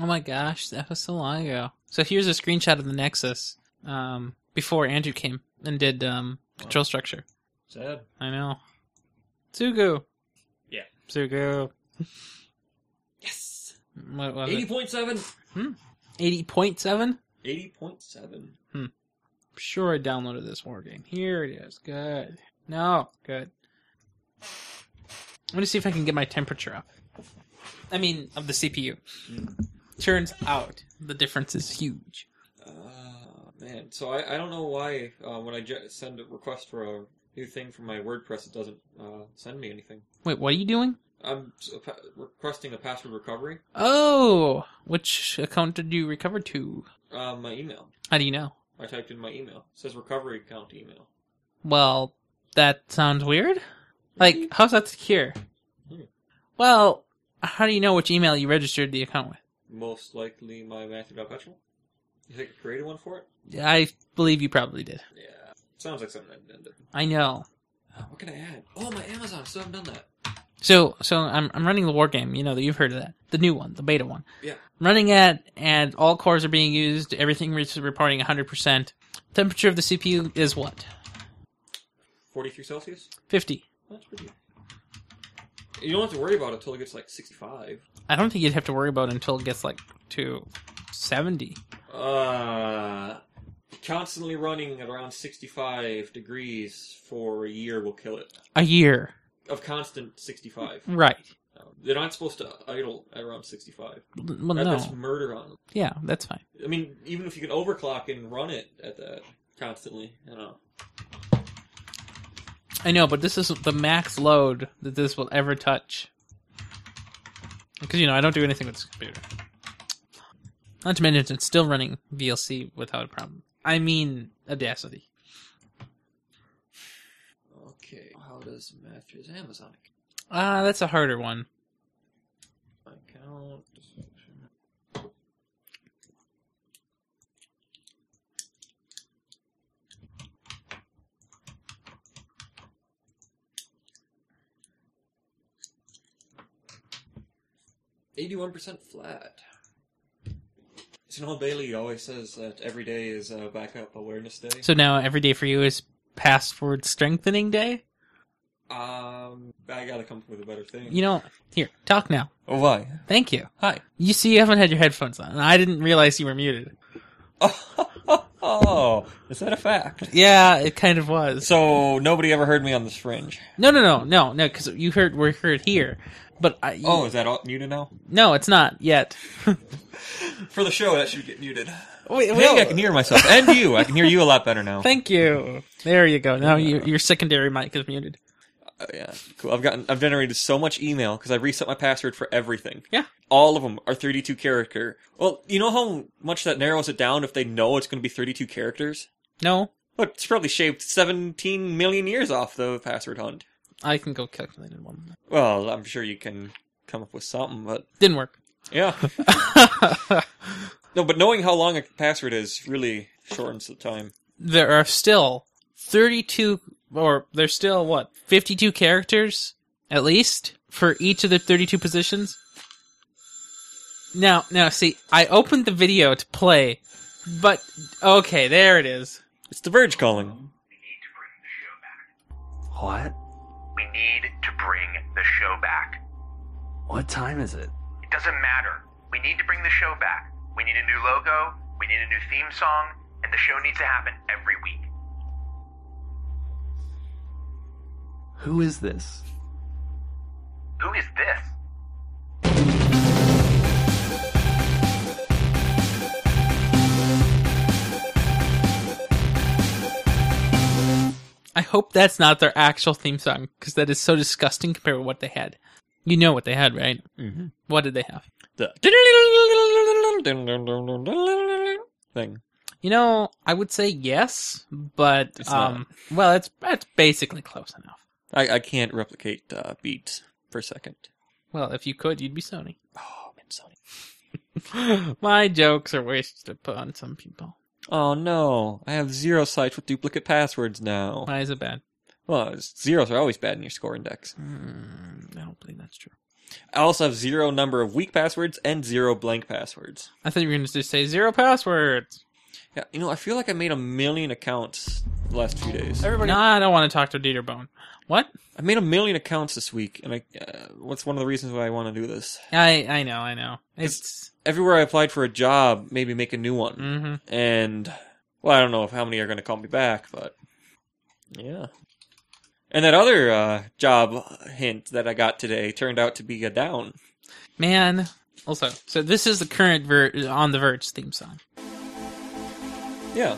Oh my gosh, that was so long ago. So here's a screenshot of the Nexus um, before Andrew came and did um, control structure.
Sad.
I know. Sugu.
Yeah.
Sugu.
Yes.
What was
Eighty
it?
point seven.
80.7?
Eighty point seven.
Sure, I downloaded this war game. Here it is. Good. No, good. I'm gonna see if I can get my temperature up. I mean, of the CPU. Turns out the difference is huge.
Uh, man. So I, I don't know why uh, when I ju- send a request for a
new thing from my WordPress. It doesn't uh, send me anything.
Wait, what are you doing?
I'm s- pa- requesting a password recovery.
Oh, which account did you recover to?
Uh, my email.
How do you know?
I typed in my email. It says recovery account email.
Well, that sounds weird. Like, how's that secure?
Hmm.
Well, how do you know which email you registered the account with?
Most likely my Matthew.Petrol. You think I created one for it?
I believe you probably did.
Yeah. Sounds like something I've done.
I know.
Uh, what can I add? Oh, my Amazon. Still haven't done that.
So, so I'm I'm running the war game. You know that you've heard of that, the new one, the beta one.
Yeah.
I'm running it, and all cores are being used. Everything is reporting 100%. Temperature of the CPU is what?
43 Celsius?
50.
That's pretty good. You don't have to worry about it until it gets like 65.
I don't think you'd have to worry about it until it gets like to 70.
Uh, constantly running at around 65 degrees for a year will kill it.
A year.
Of constant 65.
Right.
Um, They're not supposed to idle at around 65.
L- Well,
That-
no.
That's murder on them.
Yeah, that's fine.
I mean, even if you can overclock and run it at that constantly, I don't know.
I know, but this is the max load that this will ever touch. Because, you know, I don't do anything with this computer. Not to mention, it's still running VLC without a problem. I mean, Audacity.
Okay, how does Matthew's Amazon
Ah, that's a harder one.
account? Eighty-one percent flat. Sinal Bailey always says that every day is uh, backup awareness day.
So now every day for you is password strengthening day?
Um, I gotta come up with a better thing.
You know, here, talk now.
Oh, why?
Thank you.
Hi.
You see, you haven't had your headphones on, and I didn't realize you were muted.
Oh, is that a fact?
Yeah, it kind of was.
So nobody ever heard me on this fringe.
No, no, no, no, no, because you heard, we're heard here. But I,
Oh, is that all muted now?
no, it's not yet.
For the show, that should get muted.
Wait,
Hey, I can hear myself and you. I can hear you a lot better now.
Thank you. There you go. Now you, your secondary mic is muted.
Oh, yeah, cool. I've gotten I've generated so much email because I reset my password for everything.
Yeah.
all of them are 32 character. Well, you know how much that narrows it down if they know it's going to be 32 characters.
No,
Look, it's probably shaved 17 million years off the password hunt.
I can go calculate in one. minute.
Well, I'm sure you can come up with something, but
Didn't work.
yeah, no. But knowing how long a password is really shortens the time.
there are still 32 or there's still what 52 characters at least for each of the 32 positions now now see i opened the video to play but okay there it is
It's the Verge calling.
What?
We need to bring the show back.
What time is it?
It doesn't matter. We need to bring the show back. We need a new logo, we need a new theme song, and the show needs to happen every week.
Who is this?
Who is this?
i hope that's not their actual theme song because that is so disgusting compared to what they had you know what they had right
Mm-hmm.
what did they have
The thing.
you know i would say yes but
It's not.
um well it's that's basically close enough
I, I can't replicate uh, beats per second.
well if you could you'd be sony
Oh, man, Sony.
My jokes are wasted upon some people.
Oh no, I have zero sites with duplicate passwords now.
Why is it bad?
Well, it's- zeros are always bad in your score index.
Mm, I don't believe that's true.
I also have zero number of weak passwords and zero blank passwords.
I thought you were going to just say zero passwords.
Yeah, you know, I feel like I made a million accounts the last few days.
Everybody. Nah, I don't want to talk to Dieterbone. What?
I made a million accounts this week, and I, uh, what's one of the reasons why I want to do this?
I I know, I know. It's.
Everywhere I applied for a job, maybe make a new one.
hmm
and well, I don't know if how many are going to call me back, but yeah. And that other uh, job hint that I got today turned out to be a down.
Man. Also, so this is the current ver- on the verge theme song.
Yeah.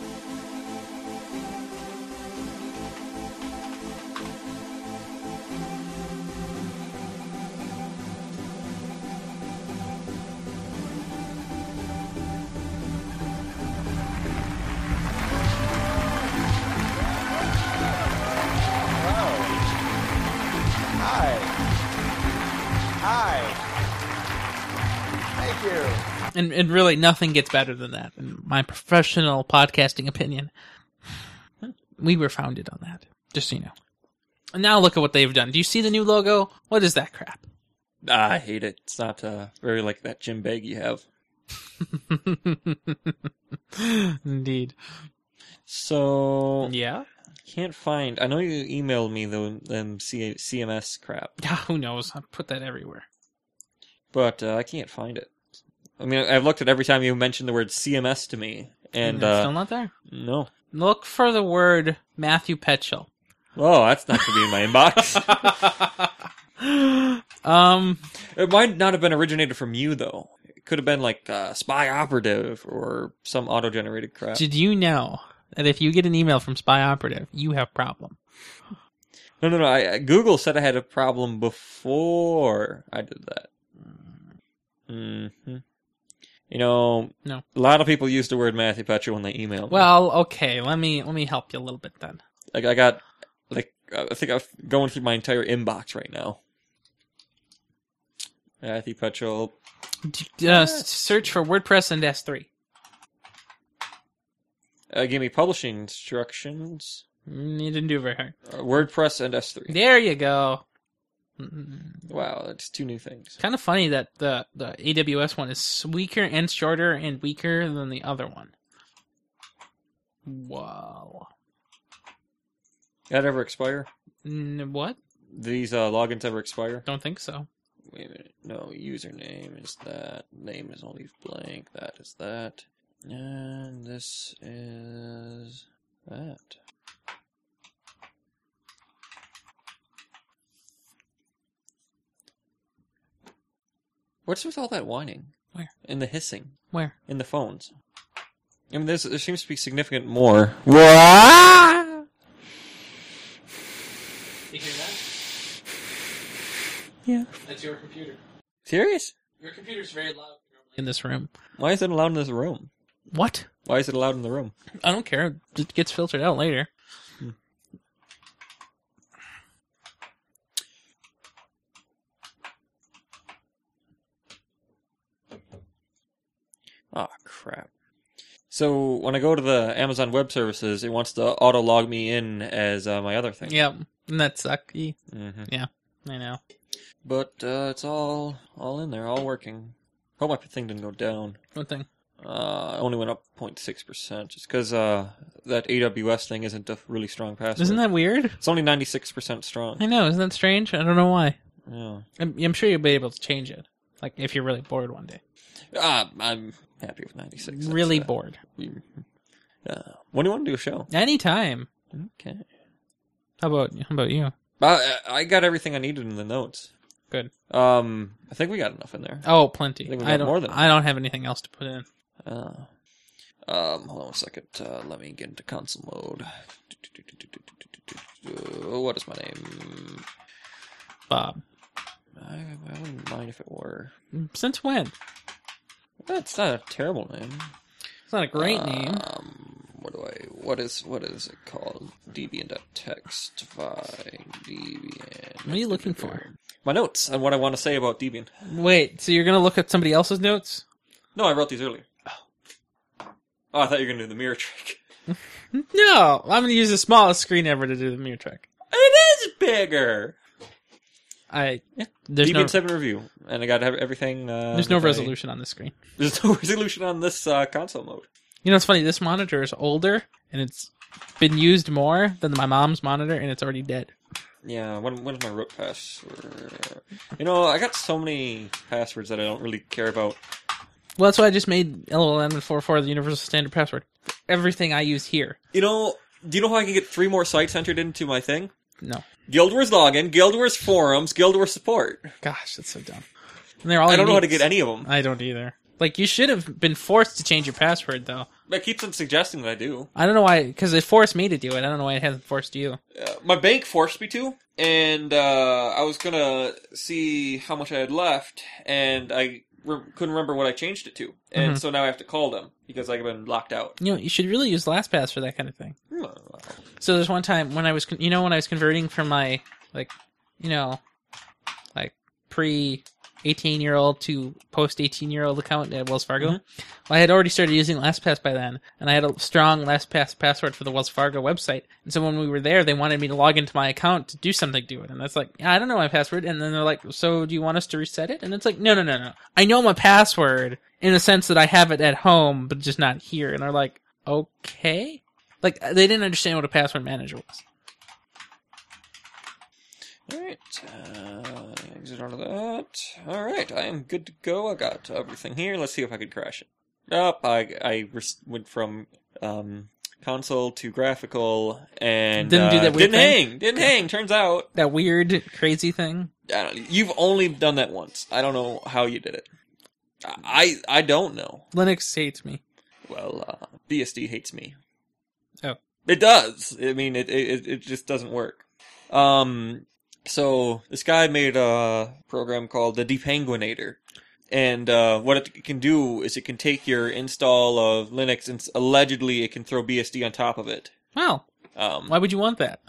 Hi. Thank you.
And and really nothing gets better than that in my professional podcasting opinion. We were founded on that. Just so you know. And now look at what they've done. Do you see the new logo? What is that crap?
Ah, I hate it. It's not uh, very like that gym bag you have.
Indeed.
So
yeah,
can't find. I know you emailed me the them C- CMS crap,
Yeah, who knows? I put that everywhere.
but uh, I can't find it. I mean, I've looked at every time you mentioned the word CMS to me, and
it's
uh,
still not there.
no.
Look for the word Matthew Petchel.
Oh, that's not going to be in my inbox.
um,
it might not have been originated from you though. It could have been like uh, spy operative or some auto-generated crap.
Did you know that if you get an email from Spy Operative, you have problem?
No, no, no. I, I- Google said I had a problem before I did that. hmm You know,
No.
A lot of people use the word Matthew Petra when they email. me.
Well, okay. Let me let me help you a little bit then.
like I got, like uh, I think I'm going through my entire inbox right now. Matthew Petrol.
D- Uh, s- search for WordPress and S3.
Uh, give me publishing instructions.
Mm, You didn't do very hard.
Uh, WordPress and S3.
There you go. Mm,
Wow, that's two new things.
Kind of funny that the the AWS one is weaker and shorter and weaker than the other one. Wow.
That ever expire?
Mm, What?
These uh, logins ever expire?
Don't think so.
Wait a minute. No, username is that. Name is only blank. That is that. And this is that. What's with all that whining?
Where?
And the hissing.
Where?
In the phones. I mean, there's, there seems to be significant more. Wah!
You hear that?
Yeah.
That's your computer.
Serious?
Your computer's very loud.
In this room.
Why is it allowed in this room?
What?
Why is it allowed in the room?
I don't care. It gets filtered out later.
Oh crap. So when I go to the Amazon Web Services, it wants to auto log me in as uh, my other thing.
Yep. And that sucky.
hmm
I know.
But uh, it's all all in there, all working. Hope my thing didn't go down.
One thing.
Uh, it only went up 0.6 percent, just because uh, that AWS thing isn't a really strong password.
Isn't that weird?
It's only 96 percent strong.
I know. Isn't that strange? I don't know why.
Yeah.
I'm, I'm sure you'll be able to change it. Like if you're really bored one day.
Ah, I'm happy with 96. That's,
really
uh,
bored.
we- Uh, when do you want to do a show?
Anytime.
Okay.
How about how about you?
Uh, I got everything I needed in the notes.
Good.
Um, I think we got enough in there.
Oh,
I
plenty.
think we
I
got
don't.
more than-
I don't have anything else to put in.
Uh, um, hold on one second. Uh, let me get into console mode. What is my name?
Bob.
I, I wouldn't mind if it were.
Since when?
That's not a terrible name.
It's not a
Uh,
great name.
Um, what do I? What is? What is it called? Debian.txt by Debian.
What are you looking for?
My notes on what I want to say about Debian.
Wait. So you're gonna look at somebody else's notes?
No, I wrote these earlier. Oh, I thought you were gonna do the mirror trick.
No. I'm gonna use the smallest screen ever to do the mirror trick.
It is bigger.
I. There's
Debian
no.
Seven review, and I got to have everything. Uh,
There's no
that I-
resolution on this screen.
There's no resolution on this uh, console mode.
You know, it's funny. This monitor is older, and it's been used more than my mom's monitor, and it's already dead.
Yeah, when when's my root password? You know, I got so many passwords that I don't really care about.
Well, that's why I just made LLM44 the universal standard password. for Everything I use here.
You know, do you know how I can get three more sites entered into my thing?
No.
Guild Wars login, Guild Wars forums, Guild Wars support.
Gosh, that's so dumb. And they're all
I don't
you
know how to
need.
get any of them.
I don't either. Like you should have been forced to change your password though.
It keeps on suggesting that I do.
I don't know why, because it forced me to do it. I don't know why it hasn't forced you.
Uh, my bank forced me to, and uh, I was gonna see how much I had left, and I re- couldn't remember what I changed it to, and
Mhm.
so now I have to call them because I've been locked out.
You know, you should really use LastPass for that kind of thing.
Hmm.
So there's one time when I was, con- you know, when I was converting from my like, you know, like pre 18 year old to post 18 year old account at Wells Fargo. Well, I had already started using LastPass by then, and I had a strong LastPass password for the Wells Fargo website. And so when we were there, they wanted me to log into my account to do something to it. And that's like, I don't know my password. And then they're like, So do you want us to reset it? And it's like, No, no, no, no. I know my password in the sense that I have it at home, but just not here. And they're like, Okay. Like, uh, they didn't understand what a password manager was.
All right, uh, exit out of that. All right, I am good to go. I got everything here. Let's see if I could crash it. Nope, I I res- went from um, console to graphical and
Didn't do
uh,
that weird
Didn't
thing?
hang. Didn't hang. Turns out
that weird, crazy thing.
I don't, you've only done that once. I don't know how you did it. I I I don't know.
Linux hates me.
Well, uh, BSD hates me.
Oh.
It does. I mean, it it, it just doesn't work. Um, so this guy made a program called the Depenguinator, and uh, what it can do is it can take your install of Linux and s- allegedly it can throw BSD on top of it.
Wow.
Um,
Why would you want that?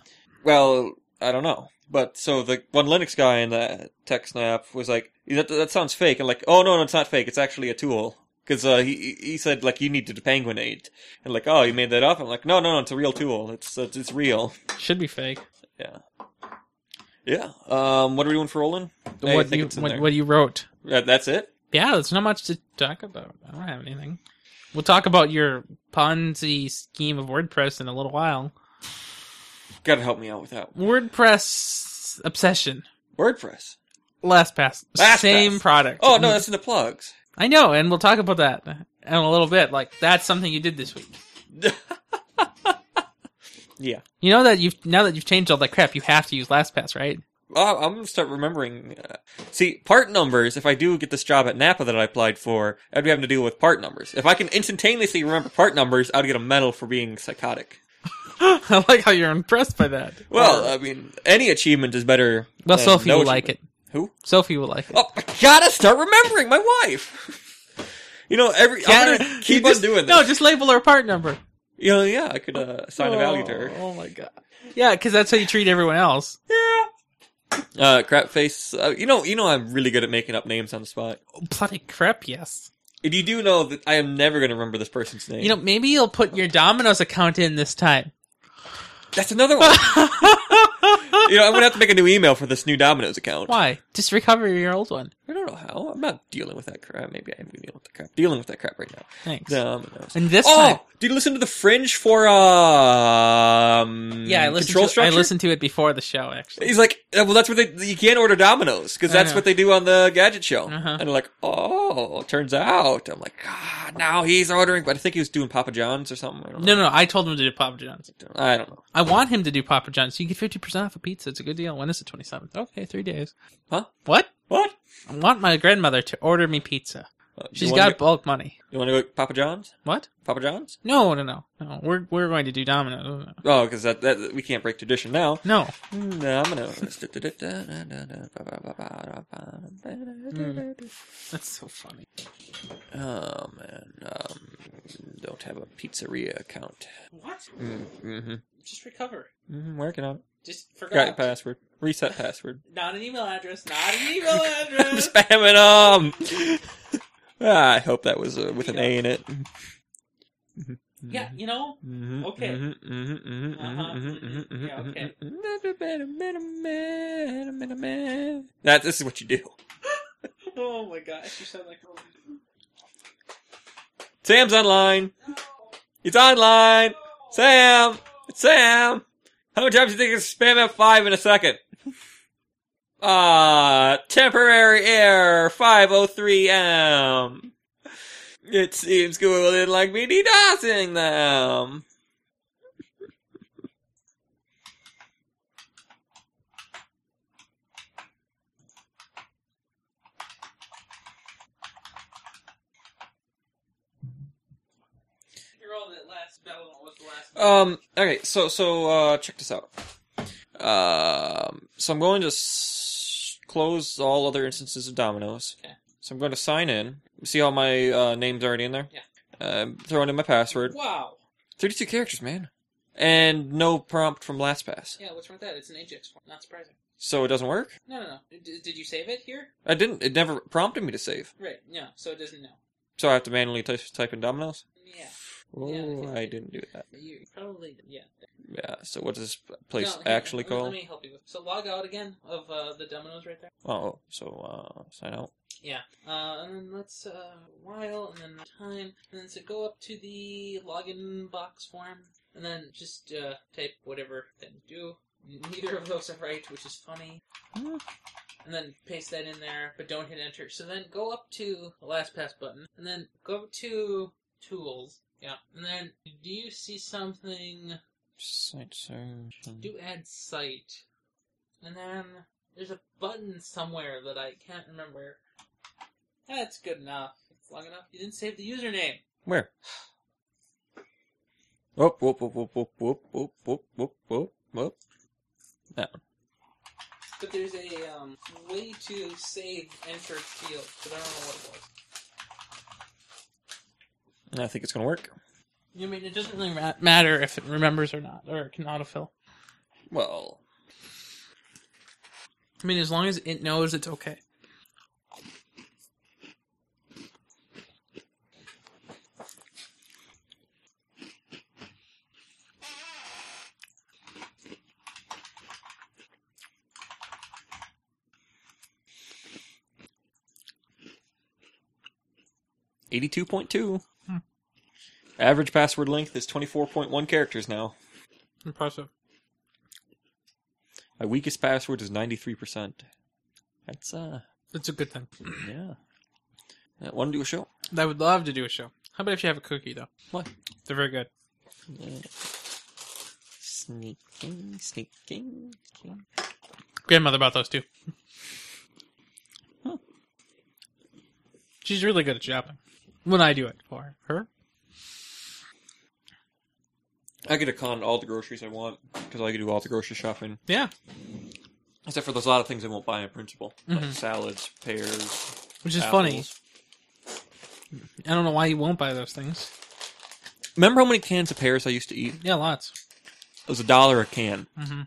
well, I don't know. But so the one Linux guy in the tech snap was like, that, that sounds fake. And like, oh, no, no, it's not fake. It's actually a tool. Because uh, he he said like you need to depenguinate and like oh you made that up I'm like no no no it's a real tool it's it's, it's real
Should be fake.
yeah yeah um what are we doing for Roland Hey, I
what
think
you
it's in
what,
there.
what you wrote?
Uh, that's it
Yeah, there's not much to talk about. I don't have anything. We'll talk about your Ponzi scheme of WordPress in a little while.
gotta help me out with that
WordPress obsession.
WordPress
LastPass.
LastPass.
Same product.
oh no that's in the plugs
I know, and we'll talk about that in a little bit. Like that's something you did this week.
yeah
You know that you've now that you've changed all that crap, you have to use LastPass, right?
Oh, I'm gonna start remembering. Uh, see, part numbers. If I do get this job at Napa that I applied for, I'd be having to deal with part numbers. If I can instantaneously remember part numbers, I'd get a medal for being psychotic.
I like how you're impressed by that.
Well, I mean, any achievement is better.
well,
than
Sophie
no
will like it.
achievement. Who?
Sophie will like it.
Oh, I gotta start remembering my wife. You know, every I'm
Gotta-
gonna keep
you just-
on doing this.
No, just label her part number.
You know, yeah, I could uh, assign a value to her.
Oh my god. Yeah, because that's how you treat everyone else.
Uh, crap face. Uh, you know, you know, I'm really good at making up names on the spot.
Oh, Bloody crap, yes.
And you do know that I am never gonna remember this person's name.
You know, maybe you'll put your Domino's account in this time.
That's another one. you know, I'm gonna have to make a new email for this new Domino's account.
Why? Just recover your old one.
I don't know how. I'm not dealing with that crap. Uh, Maybe I'm dealing with the crap. Dealing with that crap right now.
Thanks.
Domino's.
And this
oh,
time-
did you listen to the Fringe for um?
Yeah, I listened,
Control
to, I
structure.
listened to it before the show, actually.
He's like, uh, well, that's what they. You can't order Domino's because
I
that's
know.
what they do on the Gadget Show.
Uh-huh.
And I'm like, oh, turns out. I'm like, God, now he's ordering. But I think he was doing Papa John's or something. I don't know.
No, no, I told him to do Papa John's.
I don't know.
I want him to do Papa John's. You get 50% off a pizza. It's a good deal. When is it? 27th? Okay, three days.
Huh?
What?
What?
I want my grandmother to order me pizza.
Uh, you
She's
wanna
got
go-
bulk money.
You want to go Papa John's?
What?
Papa John's?
No, no, no. No, we're, we're going to do Domino's.
Oh, because that, that we can't break tradition now.
No.
No, I'm gonna.
Mm. That's so funny.
Oh man, um, don't have a pizzeria account.
What?
Mm-hmm.
Just recover.
hmm Working on. it.
Just
Got
forgot.
your password. Reset password.
Not an email address. Not an email
I'm
address.
spamming 'em! ah, I hope that was uh, with an A in it.
yeah, you know.
Mhm,
Okay.
mhm, mhm, mhm,
Uh-huh.
mhm, mhm, mhm,
Yeah, okay.
mhm, mhm. That this is what you do.
Oh my gosh, you sound like.
Sam's online. It's online. Sam. It's Sam. How many times do you think it's spam F5 in a second? Ah, temporary error 503M. It seems Google didn't like me DDoSing them.
You're all that last bell was the last.
Um. Okay. So so uh, check this out. Um. So I'm going to s- close all other instances of Domino's.
Okay.
So I'm going to sign in. See how my uh, name's already in there.
Yeah.
Um, throwing in my password.
Wow.
Thirty-two characters, man. And no prompt from LastPass.
Yeah, what's wrong with that? It's an Ajax form. Not surprising.
So it doesn't work?
No, no, no. D- did you save it here?
I didn't. It never prompted me to save.
Right. No. So it doesn't know.
So I have to manually ty- type in dominoes?
Yeah.
Oh,
Yeah, I think
I
I did.
didn't do that.
You probably yeah.
Yeah, so what is this place
No, here,
actually
let me-
called?
Let me help you. with So log out again of uh, the dominoes right there.
Oh, so, uh, sign out.
Yeah. Uh, and then let's uh, while and then time and then so go up to the login box form and then just uh, type whatever then do. Neither of those are right, which is funny. And then paste that in there, but don't hit enter. So then go up to the LastPass button and then go to tools. Yeah. And then do you see something?
Site search. and-
Do add site. And then there's a button somewhere that I can't remember. That's good enough. It's long enough. You didn't save the username.
Where? Whoop, whoop, whoop, whoop, whoop, whoop, whoop, whoop, whoop, whoop, whoop. That one.
But there's a um, way to save enter field, but I don't know what it was.
I think it's gonna work.
You mean it doesn't really ma- matter if it remembers or not, or it can autofill.
Well,
I mean, as long as it knows it's okay.
Eighty-two point two.
Hmm.
Average password length is twenty-four point one characters now.
Impressive.
My weakest password is ninety-three percent. That's uh,
It's a good thing.
yeah. Uh, Want to do a show?
I would love to do a show. How about if you have a cookie though?
What?
They're very good.
Yeah. Sneaking, sneaking, sneaking.
Grandmother bought those too. She's really good at shopping. When I do it for her,
I could have conned all the groceries I want because I could do all the grocery shopping.
Yeah.
Except for there's a lot of things I won't buy in principle,
Mhm.
like salads, pears,
which is funny.
apples.
I don't know why you won't buy those things.
Remember how many cans of pears I used to eat?
Yeah, lots.
It was a dollar a can.
Mm-hmm.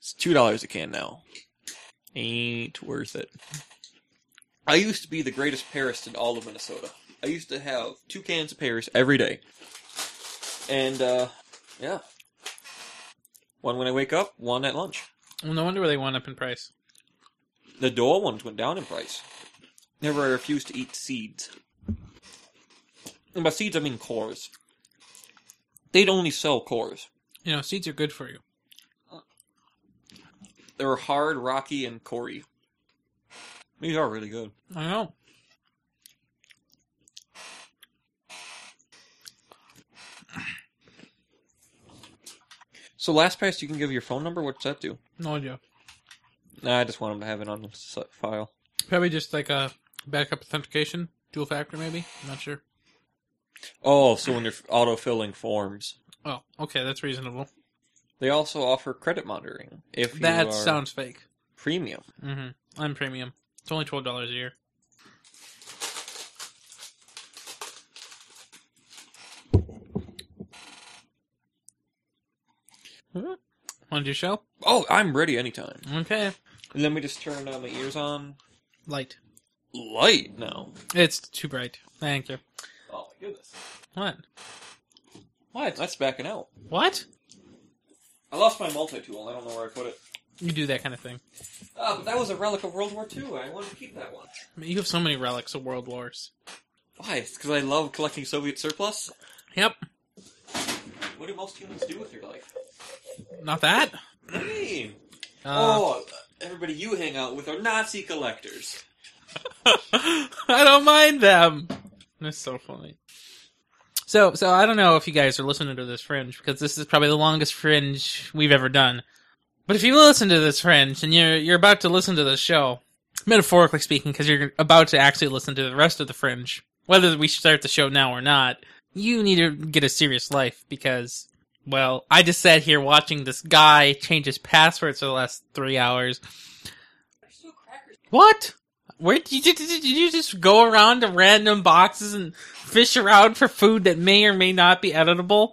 It's two dollars a can now. Ain't worth it. I used to be the greatest pearist in all of Minnesota. I used to have two cans of pears every day, and uh, yeah, one when I wake up, one at lunch.
Well, no wonder why they went up in price.
The Dole ones went down in price. Never I refused to eat seeds. And by seeds I mean cores. They'd only sell cores.
You know, seeds are good for you.
They were hard, rocky, and corey. These are really good.
I know.
So LastPass, you can give your phone number. What's that do?
No idea.
Nah, I just want them to have it on the s- file.
Probably just like a backup authentication, dual factor maybe. I'm not sure.
Oh, so when you're f- auto-filling forms,
Oh, okay, that's reasonable.
they also offer credit monitoring. If you
that
are
sounds fake.
premium,
hmm I'm premium. It's only twelve dollars a year.
Hmm?
Want to do a show?
oh, I'm ready anytime.
Okay.
Let me just turn uh, my ears on.
Light.
Light now.
It's too bright. Thank you.
Oh my goodness.
What?
What? That's backing out.
What?
I lost my multi-tool. I don't know where I put it.
You do that kind of thing.
Ah, but that was a relic of World War II. I wanted to keep that one.
I mean, You have so many relics of world wars.
Why? It's because I love collecting Soviet surplus.
Yep.
What do most humans do with their life?
Not that.
Hey.
Uh,
oh, everybody you hang out with are Nazi collectors.
I don't mind them. That's so funny. So, so I don't know if you guys are listening to this fringe because this is probably the longest fringe we've ever done. But if you listen to this fringe and you're you're about to listen to the show, metaphorically speaking, because you're about to actually listen to the rest of the fringe, whether we start the show now or not, you need to get a serious life because, well, I just sat here watching this guy change his passwords for the last three hours. What? Where did you, did, did, did you just go around to random boxes and fish around for food that may or may not be editable?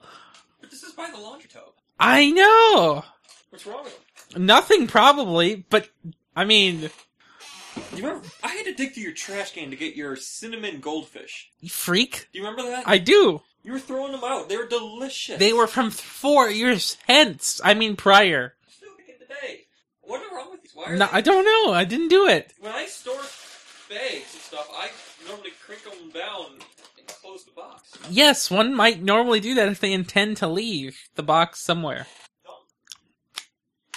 But this is by the laundry tub.
I know.
What's wrong with them?
Nothing, probably, but I mean,
Do you remember? I had to dig through your trash can to get your cinnamon goldfish.
you freak.
Do you remember that?
I do.
You were throwing them out. They were delicious.
They were from th- four years hence. I mean, prior.
Today. What is wrong with these? Why are
No,
they-
I don't know. I didn't do it.
When I store bags and stuff, I normally crank them down and close the box.
Yes, one might normally do that if they intend to leave the box somewhere.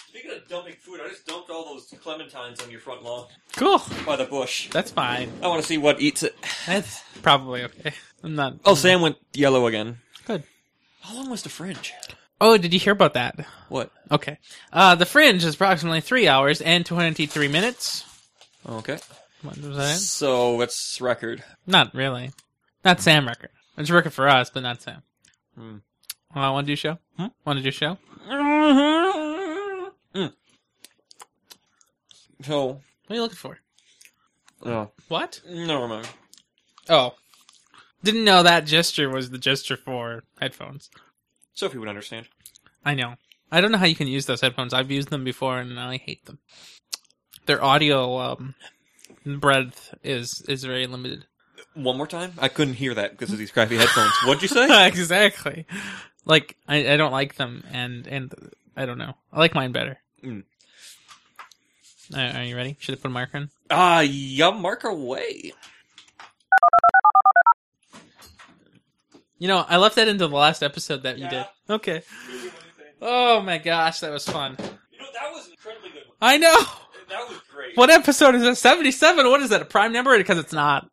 Speaking of dumping food, I just dumped all those clementines on your front lawn
Cool.
by the bush.
That's fine.
I want to see what eats it.
That's probably okay. I'm not.
Oh, Sam went yellow again.
Good.
How long was the fringe?
Oh, did you hear about that?
What?
Okay. Uh, the Fringe is approximately three hours and 283 minutes.
Oh, Okay.
What was that?
So that's record.
Not really. Not Sam record. It's a record for us, but not Sam.
Hmm.
Uh, want to do show? Hmm? Want to do show?
So
What are you looking for?
no,
What?
never mind.
Oh. Didn't know that gesture was the gesture for headphones.
Sophie would understand.
I know. I don't know how you can use those headphones. I've used them before and I hate them. Their audio um, breadth is is very limited.
One more time. I couldn't hear that because of these crappy headphones. What'd you say?
exactly. Like I, I don't like them and and I don't know. I like mine better.
Mm.
Are, are you ready? Should I put a marker in?
Ah, yeah, mark away.
You know, I left that into the last episode that you
Yeah.
did. Okay. Oh my gosh, that was fun.
You know, that was an incredibly good one.
I know.
That was great.
What episode is that? Seventy-seven. What is that? A prime number? Because it's not.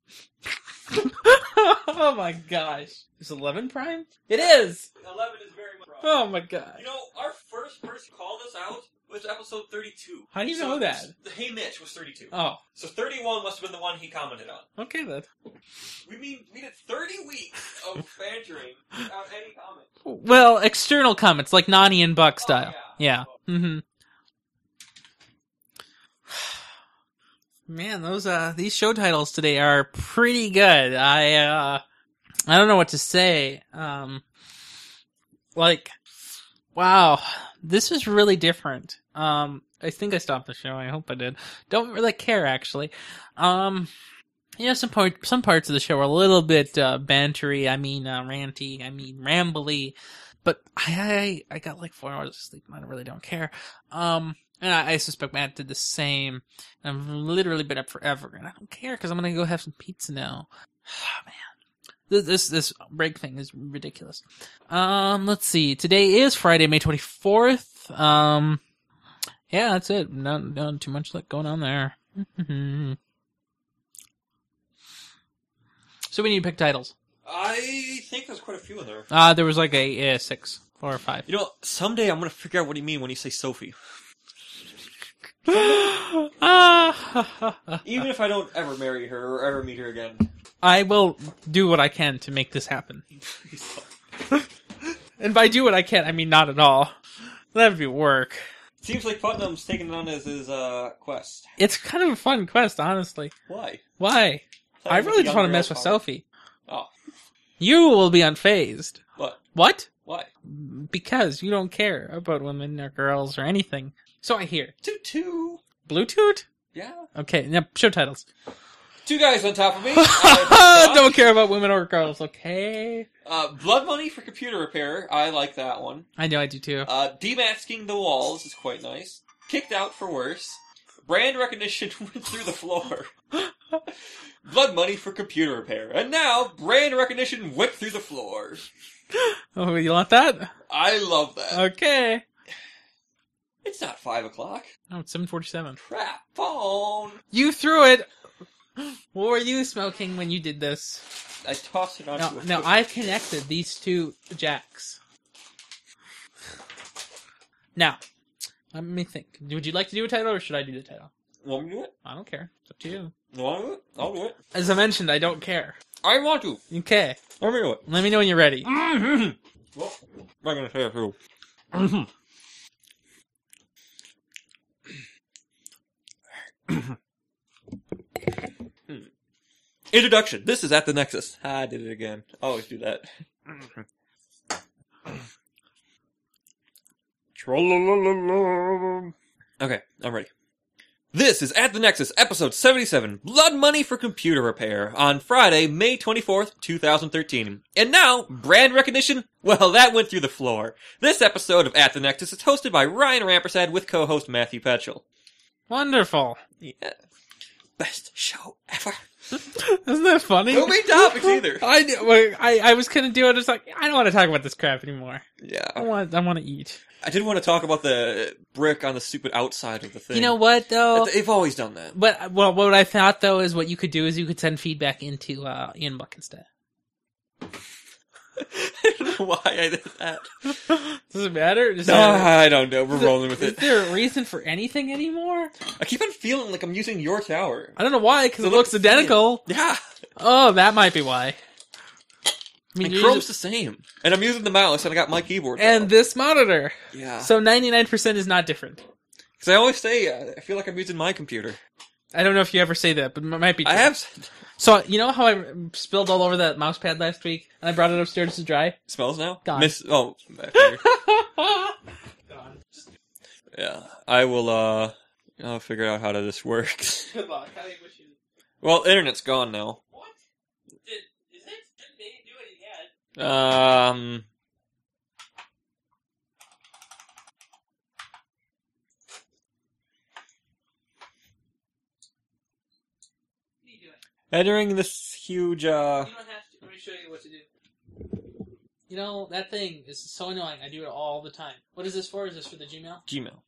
oh my gosh, is eleven prime? It is.
11 is very much wrong.
Oh my
You
gosh.
know, our first person called us out was episode 32.
How do you
So
know that?
the Hey Mitch was 32.
Oh,
So 31 must have been the one he commented on.
okay then.
We mean we did 30 weeks of bantering without any comment.
Well, external comments like Nani and Buck style. Oh, yeah. Mm-hmm. Man, those uh these show titles today are pretty good. I uh I don't know what to say. Um like wow, this is really different. Um I think I stopped the show. I hope I did. Don't really care actually. Um you know, some part, some parts of the show are a little bit uh, bantery. I mean, uh, ranty. I mean, rambly. But I, I I got like four hours of sleep. and I really don't care. Um, and I, I suspect Matt did the same. I've literally been up forever, and I don't care because I'm gonna go have some pizza now. Oh, man, this, this this break thing is ridiculous. Um, let's see. Today is Friday, May 24th. Um, yeah, that's it. Not not too much like going on there. So we need to pick titles.
I think there's quite a few in there.
Uh, there was like a, uh six, four or five.
You know, someday I'm gonna figure out what you mean when you say Sophie.
Ah.
Even if I don't ever marry her or ever meet her again.
I will do what I can to make this happen. and by do what I can, I mean not at all. That would be work.
Seems like Putnam's taking it on as his uh, quest.
It's kind of a fun quest, honestly.
Why?
Why? I really just want to
Young
mess with
girls
Sophie.
Oh,
You will be unfazed.
what?
What?
Why?
Because you don't care about women or girls or anything. So I hear.
Toot toot.
Bluetooth?
Yeah.
Okay, now show titles.
Two guys on top of me. I
don't care about women or girls, okay?
uh, blood money for computer repair. I like that one.
I know I do too.
Uh, demasking the walls is quite nice. Kicked out for worse. Brand recognition went through the floor. Blood money for computer repair. And now, brand recognition went through the floor.
Oh, you want that?
I love
Uh,
that.
Okay.
It's not 5 o'clock.
Oh, it's 747.
Crap. Phone.
You threw it! What were you smoking when you did this?
I tossed it onto
No,
a
no, I've connected these two jacks. Now, let me think. Would you like to do a title or should I do the title?
Want me to do it?
I don't care. It's up to you.
Want me to do it? I'll do it.
As I mentioned, I don't care.
I want to.
Okay.
Let me do it.
Let me know when you're ready.
Well, I'm not going to say it through.
Introduction. This is at the Nexus. Ah, I did it again. I always do that. Tra-la-la-la-la.
Okay, I'm ready. This is At the Nexus, episode 77, Blood Money for Computer Repair, on Friday, May 24th, 2013. And now, brand recognition? Well, that went through the floor. This episode of At the Nexus is hosted by Ryan Rampersad with co-host Matthew Petchel.
Wonderful.
Yeah. Best show ever.
Isn't that funny?
No main topics either.
I, well, I I was gonna do it. It's like I don't want to talk about this crap anymore.
Yeah.
I want I want to eat.
I did want to talk about the brick on the stupid outside of the thing.
You know what though?
They've always done that.
But well, what I thought though is what you could do is you could send feedback into uh, Ian Buck instead.
I don't know why I did that.
Does it matter?
Does uh, I don't know. We're
is
rolling
it,
with
is
it.
there a reason for anything anymore?
I keep on feeling like I'm using your tower.
I don't know why, because it, looks, identical.
Same. Yeah.
Oh, that might be why. I
And
you're
Chrome's
just-
the same. And I'm using the mouse and I got my keyboard.
and
now.
this monitor.
Yeah.
So 99% is not different.
Because I always say, uh, I feel like I'm using my computer.
I don't know if you ever say that, but it might be. True.
I have. said that.
So you know how I spilled all over that mouse pad last week, and I brought it upstairs to dry.
Smells now?
Gone.
Miss. Oh. I figured. yeah. I will, uh. I'll figure out how to this works.
Good luck. How do you wish you?
Well, internet's gone now.
What? Did is it? Did they do it yet?
Um.
What are you doing?
Entering this huge, uh.
You don't have to. Let me show you what to do.
You know that thing is so annoying. I do it all the time. What is this for? Is this for the Gmail?
Gmail.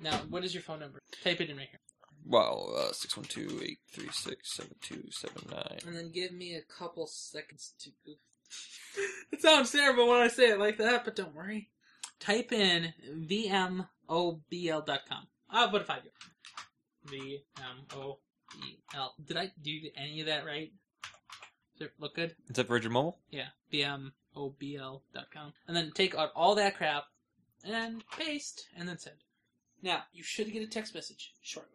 Now, what is your phone number? Type it in right here,
Wow, uh, 612-836-7279.
And then give me a couple seconds to goof.
It sounds terrible when I say it like that, but don't worry. Type in vmobl.com. Ah, what if I do? V M O B L. Did I do any of that right? Does it look good?
Is that Virgin Mobile?
Yeah, bmobl.com. And then take out all that crap and paste and then send. Now, you should get a text message shortly.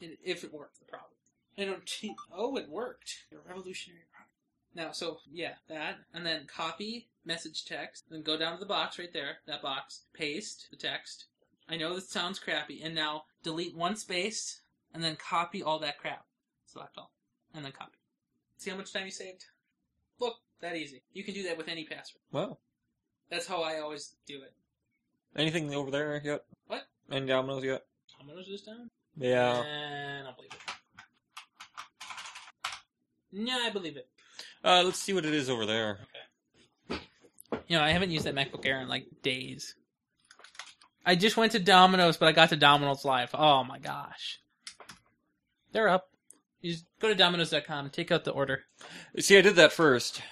And If it worked, the problem. I don't t- oh, it worked. You're a revolutionary product. Now, so, yeah, that. And then copy message text. Then go down to the box right there, that box. Paste the text. I know this sounds crappy. And now delete one space and then copy all that crap. Select all. And then copy. See how much time you saved? Look, that easy. You can do that with any password.
Wow.
That's how I always do it.
Anything over there yet?
What?
Any dominoes yet?
How much is this down?
Yeah.
And I don't believe it. Yeah, I believe it.
Uh, let's see what it is over there.
You know, I haven't used that MacBook Air in like days. I just went to Domino's, but I got to Domino's Live. Oh my gosh. They're up. You just go to Domino's.com, take out the order.
See, I did that first.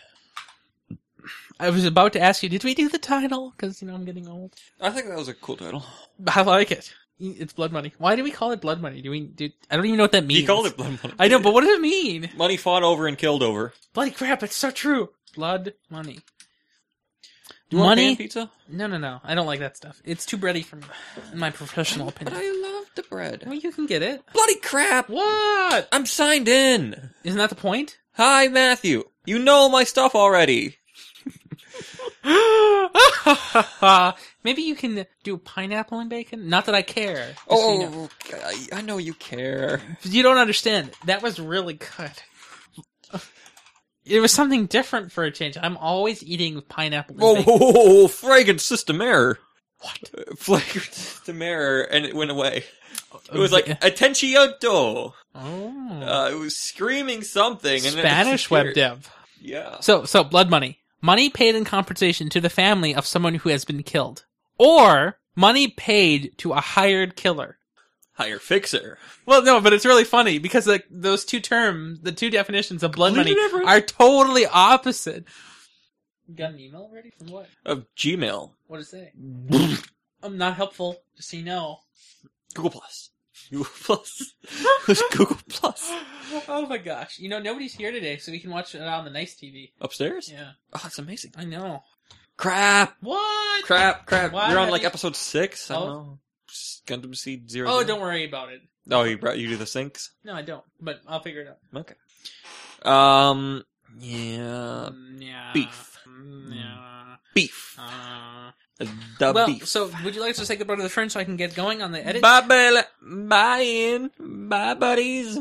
I was about to ask you, did we do the title? Because, you know, I'm getting old.
I think that was a cool title.
I like it. It's blood money. Why do we call it blood money? Do we? Do, I don't even know what that means.
He called it Blood Money.
I know, but what does it mean?
Money fought over and killed over.
Bloody crap! It's so true. Blood money.
Do you want pan
Money?
pizza?
No, no, no. I don't like that stuff. It's too bready for me, in my professional opinion.
love the bread.
Well, you can get it.
Bloody crap!
What?
I'm signed in!
Isn't that the point?
Hi, Matthew. You know my stuff already.
Maybe you can do pineapple and bacon. Not that I care. just so
Oh,
you know.
I- I know you care.
you don't understand. That was really good. It was something different for a change. I'm always eating pineapple. And
Whoa,
bacon.
whoa, whoa, whoa, whoa, flagrant system error. What? Flagrant system error, and it went away. It was like, attencionto.
Oh.
Uh, it was screaming something. And then it
Spanish web
disappeared.
dev.
Yeah.
So, so blood money. Money paid in compensation to the family of someone who has been killed. Or money paid to a hired killer.
Hire fixer.
Well, no, but it's really funny because like those two terms, the two definitions of blood money
Completely different.
are totally opposite. Got an email already from what?
Of Gmail.
What did it say? I'm not helpful. Just so you know.
Google Plus. Google Plus. It was Google Plus.
Oh my gosh! You know nobody's here today, so we can watch it on the nice TV.
Upstairs?
Yeah,
Oh, that's amazing.
I know.
Crap.
What?
Crap, crap.
Why
You're on
have
like
you-
episode six. I don't
Oh.
know. Just Gundam Seed Zero.
Oh,
Zero.
don't worry about it.
Oh, you brought you do the sinks.
No, I don't. But I'll figure it out.
Okay. Um. Yeah.
Mm, yeah.
Um, beef.
Mm, yeah.
Beef.
Uh,
The
well,
beef.
so would you like to say goodbye to the friend so I can get going on the edit?
Bye, bye, bye, Ian. Bye, buddies.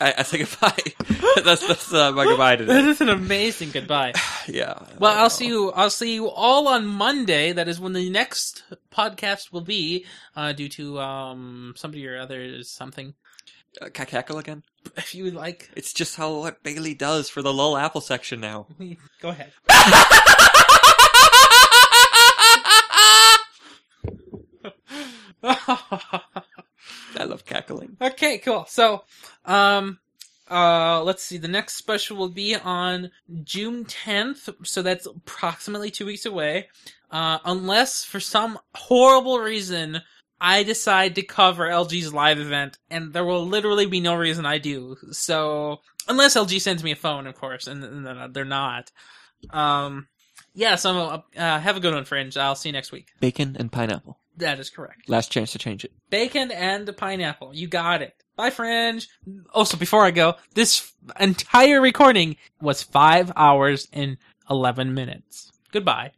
I, I say goodbye. that's that's uh, my goodbye
That
today.
is an amazing goodbye.
Yeah.
Well, I'll see you. I'll see you all on Monday. That is when the next podcast will be, uh, due to um somebody or other is something.
Uh, can I cackle again?
If you would like,
It's just how what Bailey does for the lol apple section now.
go ahead.
I love cackling.
okay, cool. So, um, uh, let's see. The next special will be on June 10th, so that's approximately two weeks away. Uh, unless for some horrible reason I decide to cover LG's live event, and there will literally be no reason I do. So, unless LG sends me a phone, of course, and, and they're not- they're not. Um, yeah, so uh, have a good one, Fringe. I'll see you next week.
Bacon and pineapple.
That is correct.
Last chance to change it.
Bacon and the pineapple. You got it. Bye, Fringe. Also, before I go, this entire recording was five hours and 11 minutes. Goodbye.